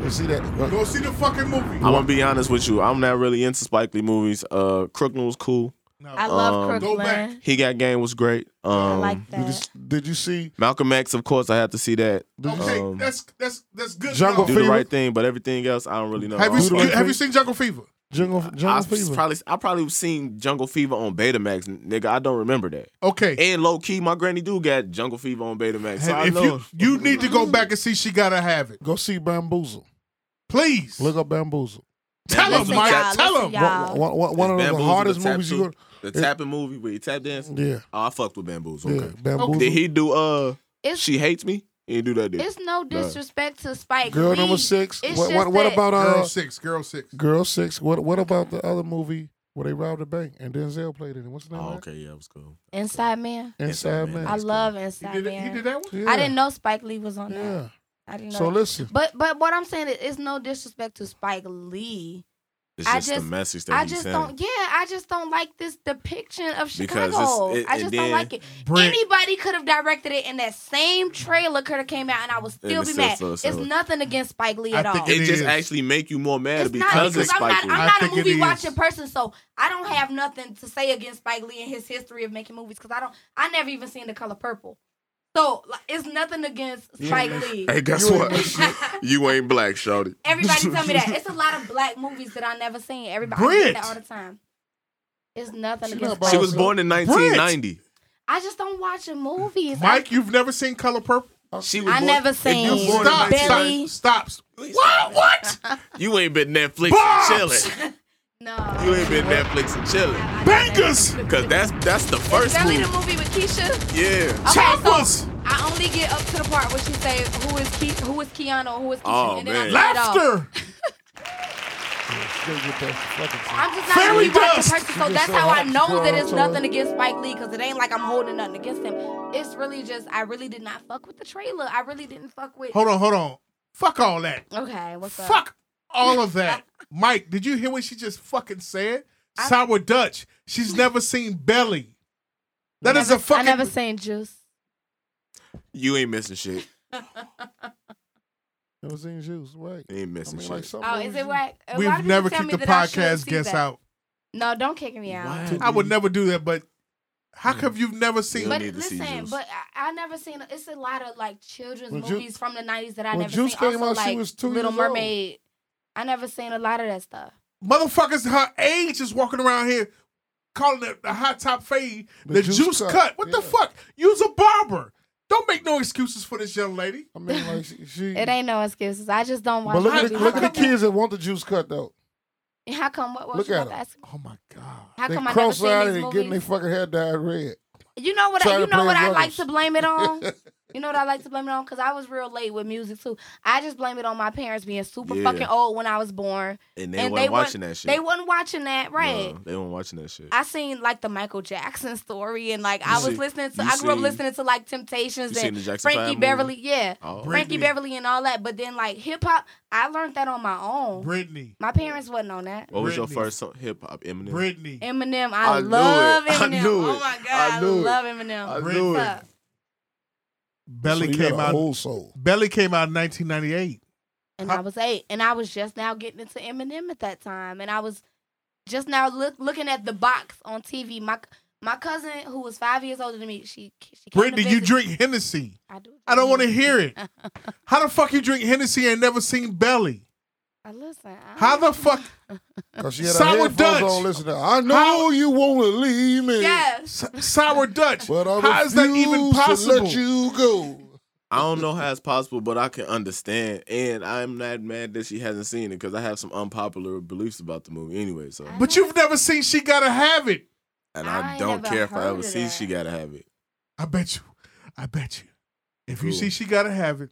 [SPEAKER 5] you see that.
[SPEAKER 6] Go see the fucking movie.
[SPEAKER 7] I'm gonna be honest with you. I'm not really into Spike Lee movies. Uh, Crooked was cool.
[SPEAKER 8] I love
[SPEAKER 7] Um,
[SPEAKER 6] go back.
[SPEAKER 8] Kirkland.
[SPEAKER 7] He Got Game was great. Um,
[SPEAKER 8] I like
[SPEAKER 5] Did you,
[SPEAKER 8] that.
[SPEAKER 5] did you see
[SPEAKER 7] Malcolm X, of course, I have to see that.
[SPEAKER 6] Okay,
[SPEAKER 7] Um,
[SPEAKER 6] that's that's that's good.
[SPEAKER 5] Jungle
[SPEAKER 6] enough.
[SPEAKER 7] Do
[SPEAKER 5] Fever.
[SPEAKER 7] the right thing, but everything else, I don't really know.
[SPEAKER 6] Have
[SPEAKER 7] I
[SPEAKER 6] you,
[SPEAKER 7] don't
[SPEAKER 5] Do the
[SPEAKER 6] you-
[SPEAKER 5] right
[SPEAKER 7] fuck-
[SPEAKER 6] have
[SPEAKER 5] thing.
[SPEAKER 6] you seen Jungle Fever?
[SPEAKER 5] Jungle
[SPEAKER 7] I
[SPEAKER 5] Jungle Fever?
[SPEAKER 7] probably I probably seen Jungle Fever on Betamax, nigga. I don't remember that.
[SPEAKER 6] Okay,
[SPEAKER 7] And low key, my granny do got Jungle Fever on Betamax. So
[SPEAKER 6] Have-
[SPEAKER 7] I
[SPEAKER 6] if
[SPEAKER 7] know.
[SPEAKER 6] you you need to go back and see she gotta have it,
[SPEAKER 5] Go see Bamboozle.
[SPEAKER 6] please.
[SPEAKER 5] Look up Bamboozle.
[SPEAKER 6] tell him,
[SPEAKER 7] Listen,
[SPEAKER 6] Mike.
[SPEAKER 7] y'all,
[SPEAKER 6] tell
[SPEAKER 8] listen,
[SPEAKER 6] him.
[SPEAKER 8] y'all.
[SPEAKER 5] One, one, one, one of the
[SPEAKER 7] Bamboozle,
[SPEAKER 5] hardest
[SPEAKER 7] tap
[SPEAKER 5] movies
[SPEAKER 7] two-
[SPEAKER 5] you
[SPEAKER 7] The
[SPEAKER 5] it-
[SPEAKER 7] tapping movie where you tap dance.
[SPEAKER 5] go. Yeah,
[SPEAKER 7] Oh, I fucked with Bamboozle.
[SPEAKER 5] yeah.
[SPEAKER 7] Okay.
[SPEAKER 5] Bamboozle.
[SPEAKER 7] Did he do uh?
[SPEAKER 8] It's
[SPEAKER 7] She hates me. He didn't do that. Did he?
[SPEAKER 8] It's no disrespect to Spike.
[SPEAKER 5] Girl
[SPEAKER 8] Lee.
[SPEAKER 5] number six.
[SPEAKER 8] It's
[SPEAKER 5] What,
[SPEAKER 8] just
[SPEAKER 5] what, what
[SPEAKER 8] that-
[SPEAKER 5] about uh?
[SPEAKER 6] Girl six, girl six.
[SPEAKER 5] Girl Six. What What about the other movie where they robbed the bank and Denzel played in it? What's the name?
[SPEAKER 7] Oh,
[SPEAKER 5] of that?
[SPEAKER 7] okay, yeah, it was cool.
[SPEAKER 8] Inside Man.
[SPEAKER 5] Inside
[SPEAKER 7] Inside Man.
[SPEAKER 5] Man.
[SPEAKER 8] I
[SPEAKER 7] That's
[SPEAKER 8] love
[SPEAKER 6] He
[SPEAKER 8] Inside
[SPEAKER 6] did, it,
[SPEAKER 8] Man.
[SPEAKER 6] he did that one.
[SPEAKER 5] Yeah.
[SPEAKER 8] I didn't know Spike Lee was on that.
[SPEAKER 5] Yeah.
[SPEAKER 8] I didn't know.
[SPEAKER 5] So listen,
[SPEAKER 8] but but what I'm saying is, it's no disrespect to Spike Lee.
[SPEAKER 7] It's
[SPEAKER 8] I
[SPEAKER 7] just,
[SPEAKER 8] just-
[SPEAKER 7] the message that
[SPEAKER 8] I
[SPEAKER 7] he's
[SPEAKER 8] just
[SPEAKER 7] sending.
[SPEAKER 8] don't. Yeah, I just don't like this depiction of
[SPEAKER 7] Because it's-
[SPEAKER 8] Chicago.
[SPEAKER 7] it-
[SPEAKER 8] I
[SPEAKER 7] and
[SPEAKER 8] just
[SPEAKER 7] then
[SPEAKER 8] don't like it.
[SPEAKER 6] Brent-
[SPEAKER 8] Anybody could have directed it, and that same trailer could have came out, and I would still
[SPEAKER 7] it's
[SPEAKER 8] be
[SPEAKER 7] still
[SPEAKER 8] mad.
[SPEAKER 7] so- so-
[SPEAKER 8] It's nothing against Spike Lee
[SPEAKER 6] I
[SPEAKER 8] at all.
[SPEAKER 6] think
[SPEAKER 7] it,
[SPEAKER 6] It
[SPEAKER 7] just
[SPEAKER 6] is.
[SPEAKER 7] actually make you more mad
[SPEAKER 8] it's not
[SPEAKER 7] because
[SPEAKER 8] because
[SPEAKER 7] it's
[SPEAKER 8] I'm
[SPEAKER 7] Spike
[SPEAKER 8] not,
[SPEAKER 7] Lee.
[SPEAKER 6] I
[SPEAKER 8] I'm not a
[SPEAKER 6] think it
[SPEAKER 8] movie
[SPEAKER 6] is.
[SPEAKER 8] watching person, so I don't have nothing to say against Spike Lee and his history of making movies because I don't. I never even seen The Color Purple, so like, it's nothing against Spike Lee. [laughs]
[SPEAKER 7] Hey, guess what? [laughs] you ain't black, Shawty.
[SPEAKER 8] Everybody tell me that it's a lot of black movies that I never seen. Everybody I
[SPEAKER 6] Brit.
[SPEAKER 8] get that all the time. It's nothing
[SPEAKER 5] She
[SPEAKER 8] against.
[SPEAKER 5] not black.
[SPEAKER 7] She
[SPEAKER 8] Spike
[SPEAKER 7] was
[SPEAKER 8] Lee.
[SPEAKER 7] born in 1990.
[SPEAKER 8] I just don't watch movies.
[SPEAKER 6] Mike, you've never seen Color Purple?
[SPEAKER 7] She was
[SPEAKER 8] I, I
[SPEAKER 7] born-
[SPEAKER 8] never
[SPEAKER 7] you
[SPEAKER 8] seen
[SPEAKER 7] born in
[SPEAKER 6] Stop,
[SPEAKER 8] Belly.
[SPEAKER 6] stop, stop.
[SPEAKER 7] What? What? you ain't been Netflix and chilling.
[SPEAKER 8] No.
[SPEAKER 7] You ain't been Netflix and chilling.
[SPEAKER 6] Bangers!
[SPEAKER 7] Cause that's that's the first
[SPEAKER 8] Belly
[SPEAKER 7] movie.
[SPEAKER 8] the movie with Keisha.
[SPEAKER 7] Yeah.
[SPEAKER 8] Okay,
[SPEAKER 6] Choppers!
[SPEAKER 8] so I only get up to the part where she say who is Ke- who is Keanu, who is Keisha,
[SPEAKER 7] Oh,
[SPEAKER 8] and then
[SPEAKER 7] man.
[SPEAKER 8] I turn it off.
[SPEAKER 6] Laughter!
[SPEAKER 8] I'm just not
[SPEAKER 6] Fairy
[SPEAKER 8] really watching
[SPEAKER 6] dust.
[SPEAKER 8] person, so
[SPEAKER 5] You
[SPEAKER 8] that's
[SPEAKER 5] just
[SPEAKER 8] how
[SPEAKER 5] so
[SPEAKER 8] I know
[SPEAKER 5] hot,
[SPEAKER 8] that it's
[SPEAKER 5] girl.
[SPEAKER 8] nothing against Spike Lee because it ain't like I'm holding nothing against him. It's really just I really did not fuck with the trailer. I really didn't fuck with.
[SPEAKER 6] Hold on, hold on. Fuck all that.
[SPEAKER 8] Okay, what's up?
[SPEAKER 6] Fuck all of
[SPEAKER 8] [laughs]
[SPEAKER 6] that. Mike, did you hear what she just fucking said? Sour Dutch. She's never seen Belly. That is a
[SPEAKER 8] I
[SPEAKER 6] fucking.
[SPEAKER 8] never seen Juice.
[SPEAKER 7] You ain't missing shit.
[SPEAKER 5] Never seen Juice, right?
[SPEAKER 7] You ain't missing shit.
[SPEAKER 5] some
[SPEAKER 8] Oh,
[SPEAKER 5] movies
[SPEAKER 8] is it
[SPEAKER 5] you-
[SPEAKER 8] whack? A lot of
[SPEAKER 6] We've
[SPEAKER 8] people
[SPEAKER 6] never
[SPEAKER 8] tell
[SPEAKER 6] kicked the
[SPEAKER 8] me that I should
[SPEAKER 6] podcast
[SPEAKER 8] see
[SPEAKER 6] guest
[SPEAKER 8] that.
[SPEAKER 6] out.
[SPEAKER 8] No, don't kick me out.
[SPEAKER 7] Why?
[SPEAKER 6] I would never do that, but how come you've never seen
[SPEAKER 8] But
[SPEAKER 7] need to see
[SPEAKER 8] listen,
[SPEAKER 7] Juice.
[SPEAKER 8] but I, I never seen. It's a lot of like children's
[SPEAKER 5] When Ju-
[SPEAKER 8] movies from the '90s that I
[SPEAKER 5] when
[SPEAKER 8] never
[SPEAKER 5] Juice
[SPEAKER 8] seen.
[SPEAKER 5] came
[SPEAKER 8] also,
[SPEAKER 5] out, she
[SPEAKER 8] like
[SPEAKER 5] was two
[SPEAKER 8] Little
[SPEAKER 5] years old.
[SPEAKER 8] Mermaid. I never seen a lot of that stuff.
[SPEAKER 6] motherfuckers her age is walking around here calling it the hot top fade, the, juice, cut. What the
[SPEAKER 5] yeah.
[SPEAKER 6] fuck? Use a barber. Don't make no excuses for this young lady.
[SPEAKER 5] I mean, like she. she
[SPEAKER 8] It ain't no excuses. I just don't watch.
[SPEAKER 5] Mm. but look at,
[SPEAKER 8] movies.
[SPEAKER 5] the,
[SPEAKER 8] How
[SPEAKER 5] look at the
[SPEAKER 8] come-
[SPEAKER 5] kids that want the juice cut though.
[SPEAKER 8] How come? What was
[SPEAKER 5] Look
[SPEAKER 8] you
[SPEAKER 5] at
[SPEAKER 8] about to
[SPEAKER 5] them.
[SPEAKER 8] ask? me?
[SPEAKER 6] Oh my god.
[SPEAKER 8] How
[SPEAKER 5] They
[SPEAKER 8] come I never
[SPEAKER 5] cross eyed
[SPEAKER 8] seen
[SPEAKER 5] and
[SPEAKER 8] these
[SPEAKER 5] they getting their
[SPEAKER 8] movies?
[SPEAKER 5] fucking hair dyed red.
[SPEAKER 8] You know what?
[SPEAKER 5] trying
[SPEAKER 8] I,
[SPEAKER 5] to
[SPEAKER 8] you know
[SPEAKER 5] play
[SPEAKER 8] what I
[SPEAKER 5] rubbers.
[SPEAKER 8] like to blame
[SPEAKER 5] [laughs]
[SPEAKER 8] it on. you know what I like to blame it on? Because I was real late with music too. I just blame it on my parents being super
[SPEAKER 7] Yeah.
[SPEAKER 8] fucking old when I was born.
[SPEAKER 7] And they
[SPEAKER 8] And
[SPEAKER 7] weren't
[SPEAKER 8] they weren't-
[SPEAKER 7] watching that shit.
[SPEAKER 8] They wasn't watching that, right?
[SPEAKER 7] No, they weren't watching that shit.
[SPEAKER 8] I seen like the Michael Jackson story, and like I was
[SPEAKER 7] see-
[SPEAKER 8] listening to.
[SPEAKER 7] you
[SPEAKER 8] I grew up
[SPEAKER 7] seen-
[SPEAKER 8] listening to like Temptations
[SPEAKER 7] you seen the
[SPEAKER 8] and
[SPEAKER 7] Jackson
[SPEAKER 8] Frankie
[SPEAKER 7] Five movie?
[SPEAKER 8] Beverly, yeah,
[SPEAKER 7] Oh.
[SPEAKER 8] Frankie
[SPEAKER 6] Britney.
[SPEAKER 8] Beverly and all that. But then like hip hop, I learned that on my own.
[SPEAKER 6] Brittany.
[SPEAKER 8] my parents wasn't on that.
[SPEAKER 7] What was your
[SPEAKER 6] Britney.
[SPEAKER 7] first hip hop Eminem?
[SPEAKER 6] Brittany.
[SPEAKER 8] Eminem,
[SPEAKER 7] I
[SPEAKER 8] I,
[SPEAKER 7] knew
[SPEAKER 8] love
[SPEAKER 7] it. I
[SPEAKER 8] Eminem.
[SPEAKER 7] knew
[SPEAKER 8] Oh
[SPEAKER 7] it.
[SPEAKER 8] my god,
[SPEAKER 7] I
[SPEAKER 8] I,
[SPEAKER 7] knew it.
[SPEAKER 8] love Eminem.
[SPEAKER 7] I
[SPEAKER 8] What's
[SPEAKER 6] knew it.
[SPEAKER 8] up?
[SPEAKER 5] so
[SPEAKER 6] Belly
[SPEAKER 5] you got
[SPEAKER 6] came
[SPEAKER 5] an
[SPEAKER 6] out
[SPEAKER 5] Old soul.
[SPEAKER 6] Belly came out in 1998.
[SPEAKER 8] and I was eight, and I was just now getting into Eminem at that time, and I was just now look looking at the box on TV. My my cousin who was five years older than me, she she. came to
[SPEAKER 6] Brittany, you
[SPEAKER 8] visit.
[SPEAKER 6] drink Hennessy.
[SPEAKER 8] I do.
[SPEAKER 6] I don't want to hear it. How the fuck you drink Hennessy and never seen Belly?
[SPEAKER 8] I listen. I
[SPEAKER 6] How the
[SPEAKER 8] don't-
[SPEAKER 6] fuck?
[SPEAKER 5] Cause she had
[SPEAKER 6] Sour
[SPEAKER 5] her headphones
[SPEAKER 6] Dutch.
[SPEAKER 5] on listening. I know
[SPEAKER 6] How-
[SPEAKER 5] you want to leave me,
[SPEAKER 8] [laughs] Yes.
[SPEAKER 6] Sour Dutch.
[SPEAKER 5] but I
[SPEAKER 6] How is that even
[SPEAKER 5] refuse to
[SPEAKER 6] possible?
[SPEAKER 5] Let you go.
[SPEAKER 7] I don't know how it's possible, but I can understand. And I'm not mad that she hasn't seen it because I have some unpopular beliefs about the movie anyway. So,
[SPEAKER 6] But you've never seen She Gotta Have It.
[SPEAKER 7] and
[SPEAKER 8] I
[SPEAKER 7] I,
[SPEAKER 8] ain't
[SPEAKER 7] don't
[SPEAKER 8] never
[SPEAKER 7] care if I
[SPEAKER 8] heard
[SPEAKER 7] ever
[SPEAKER 8] of
[SPEAKER 7] see
[SPEAKER 8] that.
[SPEAKER 7] she gotta have it.
[SPEAKER 6] I bet you. I bet you. If you
[SPEAKER 7] Cool.
[SPEAKER 6] see she gotta have it,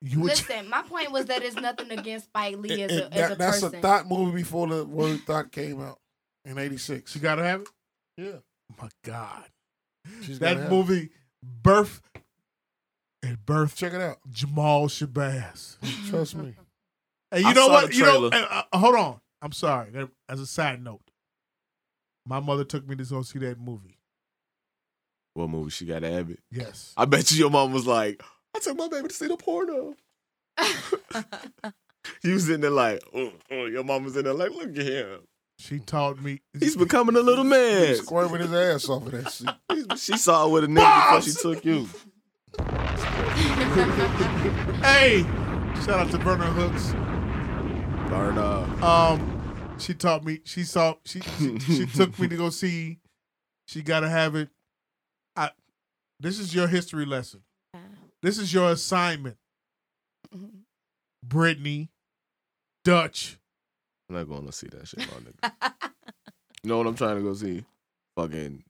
[SPEAKER 6] you would.
[SPEAKER 8] Listen, my point was that it's nothing against Spike Lee as
[SPEAKER 5] It- it-
[SPEAKER 8] a, as a
[SPEAKER 5] that- that's
[SPEAKER 8] person.
[SPEAKER 5] a thought movie before the word thought came out in '86.
[SPEAKER 6] [laughs] she gotta have it.
[SPEAKER 5] Yeah,
[SPEAKER 6] My God,
[SPEAKER 5] she's gotta have
[SPEAKER 6] that
[SPEAKER 5] it.
[SPEAKER 6] movie, birth, it birthed
[SPEAKER 5] Check it out.
[SPEAKER 6] Jamal Shabazz.
[SPEAKER 5] Trust me.
[SPEAKER 6] And you
[SPEAKER 7] I
[SPEAKER 6] know
[SPEAKER 7] saw
[SPEAKER 6] what?
[SPEAKER 7] the
[SPEAKER 6] You know,
[SPEAKER 7] trailer.
[SPEAKER 6] uh, uh, hold on. I'm sorry. Uh, As a side note, my mother took me to go see that movie.
[SPEAKER 7] What movie she gotta have it?
[SPEAKER 6] Yes.
[SPEAKER 7] I bet you your mom was like, I took my baby to see the
[SPEAKER 8] [laughs]
[SPEAKER 7] porno. you was in there like, oh, oh, your mom was in there like, look at him.
[SPEAKER 6] She taught me.
[SPEAKER 8] [laughs]
[SPEAKER 6] [laughs]
[SPEAKER 7] He's becoming a little man.
[SPEAKER 5] Squirming his ass off of that seat.
[SPEAKER 7] She saw it with a nigga before she took
[SPEAKER 8] [laughs]
[SPEAKER 7] you.
[SPEAKER 6] hey, shout out to Vernon Hooks.
[SPEAKER 7] Burn up.
[SPEAKER 6] Um, she taught me. She saw. She she, she took me to go see. She gotta have it. I. This is your history lesson.
[SPEAKER 8] Mm-hmm.
[SPEAKER 6] This is your assignment, Brittany, Dutch.
[SPEAKER 7] I'm not going to see that shit, my nigga.
[SPEAKER 8] [laughs]
[SPEAKER 7] you know what I'm trying to go see? Fucking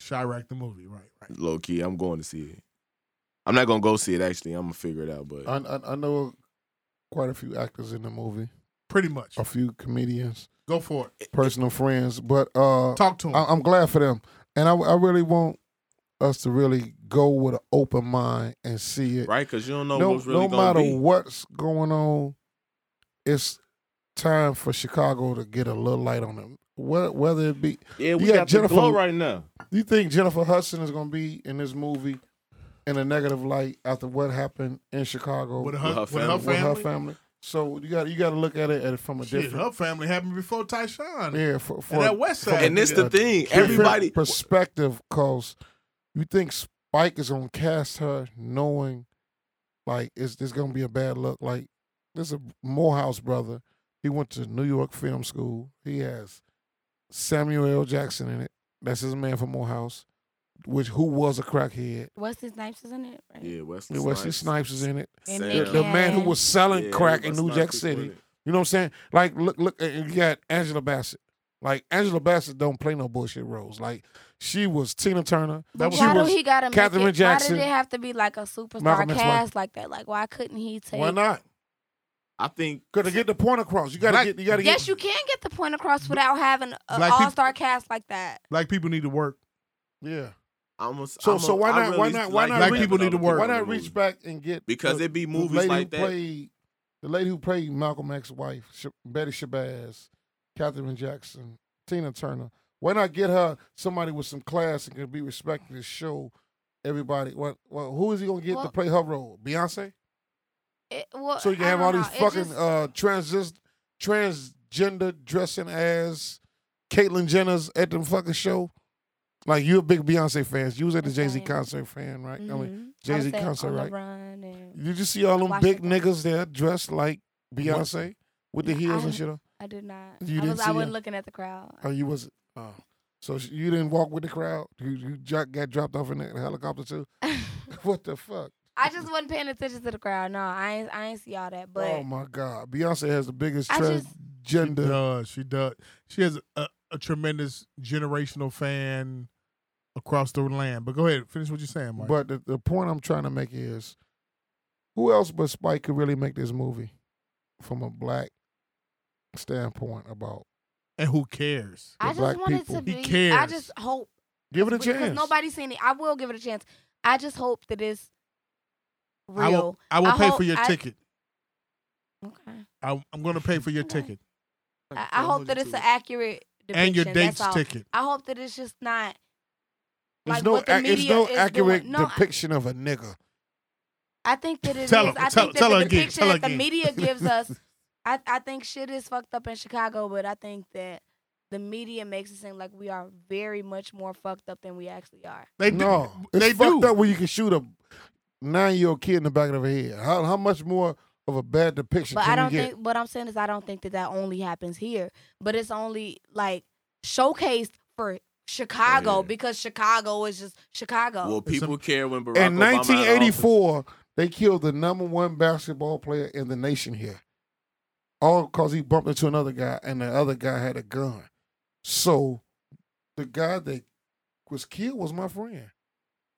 [SPEAKER 6] Chirac the movie, right? Right.
[SPEAKER 7] low key. I'm going to see it. I'm not gonna go see it actually. I'm gonna figure it out. But
[SPEAKER 5] I, I, I know quite a few actors in the movie,
[SPEAKER 6] Pretty much.
[SPEAKER 5] a few comedians,
[SPEAKER 6] Go for it.
[SPEAKER 5] personal friends, but uh,
[SPEAKER 6] Talk to him.
[SPEAKER 5] I, I'm glad for them, and I, I really want us to really go with an open mind and see it.
[SPEAKER 7] right, because you don't know
[SPEAKER 5] no,
[SPEAKER 7] what's really
[SPEAKER 5] no
[SPEAKER 7] gonna
[SPEAKER 5] matter
[SPEAKER 7] be.
[SPEAKER 5] what's going on, it's time for Chicago to get a little light on them. Whe- Whether it be,
[SPEAKER 1] Yeah, we
[SPEAKER 5] You got
[SPEAKER 1] got, the
[SPEAKER 5] Jennifer-
[SPEAKER 1] glow right now.
[SPEAKER 5] you think Jennifer Hudson is going to be in this movie in a negative light after what happened in Chicago
[SPEAKER 6] With
[SPEAKER 5] with
[SPEAKER 6] her,
[SPEAKER 7] her
[SPEAKER 5] her,
[SPEAKER 6] with her
[SPEAKER 7] family.
[SPEAKER 6] family.
[SPEAKER 5] family? So you got you got to look at it at it from a
[SPEAKER 6] Shit,
[SPEAKER 5] different
[SPEAKER 6] her family happened before Tyshawn.
[SPEAKER 5] yeah for, for
[SPEAKER 6] and that West Side.
[SPEAKER 7] And this
[SPEAKER 6] nigga.
[SPEAKER 7] the thing.
[SPEAKER 5] different
[SPEAKER 7] Everybody
[SPEAKER 5] perspective because you think Spike is gonna cast her knowing like it's this gonna be a bad look. Like this is a Morehouse brother. He went to New York Film School. He has Samuel L. Jackson in it. That's his man from Morehouse, which who was a crackhead.
[SPEAKER 8] What's his name? Isn't it? Right?
[SPEAKER 7] Yeah, Wesley,
[SPEAKER 5] Wesley Snipes is in it.
[SPEAKER 8] And
[SPEAKER 7] Sam.
[SPEAKER 5] The,
[SPEAKER 8] Nick
[SPEAKER 5] the man who
[SPEAKER 8] Cannon.
[SPEAKER 5] was selling
[SPEAKER 7] Yeah,
[SPEAKER 5] crack in
[SPEAKER 7] Wesley
[SPEAKER 5] New Jack
[SPEAKER 7] Snipes is
[SPEAKER 5] City.
[SPEAKER 7] in it.
[SPEAKER 5] You know what I'm saying? Like, look, look, and you got Angela Bassett. Like Angela Bassett don't play no bullshit roles. Like she was Tina Turner.
[SPEAKER 8] But
[SPEAKER 5] she
[SPEAKER 8] why
[SPEAKER 5] was,
[SPEAKER 8] do he gotta make
[SPEAKER 5] Katherine
[SPEAKER 8] it,
[SPEAKER 5] Jackson,
[SPEAKER 8] Why did it have to be like a superstar
[SPEAKER 5] Malcolm X,
[SPEAKER 8] cast like that? Like why couldn't he take?
[SPEAKER 5] Why not?
[SPEAKER 7] I think
[SPEAKER 5] Cause to get the point across, you gotta
[SPEAKER 6] Black-
[SPEAKER 5] get, you gotta
[SPEAKER 8] Yes,
[SPEAKER 5] get.
[SPEAKER 8] you can get the point across without having an
[SPEAKER 6] Black people-
[SPEAKER 8] all star cast like that.
[SPEAKER 6] Black people need to work.
[SPEAKER 5] yeah.
[SPEAKER 7] I'm a, so.
[SPEAKER 5] So-
[SPEAKER 7] I'm a,
[SPEAKER 5] so
[SPEAKER 7] I
[SPEAKER 5] why not- why
[SPEAKER 7] really
[SPEAKER 5] not- why
[SPEAKER 7] like
[SPEAKER 5] not
[SPEAKER 7] the
[SPEAKER 6] reach-
[SPEAKER 7] method
[SPEAKER 6] people need
[SPEAKER 7] of
[SPEAKER 6] to
[SPEAKER 7] the
[SPEAKER 6] work.
[SPEAKER 5] Why
[SPEAKER 7] movie.
[SPEAKER 5] not reach back and get
[SPEAKER 7] Because
[SPEAKER 5] the-
[SPEAKER 7] it be
[SPEAKER 5] the
[SPEAKER 7] movies
[SPEAKER 5] lady
[SPEAKER 7] like
[SPEAKER 5] who
[SPEAKER 7] that.
[SPEAKER 5] Played, the lady who played Malcolm X's wife, Sh- Betty Shabazz, Katherine Jackson, Tina Turner. Why not get her somebody with some class and can be respected to show everybody? What? Well, who is he gonna get to
[SPEAKER 8] Well-
[SPEAKER 5] play her role? Beyonce.
[SPEAKER 8] It, well,
[SPEAKER 5] So you can
[SPEAKER 8] I
[SPEAKER 5] have
[SPEAKER 8] don't
[SPEAKER 5] all
[SPEAKER 8] know.
[SPEAKER 5] these
[SPEAKER 8] It
[SPEAKER 5] fucking
[SPEAKER 8] just-
[SPEAKER 5] uh transis transgender dressing as Caitlyn Jenner's at the fucking show. Like you a big Beyonce fan. You was at the Jay Z
[SPEAKER 8] Okay.
[SPEAKER 5] concert fan, right? I mean,
[SPEAKER 8] Mhm.
[SPEAKER 5] Jay Z
[SPEAKER 8] I said
[SPEAKER 5] concert,
[SPEAKER 8] on the
[SPEAKER 5] right?
[SPEAKER 8] run and-
[SPEAKER 5] Did you see all them
[SPEAKER 8] Washington.
[SPEAKER 5] big niggas there dressed like Beyonce with the heels and
[SPEAKER 8] I-
[SPEAKER 5] shit? on?
[SPEAKER 8] I did not.
[SPEAKER 5] You
[SPEAKER 8] I
[SPEAKER 5] didn't
[SPEAKER 8] was
[SPEAKER 5] see
[SPEAKER 8] I wasn't
[SPEAKER 5] her?
[SPEAKER 8] looking at the crowd.
[SPEAKER 5] Oh, you was oh. So sh- you didn't walk with the crowd. You you jo- got dropped off in the helicopter too. [laughs]
[SPEAKER 8] [laughs]
[SPEAKER 5] what the fuck?
[SPEAKER 8] I just wasn't paying attention to the crowd. No, I ain't I ain't see all that. But
[SPEAKER 5] oh my god, Beyonce has the biggest
[SPEAKER 8] I just-
[SPEAKER 6] She
[SPEAKER 5] transgender.
[SPEAKER 6] does. She does. She has a, a tremendous generational fan across the land. But go ahead, finish what you're saying, Mike.
[SPEAKER 5] But the, the point I'm trying to make is, who else but Spike could really make this movie from a black standpoint about
[SPEAKER 6] and who cares?
[SPEAKER 8] I
[SPEAKER 5] black
[SPEAKER 8] just wanted
[SPEAKER 5] people.
[SPEAKER 8] to
[SPEAKER 6] He
[SPEAKER 8] be. I
[SPEAKER 6] cares.
[SPEAKER 8] just hope
[SPEAKER 5] give it a
[SPEAKER 8] because
[SPEAKER 5] chance?
[SPEAKER 8] nobody's seen it. I will give it a chance. I just hope that it's real.
[SPEAKER 6] I will. I will
[SPEAKER 8] I
[SPEAKER 6] pay
[SPEAKER 8] hope-
[SPEAKER 6] for your
[SPEAKER 8] I-
[SPEAKER 6] ticket.
[SPEAKER 8] okay.
[SPEAKER 6] I, I'm going to pay for your
[SPEAKER 8] Okay.
[SPEAKER 6] ticket
[SPEAKER 8] I, I hope that it's an accurate depiction.
[SPEAKER 6] and your
[SPEAKER 8] that's
[SPEAKER 6] date's
[SPEAKER 8] all.
[SPEAKER 6] ticket.
[SPEAKER 8] I hope that it's just not.
[SPEAKER 5] there's
[SPEAKER 8] like
[SPEAKER 5] no,
[SPEAKER 8] what the
[SPEAKER 5] ac- it's
[SPEAKER 8] media
[SPEAKER 5] no
[SPEAKER 8] is doing.
[SPEAKER 5] accurate
[SPEAKER 8] No, I-
[SPEAKER 5] depiction of a nigga.
[SPEAKER 8] I think that it is.
[SPEAKER 6] Tell her-
[SPEAKER 8] I
[SPEAKER 6] tell-
[SPEAKER 8] think that
[SPEAKER 6] tell her
[SPEAKER 8] the
[SPEAKER 6] again,
[SPEAKER 8] depiction
[SPEAKER 6] tell her
[SPEAKER 8] that the
[SPEAKER 6] again. [laughs]
[SPEAKER 8] media gives us. I, I think shit is fucked up in Chicago, but I think that the media makes it seem like we are very much more fucked up than we actually are.
[SPEAKER 6] They
[SPEAKER 5] no,
[SPEAKER 6] do.
[SPEAKER 5] it's
[SPEAKER 6] They
[SPEAKER 5] fucked
[SPEAKER 6] do.
[SPEAKER 5] up when you can shoot a nine year old kid in the back of the head. How how much more of a bad depiction
[SPEAKER 8] But
[SPEAKER 5] can
[SPEAKER 8] I don't
[SPEAKER 5] you get?
[SPEAKER 8] think. What I'm saying is, I don't think that that only happens here. But it's only like showcased for Chicago
[SPEAKER 7] Yeah.
[SPEAKER 8] because Chicago is just Chicago.
[SPEAKER 7] Well, people care when Barack
[SPEAKER 5] in
[SPEAKER 7] Obama out of
[SPEAKER 5] 1984, they killed the number one basketball player in the nation here. All because he bumped into another guy, and the other guy had a gun. So the guy that was killed was my friend,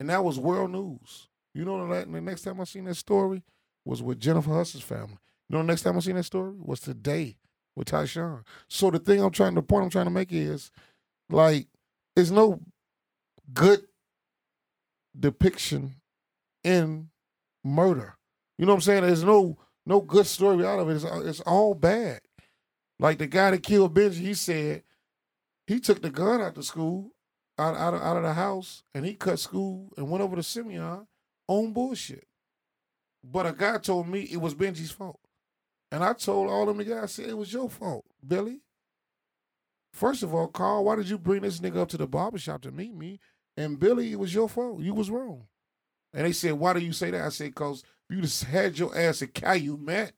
[SPEAKER 5] and that was world news. You know that. The next time I seen that story was with Jennifer Hudson's family. You know, the next time I seen that story was today with Tyshawn. So the thing I'm trying, the point I'm trying to make is, like, there's no good depiction in murder. You know what I'm saying? There's no no good story out of it. It's all, it's all bad. Like the guy that killed Benji, he said he took the gun out the school, out out of, out of the house, and he cut school and went over to Simeon on bullshit. But a guy told me it was Benji's fault, and I told all them the guys I said it was your fault, Billy. First of all, Carl, why did you bring this nigga up to the barbershop to meet me? And Billy, it was your fault. You was wrong. And they said, why do you say that? I said, cause if you just had your ass at Calumet,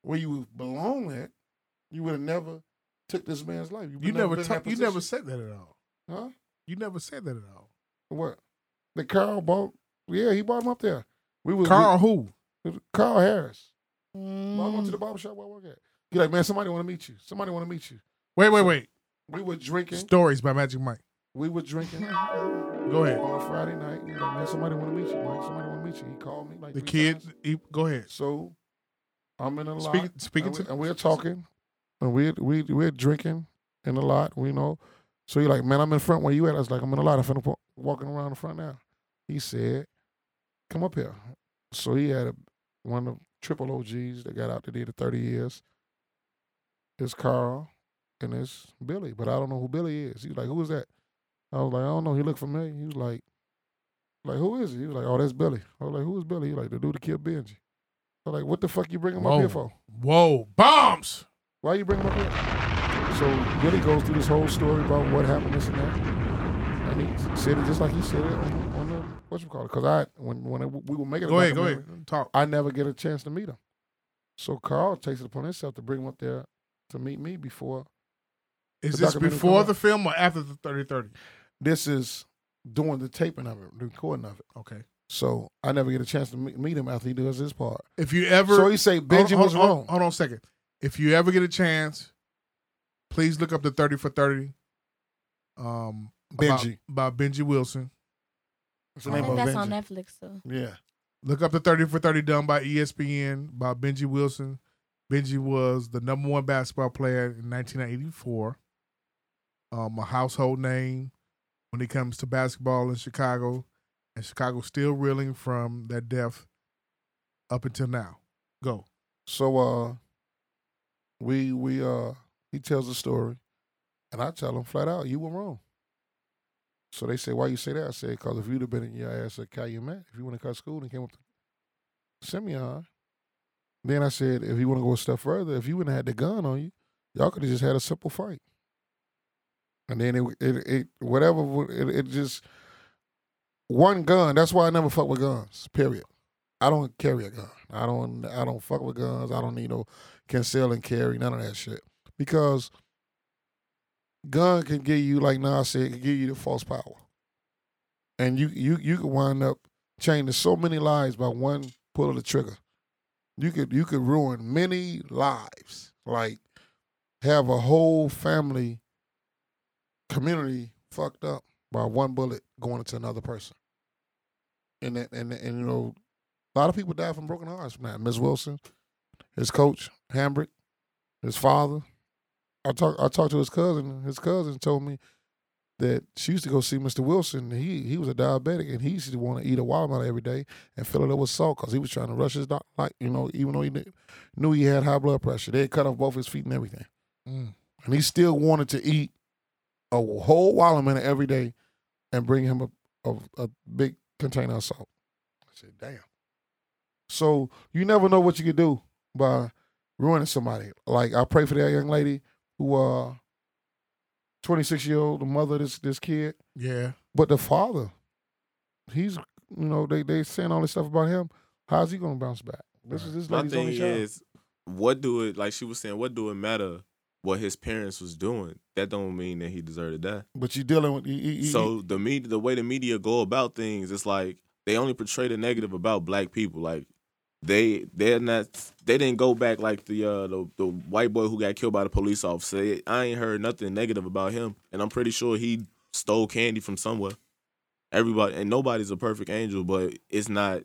[SPEAKER 5] where you belong at, you would have never took this man's life. would
[SPEAKER 6] You never.
[SPEAKER 5] been in that
[SPEAKER 6] T- you never
[SPEAKER 5] position."
[SPEAKER 6] said that at all.
[SPEAKER 5] huh?
[SPEAKER 6] You never said that at all.
[SPEAKER 5] What? The Carl bought? Yeah, he bought him up there. We was
[SPEAKER 6] Carl, who?
[SPEAKER 5] we- Carl Harris. I went to the barbershop where I work at. He like, man, somebody want to meet you. Somebody want to meet you.
[SPEAKER 6] Wait, wait, wait.
[SPEAKER 5] We were drinking.
[SPEAKER 6] Stories by Magic Mike.
[SPEAKER 5] We were drinking
[SPEAKER 6] [laughs] Go ahead.
[SPEAKER 5] on Friday night. He like, man, somebody want to meet you. Mike, somebody want to meet you. He called me like
[SPEAKER 6] The
[SPEAKER 5] three
[SPEAKER 6] kids.
[SPEAKER 5] times.
[SPEAKER 6] He, go ahead.
[SPEAKER 5] So I'm in a lot.
[SPEAKER 6] Speaking, speaking
[SPEAKER 5] and, we,
[SPEAKER 6] to.
[SPEAKER 5] and we're talking, and we we we're drinking in the lot, we know. So you're like, man, I'm in front. Where you at? I was like, I'm in the lot. I'm finna wa- walking around the front now. He said, come up here. So he had a, one of the triple OGs that got out there did the 30 years. it's Carl and it's Billy, but I don't know who Billy is. He was like, who is that? I was like, I don't know. He looked familiar. He was like, like who is he? He was like, oh, that's Billy. I was like, who is Billy? He like the dude that killed Benji. I was like, what the fuck you bring him up
[SPEAKER 6] Whoa.
[SPEAKER 5] here for?
[SPEAKER 6] Whoa, bombs!
[SPEAKER 5] Why you bring him up here? So Billy goes through this whole story about what happened, this and that, and he said it just like he said it on, on the what you call it. Because I when when it, we were making
[SPEAKER 6] Go
[SPEAKER 5] the
[SPEAKER 6] ahead, go
[SPEAKER 5] documentary,
[SPEAKER 6] ahead. Talk.
[SPEAKER 5] I never get a chance to meet him. So Carl takes it upon himself to bring him up there to meet me before.
[SPEAKER 6] Is
[SPEAKER 5] The
[SPEAKER 6] this
[SPEAKER 5] documentary
[SPEAKER 6] before
[SPEAKER 5] come
[SPEAKER 6] the
[SPEAKER 5] out.
[SPEAKER 6] film or after the 3030?
[SPEAKER 5] This is doing the taping of it, the recording of it.
[SPEAKER 6] Okay.
[SPEAKER 5] So I never get a chance to meet, meet him after he does his part.
[SPEAKER 6] If you ever
[SPEAKER 5] so he say Benji
[SPEAKER 6] hold,
[SPEAKER 5] was
[SPEAKER 6] hold-
[SPEAKER 5] wrong.
[SPEAKER 6] Hold on a second. If you ever get a chance, please look up the 30 for 30. Um about-
[SPEAKER 5] Benji.
[SPEAKER 6] By, Benji Wilson. Um,
[SPEAKER 5] It's
[SPEAKER 8] I
[SPEAKER 5] the name
[SPEAKER 8] think
[SPEAKER 5] of
[SPEAKER 8] that's
[SPEAKER 5] Benji.
[SPEAKER 8] on Netflix too.
[SPEAKER 5] Yeah.
[SPEAKER 6] Look up the 30 for 30 done by E ESPN by Benji Wilson. Benji was the number one basketball player in 1984. Um, a household name when it comes to basketball in Chicago. And Chicago's still reeling from that death up until now. Go.
[SPEAKER 5] So uh, we we uh, he tells the story, and I tell him flat out, you were wrong. So they say, why you say that? I said, because if you'd have been in your ass at Calumet, if you went to cut school and came up to Simeon, then I said, if you want to go a step further, if you wouldn't have had the gun on you, y'all could have just had a simple fight. And then it it, it whatever would- it, it just one gun. That's why I never fuck with guns. Period. I don't carry a gun. I don't I don't fuck with guns. I don't need no conceal and carry, none of that shit. Because gun can give you, like Nas said, it can give you the false power. And you you you could wind up changing so many lives by one pull of the trigger. You could you could ruin many lives. Like have a whole family community fucked up by one bullet going into another person. And that and and you know a lot of people die from broken hearts from that. Ms. Wilson, his coach, Hambrick, his father. I talk I talked to his cousin. His cousin told me that she used to go see Mr. Wilson. He he was a diabetic and he used to want to eat a watermelon every day and fill it up with salt because he was trying to rush his doc like, you know, even though he kn- knew he had high blood pressure. They had cut off both his feet and everything.
[SPEAKER 6] Mm.
[SPEAKER 5] And he still wanted to eat a whole watermelon every day and bring him a, a, a big container of salt. I said, damn. So you never know what you could do by ruining somebody. Like I pray for that young lady who uh 26 year old, the mother of this this kid,
[SPEAKER 6] Yeah.
[SPEAKER 5] but the father, he's you know, they they saying all this stuff about him. How's he gonna bounce back? This is this
[SPEAKER 7] My
[SPEAKER 5] lady's
[SPEAKER 7] thing
[SPEAKER 5] only child.
[SPEAKER 7] is, what do it like she was saying, what do it matter what his parents was doing? That don't mean that he deserved to die.
[SPEAKER 5] but you dealing with you, you, you-
[SPEAKER 7] So the media the way the media go about things, it's like they only portray the negative about black people. Like they they're not they didn't go back like the uh the, the white boy who got killed by the police officer. I ain't heard nothing negative about him. And I'm pretty sure he stole candy from somewhere. Everybody and nobody's a perfect angel, but it's not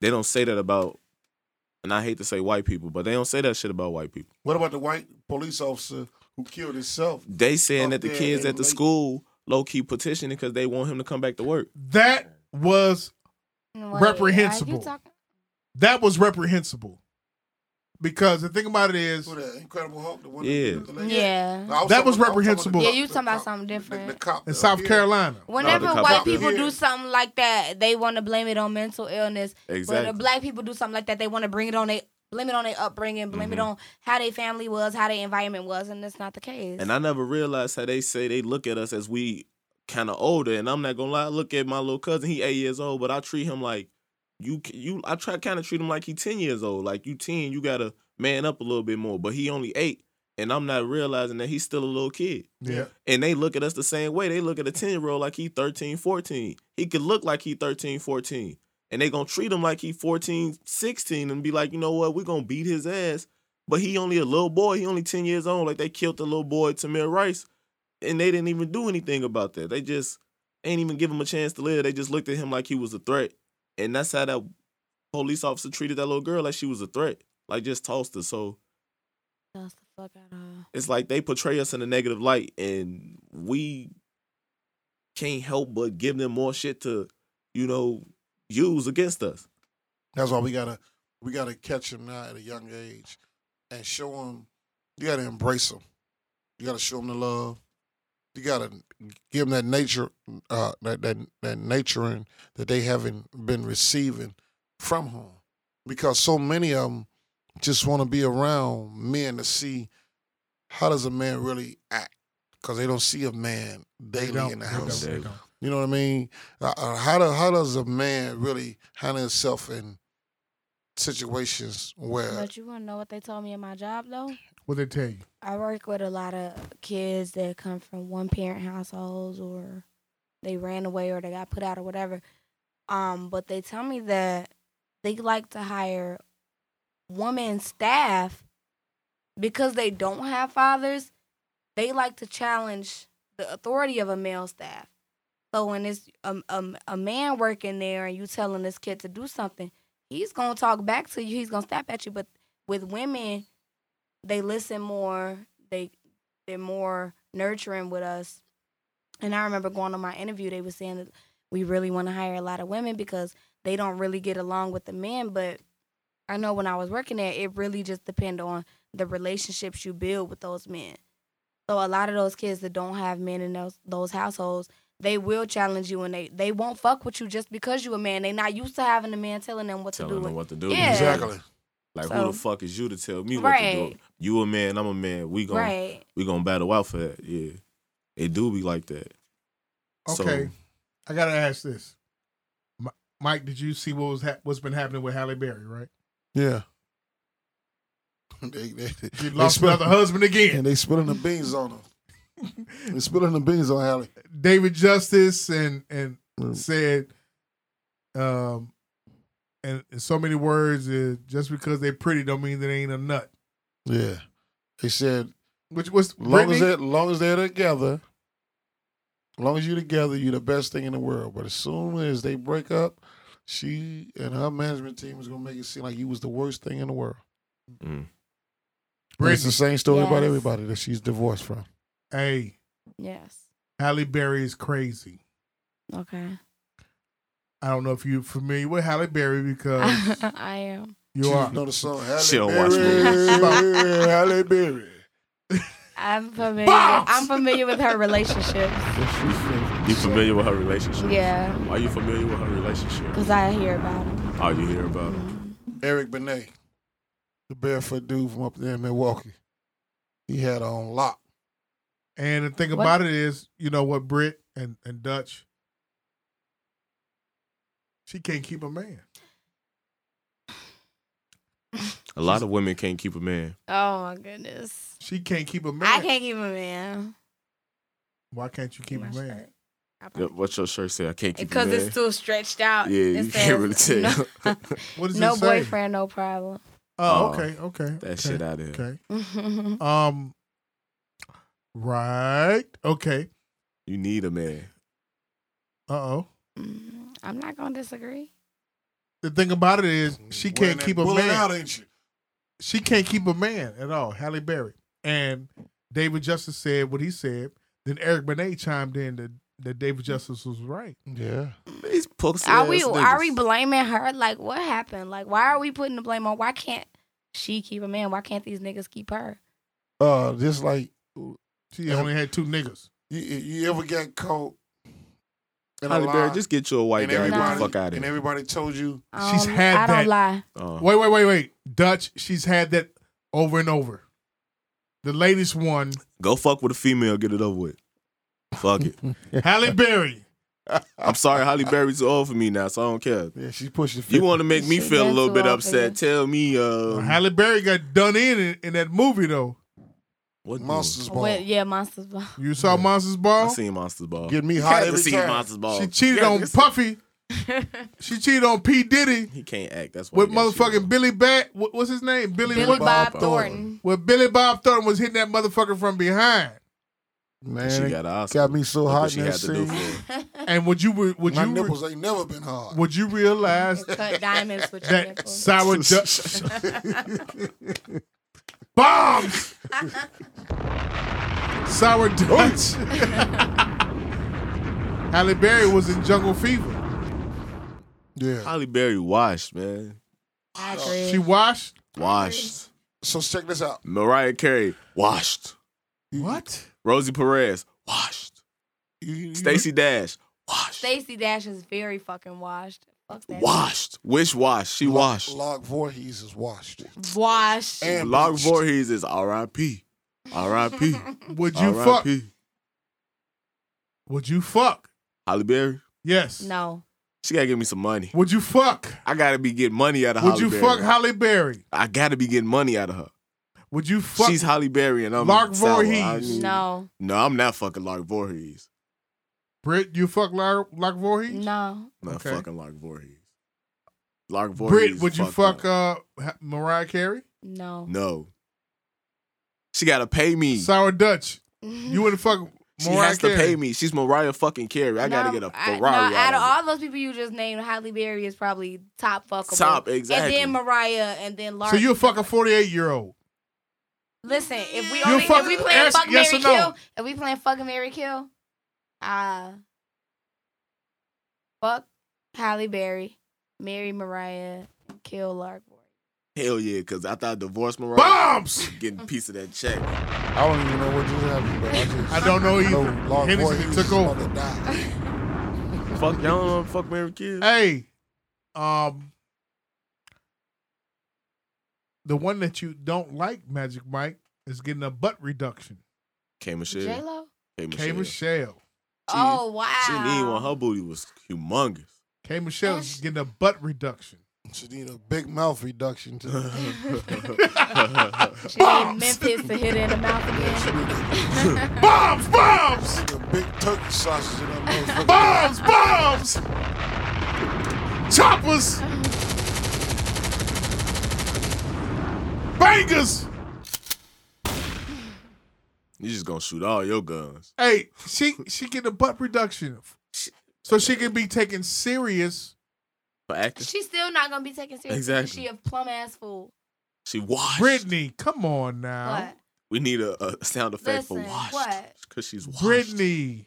[SPEAKER 7] they don't say that about and I hate to say white people, but they don't say that shit about white people.
[SPEAKER 5] what about the white police officer who killed himself?
[SPEAKER 7] They saying
[SPEAKER 5] Up
[SPEAKER 7] that the
[SPEAKER 5] there
[SPEAKER 7] kids
[SPEAKER 5] in
[SPEAKER 7] at the
[SPEAKER 5] Lake-
[SPEAKER 7] school low key petitioning because they want him to come back to work.
[SPEAKER 6] That was
[SPEAKER 8] Wait, are
[SPEAKER 6] Reprehensible.
[SPEAKER 8] you talking-
[SPEAKER 6] that was reprehensible. Because the thing about it is
[SPEAKER 5] the Incredible Hulk, the one
[SPEAKER 7] that Yeah. killed the
[SPEAKER 8] Yeah.
[SPEAKER 6] That was reprehensible.
[SPEAKER 8] Yeah, you talking about something different.
[SPEAKER 6] in South Carolina.
[SPEAKER 8] Whenever
[SPEAKER 7] cop-
[SPEAKER 8] white
[SPEAKER 7] cop-
[SPEAKER 8] people
[SPEAKER 5] yeah.
[SPEAKER 8] do something like that, they want to blame it on mental illness. When the
[SPEAKER 7] Exactly.
[SPEAKER 8] black people do something like that, they want to bring it on they blame it on their upbringing, blame it
[SPEAKER 7] Mm-hmm.
[SPEAKER 8] on how their family was, how their environment was, and that's not the case.
[SPEAKER 7] And I never realized how they say they look at us as we kind of older. And I'm not gonna lie, I look at my little cousin. He eight years old, but I treat him like you. You, I try kind of treat him like he ten years old. Like you ten, you gotta man up a little bit more. But he only eight, and I'm not realizing that he's still a little kid.
[SPEAKER 6] Yeah.
[SPEAKER 7] And they look at us the same way. They look at a 10 year old like he 13, 14. He could look like he 13, 14. And they gonna treat him like he 14, 16 and be like, you know what, we gonna beat his ass. But he only a little boy, he only 10 years old. Like they killed the little boy Tamir Rice. And they didn't even do anything about that. They just ain't even give him a chance to live. They just looked at him like he was a threat. And that's how that police officer treated that little girl like she was a threat. Like just tossed her. So
[SPEAKER 8] That's the fuck out of her.
[SPEAKER 7] it's like they portray us in a negative light and we can't help but give them more shit to you know use against us
[SPEAKER 5] That's why we gotta we gotta catch him now at a young age and show him You got to embrace them. You got to show them the love. You got to give them that nature, uh, that that that nurturing that they haven't been receiving from home, because so many of them just want to be around men to see how does a man really act, because they don't see a man daily in the house.
[SPEAKER 6] They don't.
[SPEAKER 5] You know what I mean? Uh, uh, how do, how does a man really handle himself in situations where
[SPEAKER 8] But you wanna know what they told me in my job though?
[SPEAKER 6] What they tell you?
[SPEAKER 8] I work with a lot of kids that come from one parent households or they ran away or they got put out or whatever. Um, but they tell me that they like to hire woman staff because they don't have fathers. They like to challenge the authority of a male staff. So when it's a, a, a man working there and you telling this kid to do something, he's gonna talk back to you. He's gonna snap at you. But with women, they listen more. They they're more nurturing with us. And I remember going on my interview, they were saying that we really want to hire a lot of women because they don't really get along with the men. But I know when I was working there, it really just depended on the relationships you build with those men. So a lot of those kids that don't have men in those those households, they will challenge you and they they won't fuck with you just because you a man. They not used to having a man telling them what to
[SPEAKER 7] telling
[SPEAKER 8] do.
[SPEAKER 7] them
[SPEAKER 8] and-
[SPEAKER 7] what to do.
[SPEAKER 8] Yeah.
[SPEAKER 5] exactly
[SPEAKER 7] Like
[SPEAKER 8] So-
[SPEAKER 7] who the fuck is you to tell me what to
[SPEAKER 8] Right.
[SPEAKER 7] do? You a man, I'm a man. We gonna
[SPEAKER 8] Right.
[SPEAKER 7] we gonna battle out for that. Yeah, it do be like that. So-
[SPEAKER 6] Okay, I gotta ask this, Mi- Mike. Did you see what was ha- what's been happening with Halle Berry? Right,
[SPEAKER 5] Yeah. [laughs] They, they, they
[SPEAKER 6] you lost
[SPEAKER 5] spill- [laughs]
[SPEAKER 6] another husband again.
[SPEAKER 5] And they spilling the beans on them. they spilling the beans on Halle.
[SPEAKER 6] [laughs] David Justice and and
[SPEAKER 5] Mm.
[SPEAKER 6] said, um, and in so many words, uh, just because they're pretty don't mean they ain't a nut.
[SPEAKER 5] Yeah. He said,
[SPEAKER 6] Which was
[SPEAKER 5] long
[SPEAKER 6] Britney?
[SPEAKER 5] as that, long as they're together, long as you're together, you're the best thing in the world. But as soon as they break up, she and her management team is gonna make it seem like you was the worst thing in the world.
[SPEAKER 7] Mm.
[SPEAKER 5] And It's the
[SPEAKER 6] Britney.
[SPEAKER 5] same story about
[SPEAKER 8] Yes.
[SPEAKER 5] everybody that she's divorced from.
[SPEAKER 6] Hey,
[SPEAKER 8] Yes.
[SPEAKER 6] Halle Berry is crazy.
[SPEAKER 8] Okay.
[SPEAKER 6] I don't know if you're familiar with Halle Berry
[SPEAKER 8] [laughs]
[SPEAKER 6] because
[SPEAKER 8] I am.
[SPEAKER 6] you
[SPEAKER 5] She
[SPEAKER 6] are.
[SPEAKER 5] know the song Halle
[SPEAKER 7] She don't
[SPEAKER 5] Berry,
[SPEAKER 7] watch
[SPEAKER 5] Halle Berry.
[SPEAKER 8] I'm familiar. I'm familiar with her relationships.
[SPEAKER 7] You familiar with her relationship?
[SPEAKER 8] Yeah,
[SPEAKER 7] Are you familiar with her relationship?
[SPEAKER 8] because I hear about
[SPEAKER 6] Oh.
[SPEAKER 8] Mm-hmm. them.
[SPEAKER 7] All you hear about
[SPEAKER 5] Eric Benet, the barefoot dude from up there in Milwaukee. He had her on lock.
[SPEAKER 6] And the thing
[SPEAKER 8] What-
[SPEAKER 6] about it is, you know what, Brit and, and Dutch, she can't keep a man.
[SPEAKER 7] a lot of women can't keep a man.
[SPEAKER 8] Oh my goodness.
[SPEAKER 6] She can't keep a man.
[SPEAKER 8] I can't keep a man.
[SPEAKER 6] Why can't you keep a man?
[SPEAKER 7] Yeah, What's your shirt say? I can't keep a
[SPEAKER 8] Because
[SPEAKER 7] man.
[SPEAKER 8] it's too stretched out.
[SPEAKER 7] Yeah,
[SPEAKER 8] It
[SPEAKER 7] you can't
[SPEAKER 8] says,
[SPEAKER 7] [laughs] really tell.
[SPEAKER 8] No,
[SPEAKER 6] What does
[SPEAKER 8] no
[SPEAKER 6] it say?
[SPEAKER 8] boyfriend, no problem. [laughs]
[SPEAKER 7] Oh,
[SPEAKER 6] Oh, okay, okay.
[SPEAKER 7] that
[SPEAKER 6] okay,
[SPEAKER 7] shit out of here.
[SPEAKER 6] Okay.
[SPEAKER 8] Mm,
[SPEAKER 6] Um. Right. Okay.
[SPEAKER 7] You need a man.
[SPEAKER 6] Uh oh.
[SPEAKER 8] Mm, I'm not gonna disagree.
[SPEAKER 6] The thing about it is, she
[SPEAKER 5] Mm, Wearing
[SPEAKER 6] can't
[SPEAKER 5] that
[SPEAKER 6] keep a
[SPEAKER 5] bullet
[SPEAKER 6] man.
[SPEAKER 5] out, ain't you?
[SPEAKER 6] she can't keep a man at all. Halle Berry and David Justice said what he said. Then Eric Benet chimed in that, that
[SPEAKER 8] Mm.
[SPEAKER 6] David Justice was right.
[SPEAKER 5] Yeah.
[SPEAKER 7] These pussy
[SPEAKER 8] Are we
[SPEAKER 7] ass
[SPEAKER 8] are we
[SPEAKER 7] niggas.
[SPEAKER 8] blaming her? Like what happened? Like why are we putting the blame on? Why can't she keep a man? Why can't these niggas keep her?
[SPEAKER 5] Uh, just like
[SPEAKER 6] She only had two niggas.
[SPEAKER 5] you, you ever got caught in a
[SPEAKER 7] Halle Berry,
[SPEAKER 5] lie
[SPEAKER 7] just get you a white
[SPEAKER 5] and
[SPEAKER 7] guy. and Get the
[SPEAKER 8] everybody-
[SPEAKER 7] fuck out of
[SPEAKER 5] and
[SPEAKER 7] here.
[SPEAKER 5] everybody told [laughs] you
[SPEAKER 8] I
[SPEAKER 6] She's
[SPEAKER 8] don't-
[SPEAKER 6] had
[SPEAKER 8] Um, I don't
[SPEAKER 6] that.
[SPEAKER 8] lie.
[SPEAKER 7] Uh,
[SPEAKER 6] Uh-huh. Wait, wait, wait, wait. Dutch, she's had that over and over. The latest one,
[SPEAKER 7] Go fuck with a female. Get it over with. Fuck it.
[SPEAKER 6] Halle Berry.
[SPEAKER 7] I'm sorry, Holly Berry's too old for me now, so I don't care.
[SPEAKER 5] Yeah, she's pushing
[SPEAKER 7] You want to make me
[SPEAKER 8] She
[SPEAKER 7] feel a
[SPEAKER 8] been
[SPEAKER 7] little
[SPEAKER 8] too
[SPEAKER 7] bit
[SPEAKER 8] old for
[SPEAKER 7] upset? Tell me, uh,
[SPEAKER 6] Halle Berry got done in, in that movie though.
[SPEAKER 7] what
[SPEAKER 5] monsters ball.
[SPEAKER 8] Well, yeah, monsters ball.
[SPEAKER 6] You saw Monsters
[SPEAKER 7] I
[SPEAKER 6] Ball.
[SPEAKER 7] seen Monsters Ball.
[SPEAKER 5] Get me
[SPEAKER 7] I
[SPEAKER 5] hot
[SPEAKER 7] haven't
[SPEAKER 5] every
[SPEAKER 7] seen
[SPEAKER 5] time.
[SPEAKER 7] Monsters Ball.
[SPEAKER 6] She cheated
[SPEAKER 7] Yeah,
[SPEAKER 6] on
[SPEAKER 7] this-
[SPEAKER 6] Puffy. she cheated on P Diddy
[SPEAKER 7] He can't act. That's why.
[SPEAKER 6] with
[SPEAKER 7] he got shit
[SPEAKER 6] motherfucking
[SPEAKER 7] on.
[SPEAKER 6] Billy Bat. What, what's his name? Billy.
[SPEAKER 8] Billy
[SPEAKER 6] what-
[SPEAKER 8] Bob,
[SPEAKER 5] Bob
[SPEAKER 8] Thornton.
[SPEAKER 6] Where Billy Bob Thornton was hitting that motherfucker from behind.
[SPEAKER 5] Man,
[SPEAKER 7] She
[SPEAKER 5] it
[SPEAKER 7] got an Oscar.
[SPEAKER 5] got me so
[SPEAKER 7] Look what
[SPEAKER 5] hot
[SPEAKER 7] she
[SPEAKER 5] in that
[SPEAKER 7] had to do
[SPEAKER 5] scene.
[SPEAKER 7] for him.
[SPEAKER 6] And would you would would
[SPEAKER 5] My
[SPEAKER 6] you re-
[SPEAKER 5] nipples ain't never been hard.
[SPEAKER 6] would you realize [laughs]
[SPEAKER 8] [laughs] Cut diamonds with your
[SPEAKER 6] that
[SPEAKER 8] nipples.
[SPEAKER 5] [laughs]
[SPEAKER 6] sour [laughs] Dutch bombs.
[SPEAKER 5] [laughs]
[SPEAKER 6] sour Dutch. Halle Berry was in Jungle Fever.
[SPEAKER 5] Yeah.
[SPEAKER 7] Holly Berry washed, man.
[SPEAKER 8] I
[SPEAKER 6] She
[SPEAKER 8] agree.
[SPEAKER 6] washed.
[SPEAKER 7] Washed.
[SPEAKER 5] So check this out.
[SPEAKER 7] Mariah Carey washed.
[SPEAKER 6] What?
[SPEAKER 7] Rosie Perez washed.
[SPEAKER 5] You- you-
[SPEAKER 7] Stacey Dash washed.
[SPEAKER 8] Stacey Dash is very fucking washed. Fuck that.
[SPEAKER 7] Washed. Which washed? She washed.
[SPEAKER 5] Log Voorhees is washed.
[SPEAKER 8] Washed.
[SPEAKER 5] And
[SPEAKER 7] Log
[SPEAKER 5] bleached.
[SPEAKER 7] Voorhees is R.I.P. R.I.P.
[SPEAKER 6] Would [laughs] you fuck?
[SPEAKER 7] R.I.P.
[SPEAKER 6] Would you fuck?
[SPEAKER 7] Holly Berry.
[SPEAKER 6] Yes.
[SPEAKER 8] No.
[SPEAKER 7] She gotta give me some money.
[SPEAKER 6] Would you fuck?
[SPEAKER 7] I gotta be getting money out of
[SPEAKER 6] Would
[SPEAKER 7] Holly
[SPEAKER 6] you
[SPEAKER 7] Berry.
[SPEAKER 6] fuck Holly Berry?
[SPEAKER 7] I gotta be getting money out of her.
[SPEAKER 6] Would you fuck?
[SPEAKER 7] She's Holly Berry and I'm
[SPEAKER 6] Lark
[SPEAKER 7] sour. I
[SPEAKER 6] Voorhees.
[SPEAKER 7] mean-
[SPEAKER 8] No.
[SPEAKER 7] No, I'm not fucking Lark Voorhees.
[SPEAKER 6] Britt, you fuck Lark, Lark Voorhees?
[SPEAKER 8] No.
[SPEAKER 7] I'm not
[SPEAKER 6] Okay.
[SPEAKER 7] fucking Lark Voorhees. Lark Voorhees.
[SPEAKER 6] Britt, would you
[SPEAKER 7] fucked
[SPEAKER 6] fuck
[SPEAKER 7] up.
[SPEAKER 6] uh, Ha- Mariah Carey?
[SPEAKER 8] No.
[SPEAKER 7] No. She gotta pay me.
[SPEAKER 6] Sour Dutch.
[SPEAKER 8] [laughs]
[SPEAKER 6] You wouldn't fuck
[SPEAKER 7] she
[SPEAKER 6] Mariah
[SPEAKER 7] has
[SPEAKER 6] Carey.
[SPEAKER 7] to pay me. She's Mariah fucking Carey. I gotta
[SPEAKER 8] No,
[SPEAKER 7] get a
[SPEAKER 8] I-
[SPEAKER 7] Ferrari.
[SPEAKER 8] no,
[SPEAKER 7] out
[SPEAKER 8] out
[SPEAKER 7] of it.
[SPEAKER 8] of all those people you just named, Holly Berry is probably top fuckable.
[SPEAKER 7] Top, exactly.
[SPEAKER 8] And then Mariah, and then Lark.
[SPEAKER 6] So you'll fuck a 48 year old.
[SPEAKER 8] Listen, if we
[SPEAKER 6] You'll
[SPEAKER 8] only,
[SPEAKER 6] fuck-
[SPEAKER 8] if we playing
[SPEAKER 6] ask
[SPEAKER 8] fuck
[SPEAKER 6] yes
[SPEAKER 8] Mary
[SPEAKER 6] or no.
[SPEAKER 8] Kill, if we playing fuck Mary Kill, uh fuck Halle Berry, marry Mariah, and kill Lark Boy.
[SPEAKER 7] Hell yeah, because I thought divorce Mariah
[SPEAKER 6] Bombs!
[SPEAKER 7] getting a piece of that check.
[SPEAKER 5] I don't even know what just happened, but I just
[SPEAKER 6] I don't know
[SPEAKER 5] know
[SPEAKER 6] either.
[SPEAKER 5] Log
[SPEAKER 6] Hennessy
[SPEAKER 5] Voorhees
[SPEAKER 6] took
[SPEAKER 5] is
[SPEAKER 6] over.
[SPEAKER 5] about to die.
[SPEAKER 7] fuck y'all don't know fuck Mary Kill.
[SPEAKER 6] Hey, um, the one that you don't like, Magic Mike, is getting a butt reduction.
[SPEAKER 7] K
[SPEAKER 8] J
[SPEAKER 7] Michelle.
[SPEAKER 8] Lo.
[SPEAKER 7] K
[SPEAKER 6] K
[SPEAKER 7] Michelle. She
[SPEAKER 6] Michelle.
[SPEAKER 8] Oh wow.
[SPEAKER 7] need one. Her booty was
[SPEAKER 5] [laughs]
[SPEAKER 7] humongous.
[SPEAKER 6] K Michelle's
[SPEAKER 8] Ash-
[SPEAKER 6] getting a
[SPEAKER 7] [laughs]
[SPEAKER 6] butt reduction.
[SPEAKER 5] She need a big mouth reduction to
[SPEAKER 8] She need Memphis to hit her in the mouth
[SPEAKER 6] [laughs]
[SPEAKER 8] again. [laughs]
[SPEAKER 6] Bombs! Bombs!
[SPEAKER 5] a big turkey sausage in her [laughs] mouth.
[SPEAKER 6] Bombs! Bombs! Choppers! Bangers!
[SPEAKER 7] [laughs] You just gonna shoot all your guns.
[SPEAKER 6] Hey, she she getting a butt reduction, so she can be taken serious.
[SPEAKER 7] For acting.
[SPEAKER 8] She's still not gonna be taken seriously.
[SPEAKER 7] Exactly.
[SPEAKER 8] She a plum ass fool.
[SPEAKER 7] She washed.
[SPEAKER 6] Brittany, come on now.
[SPEAKER 8] What?
[SPEAKER 7] We need a, a sound effect for
[SPEAKER 8] Listen,
[SPEAKER 7] washed.
[SPEAKER 8] what?
[SPEAKER 7] Because she's washed.
[SPEAKER 6] Brittany,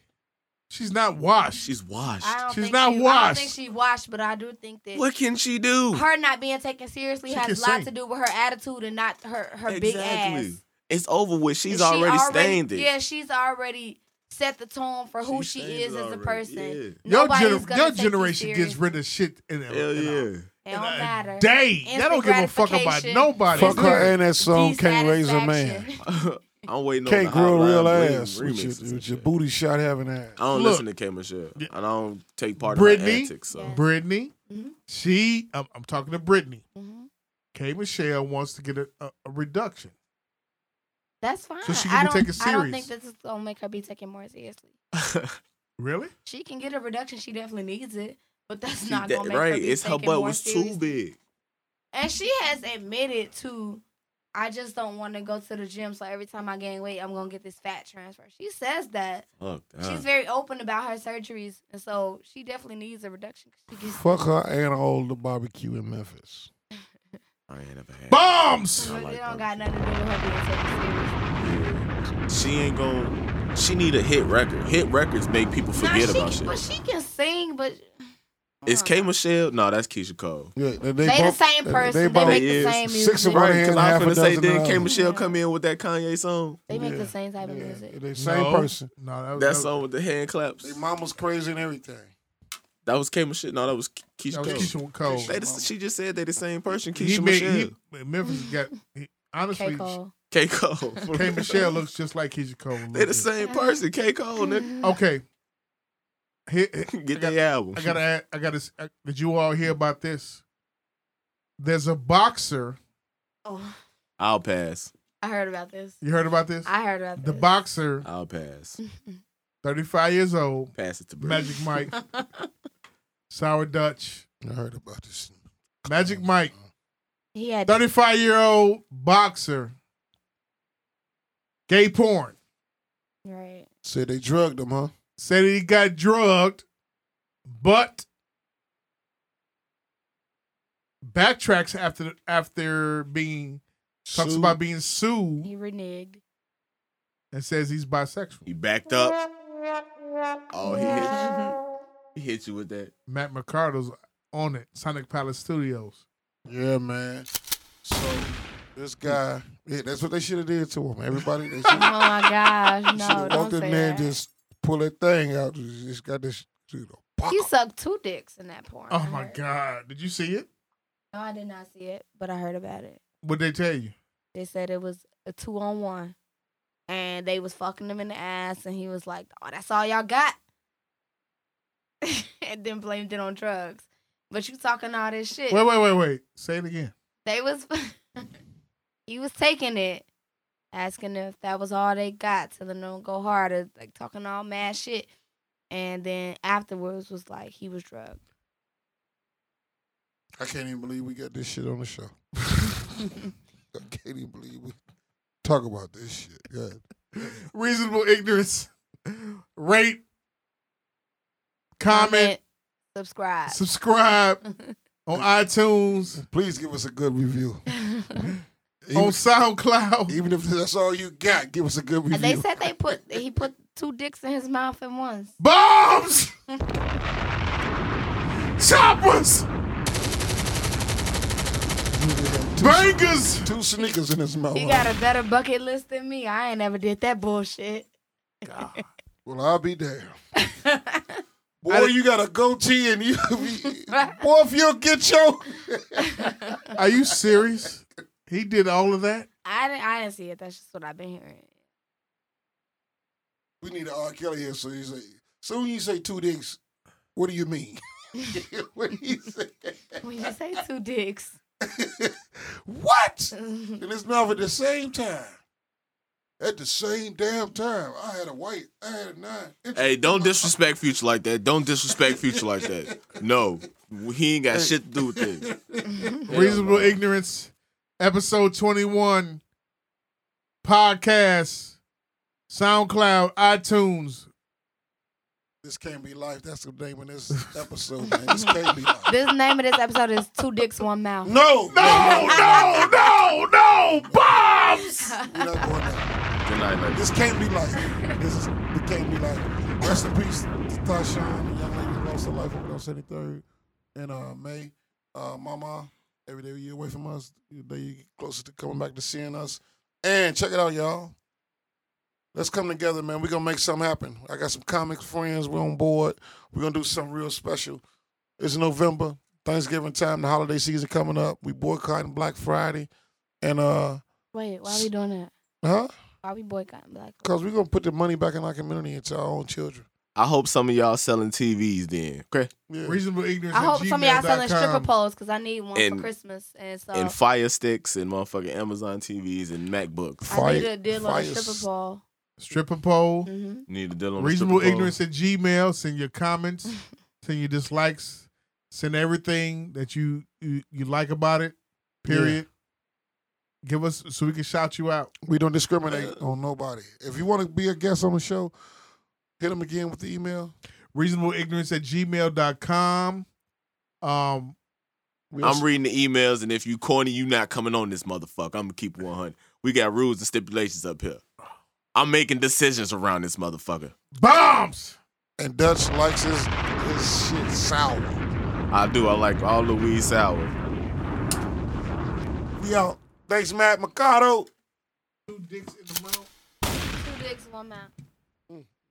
[SPEAKER 6] she's not washed.
[SPEAKER 7] She's washed.
[SPEAKER 8] I don't
[SPEAKER 6] She's
[SPEAKER 8] think
[SPEAKER 6] not
[SPEAKER 8] she, I don't
[SPEAKER 6] washed.
[SPEAKER 8] think she washed, but I do think that
[SPEAKER 7] What can she do?
[SPEAKER 8] her not being taken seriously
[SPEAKER 6] She
[SPEAKER 8] has
[SPEAKER 6] can
[SPEAKER 8] a lot
[SPEAKER 6] sing.
[SPEAKER 8] to do with her attitude and not her her big ass.
[SPEAKER 7] It's over with. She's
[SPEAKER 8] And she
[SPEAKER 7] already stained it.
[SPEAKER 8] Yeah, she's already set the tone for who
[SPEAKER 7] She
[SPEAKER 8] she
[SPEAKER 7] stained
[SPEAKER 8] is
[SPEAKER 7] it
[SPEAKER 8] as a
[SPEAKER 7] already,
[SPEAKER 8] person.
[SPEAKER 6] your gener-
[SPEAKER 8] Nobody's gonna
[SPEAKER 6] your
[SPEAKER 8] take you
[SPEAKER 6] generation gets
[SPEAKER 8] serious.
[SPEAKER 6] rid of shit in a,
[SPEAKER 7] Hell
[SPEAKER 6] in a-
[SPEAKER 7] yeah.
[SPEAKER 8] It
[SPEAKER 6] in
[SPEAKER 8] don't
[SPEAKER 6] a
[SPEAKER 8] matter.
[SPEAKER 6] day. They
[SPEAKER 8] Instant
[SPEAKER 6] don't give a fuck about
[SPEAKER 8] gratification.
[SPEAKER 6] nobody.
[SPEAKER 5] Fuck her
[SPEAKER 8] It's
[SPEAKER 5] and that song can't raise a
[SPEAKER 7] [laughs]
[SPEAKER 5] man.
[SPEAKER 8] Dissatisfaction.
[SPEAKER 7] I'm waiting
[SPEAKER 5] Can't
[SPEAKER 7] on the
[SPEAKER 5] grow a real
[SPEAKER 7] Hotline Bling
[SPEAKER 5] ass with
[SPEAKER 7] remixes
[SPEAKER 5] your,
[SPEAKER 7] and
[SPEAKER 5] with your
[SPEAKER 7] shit.
[SPEAKER 5] booty shot having ass.
[SPEAKER 7] I don't
[SPEAKER 6] Look.
[SPEAKER 7] listen to K Michelle. And I don't take part in
[SPEAKER 6] Brittany?
[SPEAKER 7] her antics. So
[SPEAKER 8] Yeah.
[SPEAKER 6] Brittany,
[SPEAKER 8] Mhm.
[SPEAKER 6] she, I'm, I'm talking to Brittany.
[SPEAKER 8] Mhm.
[SPEAKER 6] K Michelle wants to get a, a, a reduction.
[SPEAKER 8] That's fine.
[SPEAKER 6] So she can
[SPEAKER 8] I
[SPEAKER 6] be
[SPEAKER 8] don't,
[SPEAKER 6] taken
[SPEAKER 8] I don't think
[SPEAKER 6] serious.
[SPEAKER 8] this is gonna make her be taken more seriously.
[SPEAKER 7] [laughs]
[SPEAKER 6] Really?
[SPEAKER 8] She can get a reduction. She definitely needs it, but that's
[SPEAKER 7] She
[SPEAKER 8] not
[SPEAKER 7] de-
[SPEAKER 8] gonna make her
[SPEAKER 7] right,
[SPEAKER 8] be
[SPEAKER 7] it's her
[SPEAKER 8] taken
[SPEAKER 7] butt
[SPEAKER 8] more
[SPEAKER 7] was
[SPEAKER 8] seriously.
[SPEAKER 7] too big.
[SPEAKER 8] And she has admitted to, I just don't want to go to the gym. So every time I gain weight, I'm gonna get this fat transfer. She says that.
[SPEAKER 7] Fuck
[SPEAKER 8] She's
[SPEAKER 7] that.
[SPEAKER 8] very open about her surgeries, and so she definitely needs a reduction. 'cause She gets
[SPEAKER 5] Fuck her and all the barbecue in Memphis.
[SPEAKER 7] I ain't never had.
[SPEAKER 6] Bombs!
[SPEAKER 8] Well,
[SPEAKER 7] like
[SPEAKER 8] it
[SPEAKER 7] barbecue.
[SPEAKER 8] don't got nothing to do with her being taken
[SPEAKER 7] Yeah. She ain't gon' She need a hit record. Hit records make people forget
[SPEAKER 8] serious. Nah,
[SPEAKER 7] about
[SPEAKER 8] she,
[SPEAKER 7] shit.
[SPEAKER 8] can- But she can sing, but
[SPEAKER 7] It's K Michelle. No, that's Keisha Cole.
[SPEAKER 5] Yeah, they,
[SPEAKER 8] they the
[SPEAKER 5] both-
[SPEAKER 8] same person. They,
[SPEAKER 5] both-
[SPEAKER 8] make the
[SPEAKER 7] is
[SPEAKER 8] same music.
[SPEAKER 5] six of one
[SPEAKER 7] Right,
[SPEAKER 5] hand,
[SPEAKER 7] because I
[SPEAKER 5] half
[SPEAKER 7] was
[SPEAKER 5] a
[SPEAKER 7] gonna say,
[SPEAKER 5] dozen
[SPEAKER 7] then
[SPEAKER 5] of
[SPEAKER 7] K
[SPEAKER 5] them.
[SPEAKER 7] Michelle come in with that Kanye song.
[SPEAKER 8] They make
[SPEAKER 5] Yeah.
[SPEAKER 8] the same type of
[SPEAKER 5] Yeah,
[SPEAKER 8] music.
[SPEAKER 5] they same
[SPEAKER 6] No.
[SPEAKER 5] person.
[SPEAKER 6] No, that, was-
[SPEAKER 7] That
[SPEAKER 6] that,
[SPEAKER 7] song with the hand claps.
[SPEAKER 5] They mama's crazy and everything.
[SPEAKER 7] That was K Michelle. No, that was Ke- Keisha
[SPEAKER 6] was
[SPEAKER 7] Cole.
[SPEAKER 6] Keisha Cole.
[SPEAKER 7] They just- she just said they the same person.
[SPEAKER 6] He
[SPEAKER 7] Keisha
[SPEAKER 6] made-
[SPEAKER 7] Michelle.
[SPEAKER 6] he- Memphis got he,
[SPEAKER 8] K.
[SPEAKER 6] honestly.
[SPEAKER 8] Cole.
[SPEAKER 7] K
[SPEAKER 6] [laughs]
[SPEAKER 7] Cole.
[SPEAKER 6] K Michelle looks just like Keisha Cole. a little
[SPEAKER 7] They the
[SPEAKER 6] bit.
[SPEAKER 7] same person. K Cole.
[SPEAKER 6] [laughs]
[SPEAKER 7] Nigga.
[SPEAKER 6] Okay. Here,
[SPEAKER 7] Get
[SPEAKER 6] I got-
[SPEAKER 7] that album.
[SPEAKER 6] I gotta. add- I gotta. s- uh, Did you all hear about this? There's a boxer.
[SPEAKER 8] Oh,
[SPEAKER 7] I'll pass.
[SPEAKER 8] I heard about this.
[SPEAKER 6] You heard about this?
[SPEAKER 8] I heard about
[SPEAKER 6] the
[SPEAKER 8] this.
[SPEAKER 6] boxer,
[SPEAKER 7] I'll pass.
[SPEAKER 6] 35 years old,
[SPEAKER 7] Pass it to Brittany.
[SPEAKER 6] Magic
[SPEAKER 8] [laughs]
[SPEAKER 6] Mike, Sour Dutch,
[SPEAKER 5] I heard about this.
[SPEAKER 6] Magic Mike,
[SPEAKER 8] He had
[SPEAKER 6] 35 year old boxer, gay porn.
[SPEAKER 8] right.
[SPEAKER 5] Said they drugged him, huh?
[SPEAKER 6] Said he got drugged, but backtracks after after being talks
[SPEAKER 5] Sued.
[SPEAKER 6] about being sued
[SPEAKER 8] He reneged.
[SPEAKER 6] and says he's bisexual.
[SPEAKER 7] He backed up. Oh, he hit
[SPEAKER 6] Mm-hmm.
[SPEAKER 7] you. He hit you with that.
[SPEAKER 6] Matt Mercado's on it, Sonic Palace Studios.
[SPEAKER 5] Yeah, man. So This guy, yeah, that's what they should have did to him. Everybody, [laughs] they should
[SPEAKER 8] Oh my gosh, no,
[SPEAKER 5] have
[SPEAKER 8] don't
[SPEAKER 5] walked in
[SPEAKER 8] say
[SPEAKER 5] there and
[SPEAKER 8] that.
[SPEAKER 5] just pull that thing out. Just, just got this, you know, pop.
[SPEAKER 8] He sucked two dicks in that porn.
[SPEAKER 6] Oh
[SPEAKER 8] I
[SPEAKER 6] my
[SPEAKER 8] heard.
[SPEAKER 6] God! Did you see it?
[SPEAKER 8] No, I did not see it, but I heard about it.
[SPEAKER 6] What they tell you?
[SPEAKER 8] They said it was a two on one, and they was fucking him in the ass, and he was like, "Oh, that's all y'all got," [laughs] and then blamed it on drugs. But you talking all this shit?
[SPEAKER 6] Wait, wait, wait, wait. Say it again. [laughs]
[SPEAKER 8] They was [laughs] he was taking it, asking if that was all they got, telling them to go harder, like talking all mad shit. And then afterwards was like he was drugged.
[SPEAKER 5] I can't even believe we got this shit on the show. [laughs] I can't even believe we talk about this shit. God.
[SPEAKER 6] Reasonable ignorance. Rate. Comment. [laughs]
[SPEAKER 8] subscribe. [laughs]
[SPEAKER 6] Subscribe on iTunes.
[SPEAKER 5] Please give us a good review.
[SPEAKER 6] On Oh,
[SPEAKER 5] Even,
[SPEAKER 6] SoundCloud.
[SPEAKER 5] even if that's all you got, give us a good review.
[SPEAKER 8] And they said they put he put two dicks in his mouth at once.
[SPEAKER 6] [laughs] Bombs. Choppers. Bangers.
[SPEAKER 5] Two sneakers in his mouth.
[SPEAKER 8] He got a better bucket list than me. I ain't never did that bullshit. [laughs]
[SPEAKER 5] Well, I'll be damned. Boy, you got a goatee and you. [laughs] Boy, if you'll get your.
[SPEAKER 6] Are you serious? He did all of that.
[SPEAKER 8] I didn't I didn't see it. That's just what I've been hearing.
[SPEAKER 5] We need an R. Kelly here. So you say, soon you say two dicks, what do you mean? [laughs] what do you say?
[SPEAKER 8] When you say two [laughs] dicks.
[SPEAKER 5] what? In his mouth at the same time. At the same damn time. I had a white, I had a nine. It-
[SPEAKER 7] Hey, don't disrespect Future like that. Don't disrespect Future like that. No, he ain't got shit to do with this.
[SPEAKER 6] Reasonable Ignorance, episode 21, podcast, SoundCloud, iTunes.
[SPEAKER 5] This can't be life. That's the name of this episode, man. This can't be life.
[SPEAKER 8] This name of this episode is Two Dicks One Mouth. [laughs]
[SPEAKER 5] No,
[SPEAKER 6] No, no, no, no, bombs!
[SPEAKER 5] We're not going there.
[SPEAKER 7] Good night, ladies.
[SPEAKER 5] This can't be like. This is, it can't be like. Rest in peace, Tashawn, the young lady who lost her life on August 23rd in uh, May. Uh, Mama, every day you're away from us, the day you get closer to coming back to seeing us. And check it out, y'all. Let's come together, man. We're going to make something happen. I got some comic friends. We're on board. We're going to do something real special. It's November, Thanksgiving time, the holiday season coming up. We boycotting Black Friday. And, uh,
[SPEAKER 8] Wait, why we doing that?
[SPEAKER 5] huh?
[SPEAKER 8] Why we boycotting black?
[SPEAKER 5] Cause we're gonna put the money back in our community into our own children.
[SPEAKER 7] I hope some of y'all selling TVs then. Okay.
[SPEAKER 5] Yeah.
[SPEAKER 6] Reasonable Ignorance.
[SPEAKER 8] I hope some of y'all selling stripper
[SPEAKER 6] poles.
[SPEAKER 8] poles because I need one
[SPEAKER 7] And-
[SPEAKER 8] for Christmas. And so
[SPEAKER 7] And fire sticks and motherfucking Amazon TVs and MacBooks.
[SPEAKER 8] I need a deal on a
[SPEAKER 5] fire-
[SPEAKER 8] stripper pole.
[SPEAKER 6] Stripper pole.
[SPEAKER 8] hmm
[SPEAKER 7] Need to deal on the
[SPEAKER 6] Reasonable
[SPEAKER 7] stripper pole.
[SPEAKER 6] Ignorance at Gmail. Send your comments,
[SPEAKER 8] [laughs]
[SPEAKER 6] send your dislikes, send everything that you you, you like about it, period. Give us so we can shout you out.
[SPEAKER 5] We don't discriminate on nobody. If you want to be a guest on the show, hit them again with the email.
[SPEAKER 6] Reasonable Ignorance at gmail.com. Um,
[SPEAKER 5] We'll
[SPEAKER 7] I'm reading the emails, and if you corny, you not coming on this motherfucker. I'm gonna keep it 100. We got rules and stipulations up here. I'm making decisions around this motherfucker.
[SPEAKER 6] bombs.
[SPEAKER 5] and Dutch likes his his shit sour.
[SPEAKER 7] I do. I like all the weed sour.
[SPEAKER 5] We out. Thanks, Matt Mercado.
[SPEAKER 8] Two dicks, one mouth.